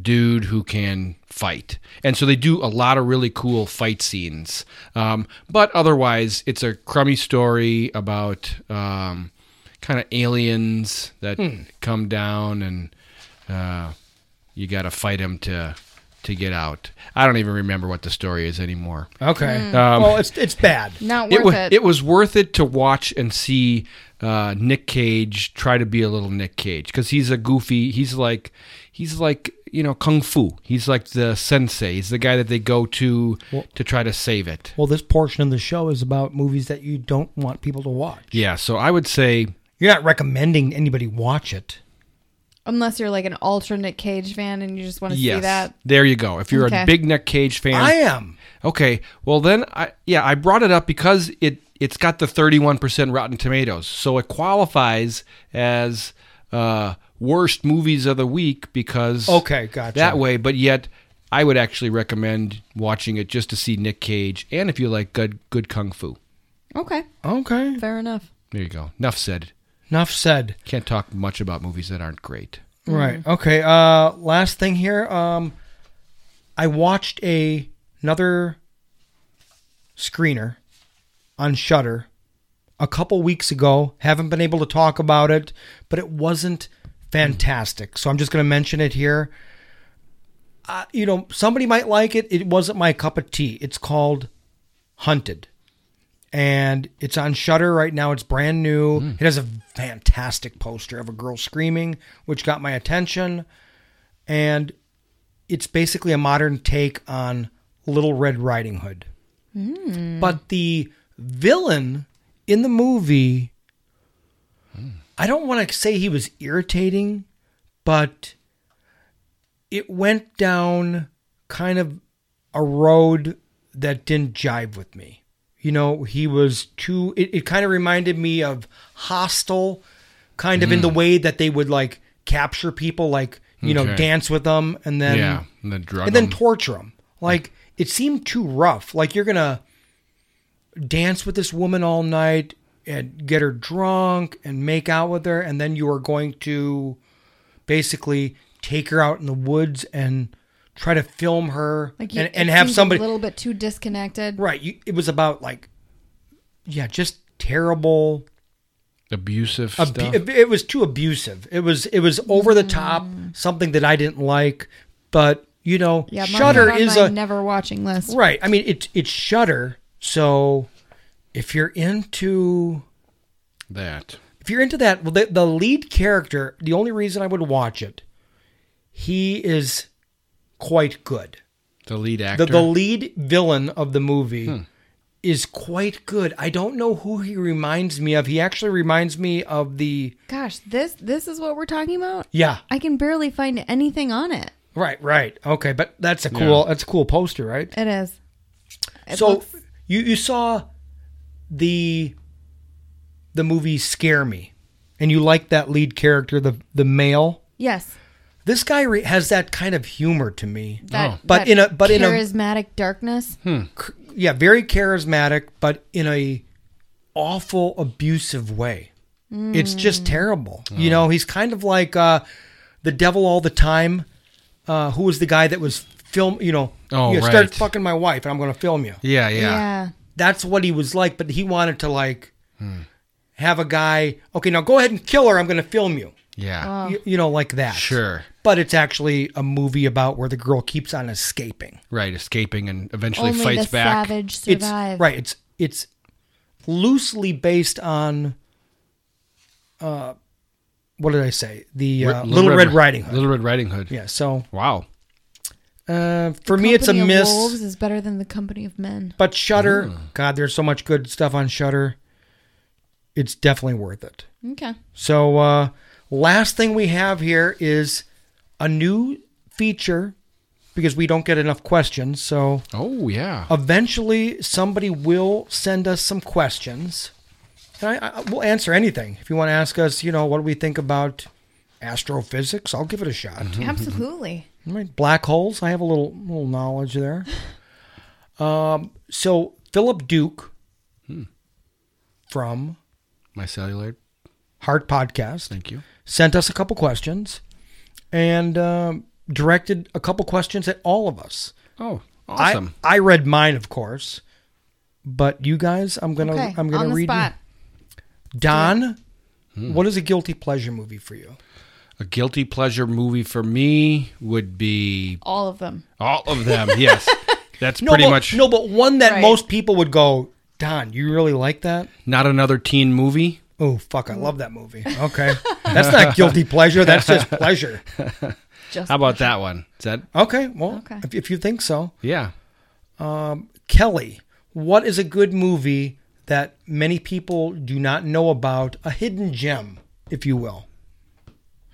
dude who can fight and so they do a lot of really cool fight scenes um, but otherwise it's a crummy story about um, kind of aliens that
Hmm.
come down and uh, you got to fight them to to get out i don't even remember what the story is anymore
Okay.
Hmm.
Mm.
well, it's it's bad.
Not
it, was, it was worth it to watch and see uh, Nick Cage try to be a little Nick Cage because he's a goofy. He's like he's like you know kung fu. He's like the sensei. He's the guy that they go to
Well-
to try to save it.
Well, this portion of the show is about movies that you don't want people to watch.
Yeah. So I would say
You're not recommending anybody watch it.
unless you're like an ultra Nick Cage fan and you just want to see
yes.
that.
There you go. If you're
Okay.
a big Nick Cage fan,
I am.
Okay. Well, then I yeah I brought it up because it it's got the 31 percent Rotten Tomatoes, so it qualifies as uh, worst movies of the week because
Okay, gotcha.
that way. But yet I would actually recommend watching it just to see Nick Cage and if you like good good kung fu.
Okay.
Okay.
Fair enough.
There you go. Enough said.
Enough said.
Can't talk much about movies that aren't great.
Right. Okay. Uh, last thing here. Um, I watched a another screener on Shutter a couple weeks ago. Haven't been able to talk about it, but it wasn't fantastic. So I'm just going to mention it here. Uh, you know, somebody might like it. It wasn't my cup of tea. It's called Hunted. And it's on Shutter right now. It's brand new. It has a fantastic poster of a girl screaming, which got my attention. And it's basically a modern take on Little Red Riding Hood. But the villain in the movie, I don't want to say he was irritating, but it went down kind of a road that didn't jive with me. You know, he was too, it, it kind of reminded me of Hostel, kind of in the way that they would like capture people, like, you know,
Okay.
dance with them and then
yeah, and then drug
and then
them.
torture him. Like it seemed too rough. Like you're gonna dance with this woman all night and get her drunk and make out with her, and then you are going to basically take her out in the woods and try to film her
Like you,
and,
it
and have
seems
somebody
a little bit too disconnected.
right. You, it was about like yeah, just terrible.
abusive
Abu-
stuff.
it- it was too abusive. It was it was over the top. Something that I didn't like, but. You know,
Yeah, mine
Shutter
was on
is
my
a
never watching list.
Right. I mean, it's it's Shutter. So if you're into
that.
if you're into that, well, the, the lead character, the only reason I would watch it, he is quite good.
The lead actor.
The, the lead villain of the movie is quite good. I don't know who he reminds me of. He actually reminds me of the
Gosh, this this is what we're talking about.
yeah.
I can barely find anything on it.
Right. Right. Okay. But that's a cool. That's a cool poster, right?
It is. It
so
looks-
you you saw the the movie Scare Me, and you like that lead character, the the male.
yes,
This guy re- has that kind of humor to me,
Oh.
that,
but
that
in a but in a
charismatic darkness.
Hmm.
yeah, very charismatic, but in a awful abusive way. It's just
Hmm.
terrible.
Hmm.
You know, he's kind of like uh, the devil all the time. Uh, who was the guy that was film? You know,
Oh,
you know,
right.
start fucking my wife, and I'm going to film you.
yeah, yeah,
yeah.
that's what he was like, but he wanted to like
Hmm.
have a guy, okay, now go ahead and kill her. I'm going to film you.
yeah.
Wow.
you. You know, like that.
Sure.
But it's actually a movie about where the girl keeps on escaping.
Right, escaping and eventually
Only
fights
the
back.
savage
It's
survive.
right. It's it's loosely based on uh what did I say? The
Ri-
uh, Little, Red, Riding Hood.
Little Red Riding Hood.
Yeah. So
wow.
Uh, for me, it's a
Company of
miss.
Wolves is better than the company of men.
But Shutter,
Hmm.
God, there's so much good stuff on Shutter. It's definitely worth it.
Okay.
So, uh, last thing we have here is a new feature because we don't get enough questions. So,
oh yeah,
eventually somebody will send us some questions, and I, I we'll answer anything. If you want to ask us, you know, what do we think about astrophysics? I'll give it a shot.
Mm-hmm. Absolutely.
All right, black holes. I have a little little knowledge there. Um, so Philip Duke from
my celluloid
Heart Podcast.
Thank you.
Sent us a couple questions and um, directed a couple questions at all of us.
Oh,
I-
awesome.
I, read mine, of course, but you guys, I'm gonna
Okay,
I'm gonna
on the
read. you.
spot.
Don,
Hmm.
what is a guilty pleasure movie for you?
A guilty pleasure movie for me would be
All of them.
all of them. Yes, that's
No,
pretty
but,
much
no, but one that
Right.
most people would go, Don, you really like that?
not another teen movie.
Oh fuck,
Mm.
I love that movie. Okay. That's not guilty pleasure, that's just pleasure.
Just
How about that one? Is that
Okay, well, If, if you think so.
yeah?
Um, Kelly, what is a good movie that many people do not know about? A hidden gem, if you will.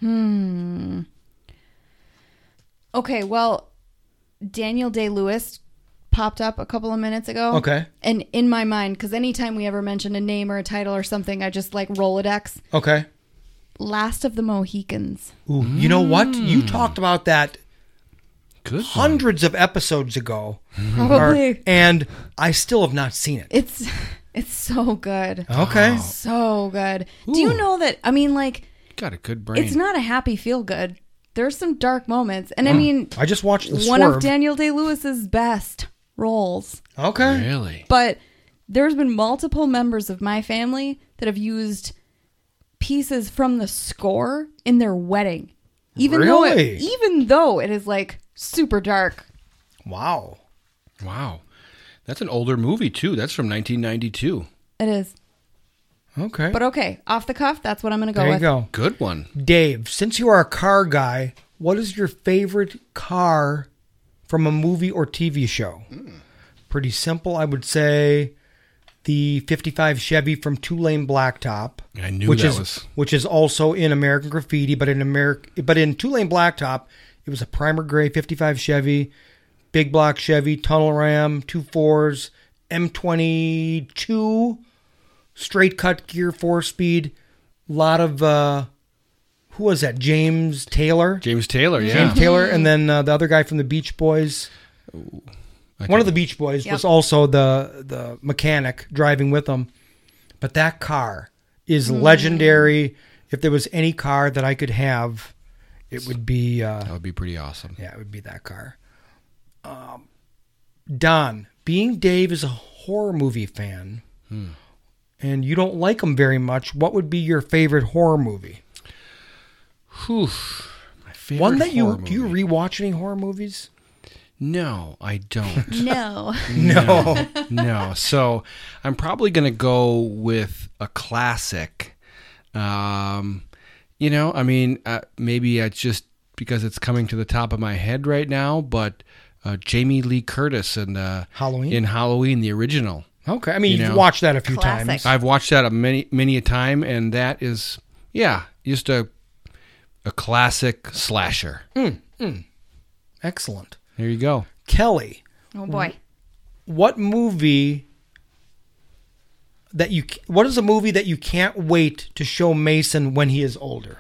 Hmm. Okay, well, Daniel Day Lewis popped up a couple of minutes ago.
Okay.
And in my mind, because anytime we ever mention a name or a title or something, I just like Rolodex.
Okay.
Last of the Mohicans.
Ooh, You know what? You
Mm.
talked about that
Good
hundreds of episodes ago.
Mm-hmm. Probably.
Or- and I still have not seen it.
It's it's so good.
Okay. Wow.
So good. Do you
Ooh.
know that I mean like
Got a good brain.
it's not a happy feel good. There's some dark moments. And I
Mm.
mean
I just watched the
one of
swerve.
Daniel Day Lewis's best roles.
okay.
Really?
But there's been multiple members of my family that have used pieces from the score in their wedding. Even though it,
Really?
even though it is like super dark.
Wow.
Wow. That's an older movie too. That's from 1992.
It is.
Okay.
But okay, off the cuff, that's what I'm going to go
there you
with.
go.
Good one.
Dave, since you are a car guy, what is your favorite car from a movie or TV show? Pretty simple. I would say the 55 Chevy from Tulane Blacktop.
I knew
which
that
is
was-
which is also in American Graffiti, but in American but in Tulane Blacktop, it was a primer gray 55 Chevy, big block Chevy, tunnel ram, two fours, M22 straight cut gear, four speed. Lot of uh, who was that? James Taylor.
James Taylor. Yeah.
James Taylor, and then uh, the other guy from the Beach Boys. One of the Beach Boys
Yep.
was also the the mechanic driving with them. But that car is
Hmm.
legendary. If there was any car that I could have, it would be uh,
That would be pretty awesome.
yeah, it would be that car. Um, Don, being Dave is a horror movie fan,
Hmm.
and you don't like them very much. What would be your favorite horror movie?
Whew. My favorite
One that you
horror
do you rewatch any horror movies?
No, I don't.
No.
No.
no. So I'm probably going to go with a classic. Um, you know, I mean, uh, maybe it's just because it's coming to the top of my head right now, but uh, Jamie Lee Curtis and uh,
Halloween?
in Halloween, the original.
Okay, I mean
You
you have
know.
watched that a few times.
I've watched that a many many a time, and that is yeah, just a a classic slasher.
Mm, mm. Excellent,
There you go.
Kelly.
Oh boy.
What movie that you? c- What is a movie that you can't wait to show Mason when he is older?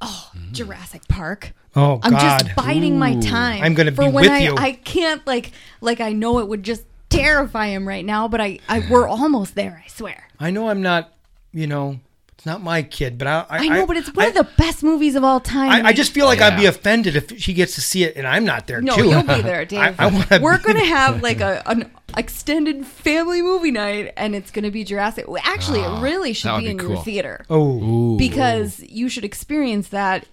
Mm.
Jurassic Park.
Oh
I'm
God!
just biting my time.
I'm gonna
for
be
when
with
I,
you.
I can't like like I know it would just terrify him right now, but I, I we're almost there. I swear.
I know I'm not, you know, it's not my kid, but I. I,
I, know, but it's one of the best movies of all time.
I, I just feel like I'd be offended if she gets to see it and I'm not there
no,
too.
you'll be there, Dave.
I, I want to.
we're gonna have like a an extended family movie night, and it's gonna be Jurassic. well, Actually,
Ah,
it really should
that would
be,
be
in
cool.
your theater
Oh,
because you should experience that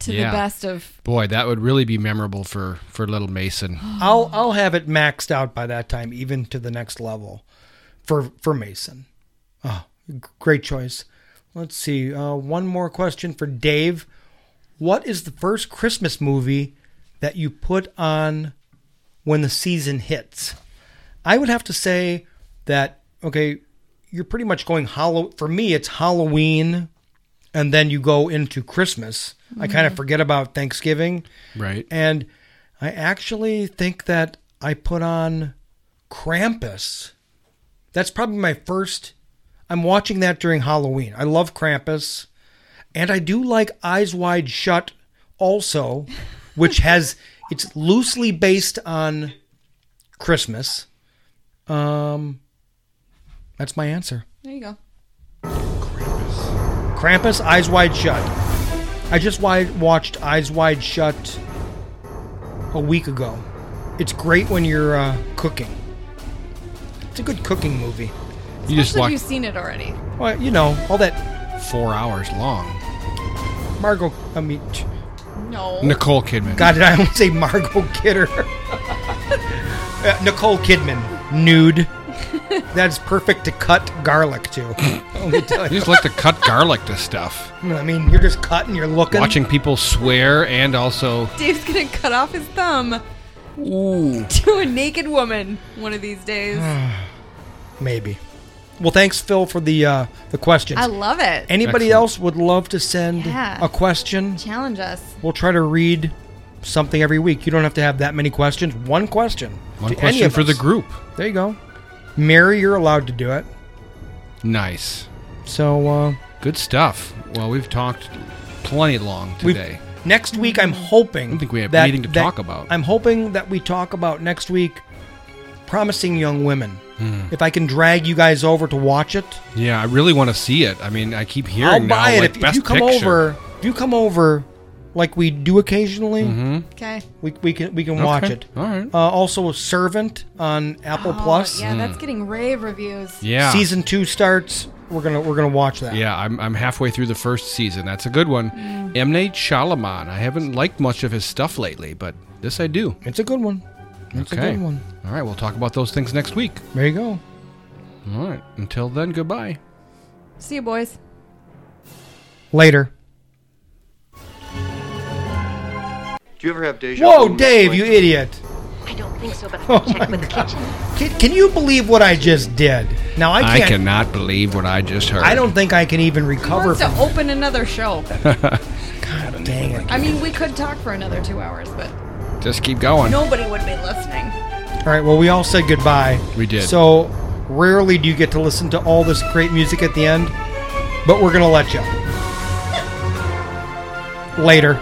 to
Yeah.
the best of
Boy, that would really be memorable for for little Mason.
I'll I'll have it maxed out by that time, even to the next level, for for Mason. Oh, g- great choice. Let's see. Uh, one more question for Dave. What is the first Christmas movie that you put on when the season hits? I would have to say that, okay, you're pretty much going hollow. For me, it's Halloween and then you go into Christmas. I kind of
Mhm.
forget about Thanksgiving.
Right.
And I actually think that I put on Krampus. That's probably my first. I'm watching that during Halloween. I love Krampus. And I do like Eyes Wide Shut also, which has. It's loosely based on Christmas. Um, that's my answer.
There you go.
Krampus, Eyes Wide Shut. I just wi- watched Eyes Wide Shut a week ago. It's great when you're uh, cooking. It's a good cooking movie.
Especially if you've seen it already.
Well, you know all that.
Four hours long.
Margot, I mean, t-
No.
Nicole Kidman.
God, did I almost say Margot Kidder? Uh, Nicole Kidman, nude. That's perfect to cut garlic to. Let me tell
You just like to cut garlic to stuff.
I mean, you're just cutting, you're looking.
Watching people swear and also
Dave's gonna cut off his thumb
ooh.
to a naked woman one of these days.
Maybe. Well, thanks, Phil, for the uh, the questions.
I love it.
Anybody
Excellent.
else would love to send
Yeah.
a question?
Challenge us.
We'll try to read something every week. You don't have to have that many questions. One question.
One
to any
question
of
for the
us.
group.
There you go. Mary, you're allowed to do it.
Nice.
So uh,
good stuff. Well, we've talked plenty long
We've-
today.
Next week, I'm hoping.
I think we have
that-
anything to
that-
talk about.
I'm hoping that we talk about next week promising young women.
Hmm.
If I can drag you guys over to watch it,
Yeah, I really want to see it. I mean, I keep hearing
I'll buy
now,
it
like,
if, if
best
you come
picture. Mm-hmm.
over. If you come over, like we do occasionally.
Okay.
We, we can we can watch
Okay.
it.
All right.
Uh, also, Servant on Apple
Oh,
Plus.
Yeah, that's getting rave reviews.
Yeah.
Season two starts. We're gonna we're gonna watch that.
Yeah, I'm, I'm halfway through the first season. That's a good one. Mm. M. Night Shyamalan. I haven't liked much of his stuff lately, but this I do.
It's a good one. It's a
okay.
good one.
All right, we'll talk about those things next week.
There you go.
All right. Until then, goodbye.
See you, boys.
Later.
Do you ever have deja vu?
Whoa,
Miss
Dave, you
Lancaster?
idiot!
I don't think so, but I
Oh
could check
my
with the
God.
kitchen.
Can, can you believe what I just did? Now I can't.
cannot believe what I just heard.
I don't think I can even recover
Wants
from.
to open another show.
Dang it!
I mean, we could talk for another two hours, but
Just keep going.
nobody would be listening.
All right. Well, we all said goodbye.
We did.
So rarely do you get to listen to all this great music at the end, but we're gonna let you. Later.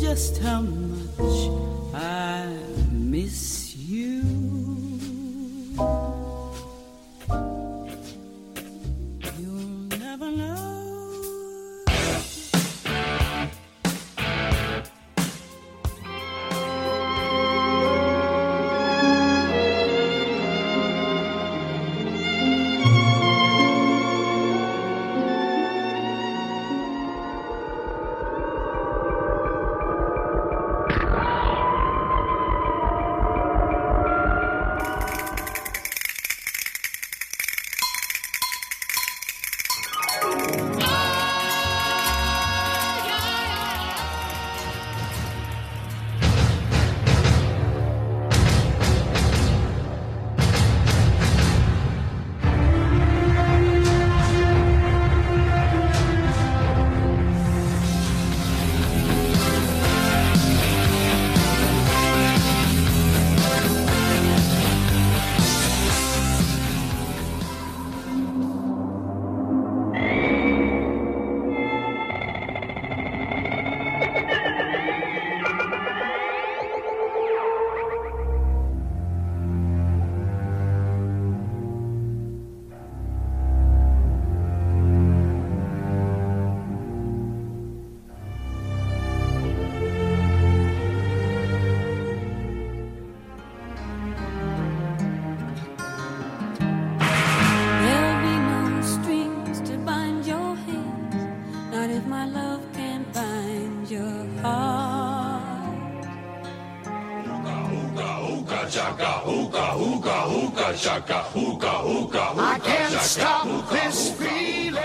just how much I miss you. You'll never know.
There'll be no strings to bind your hands, not if my love can bind your heart.
I can't stop this feeling.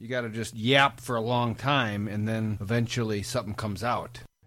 You got to just yap for a long time, and then eventually something comes out.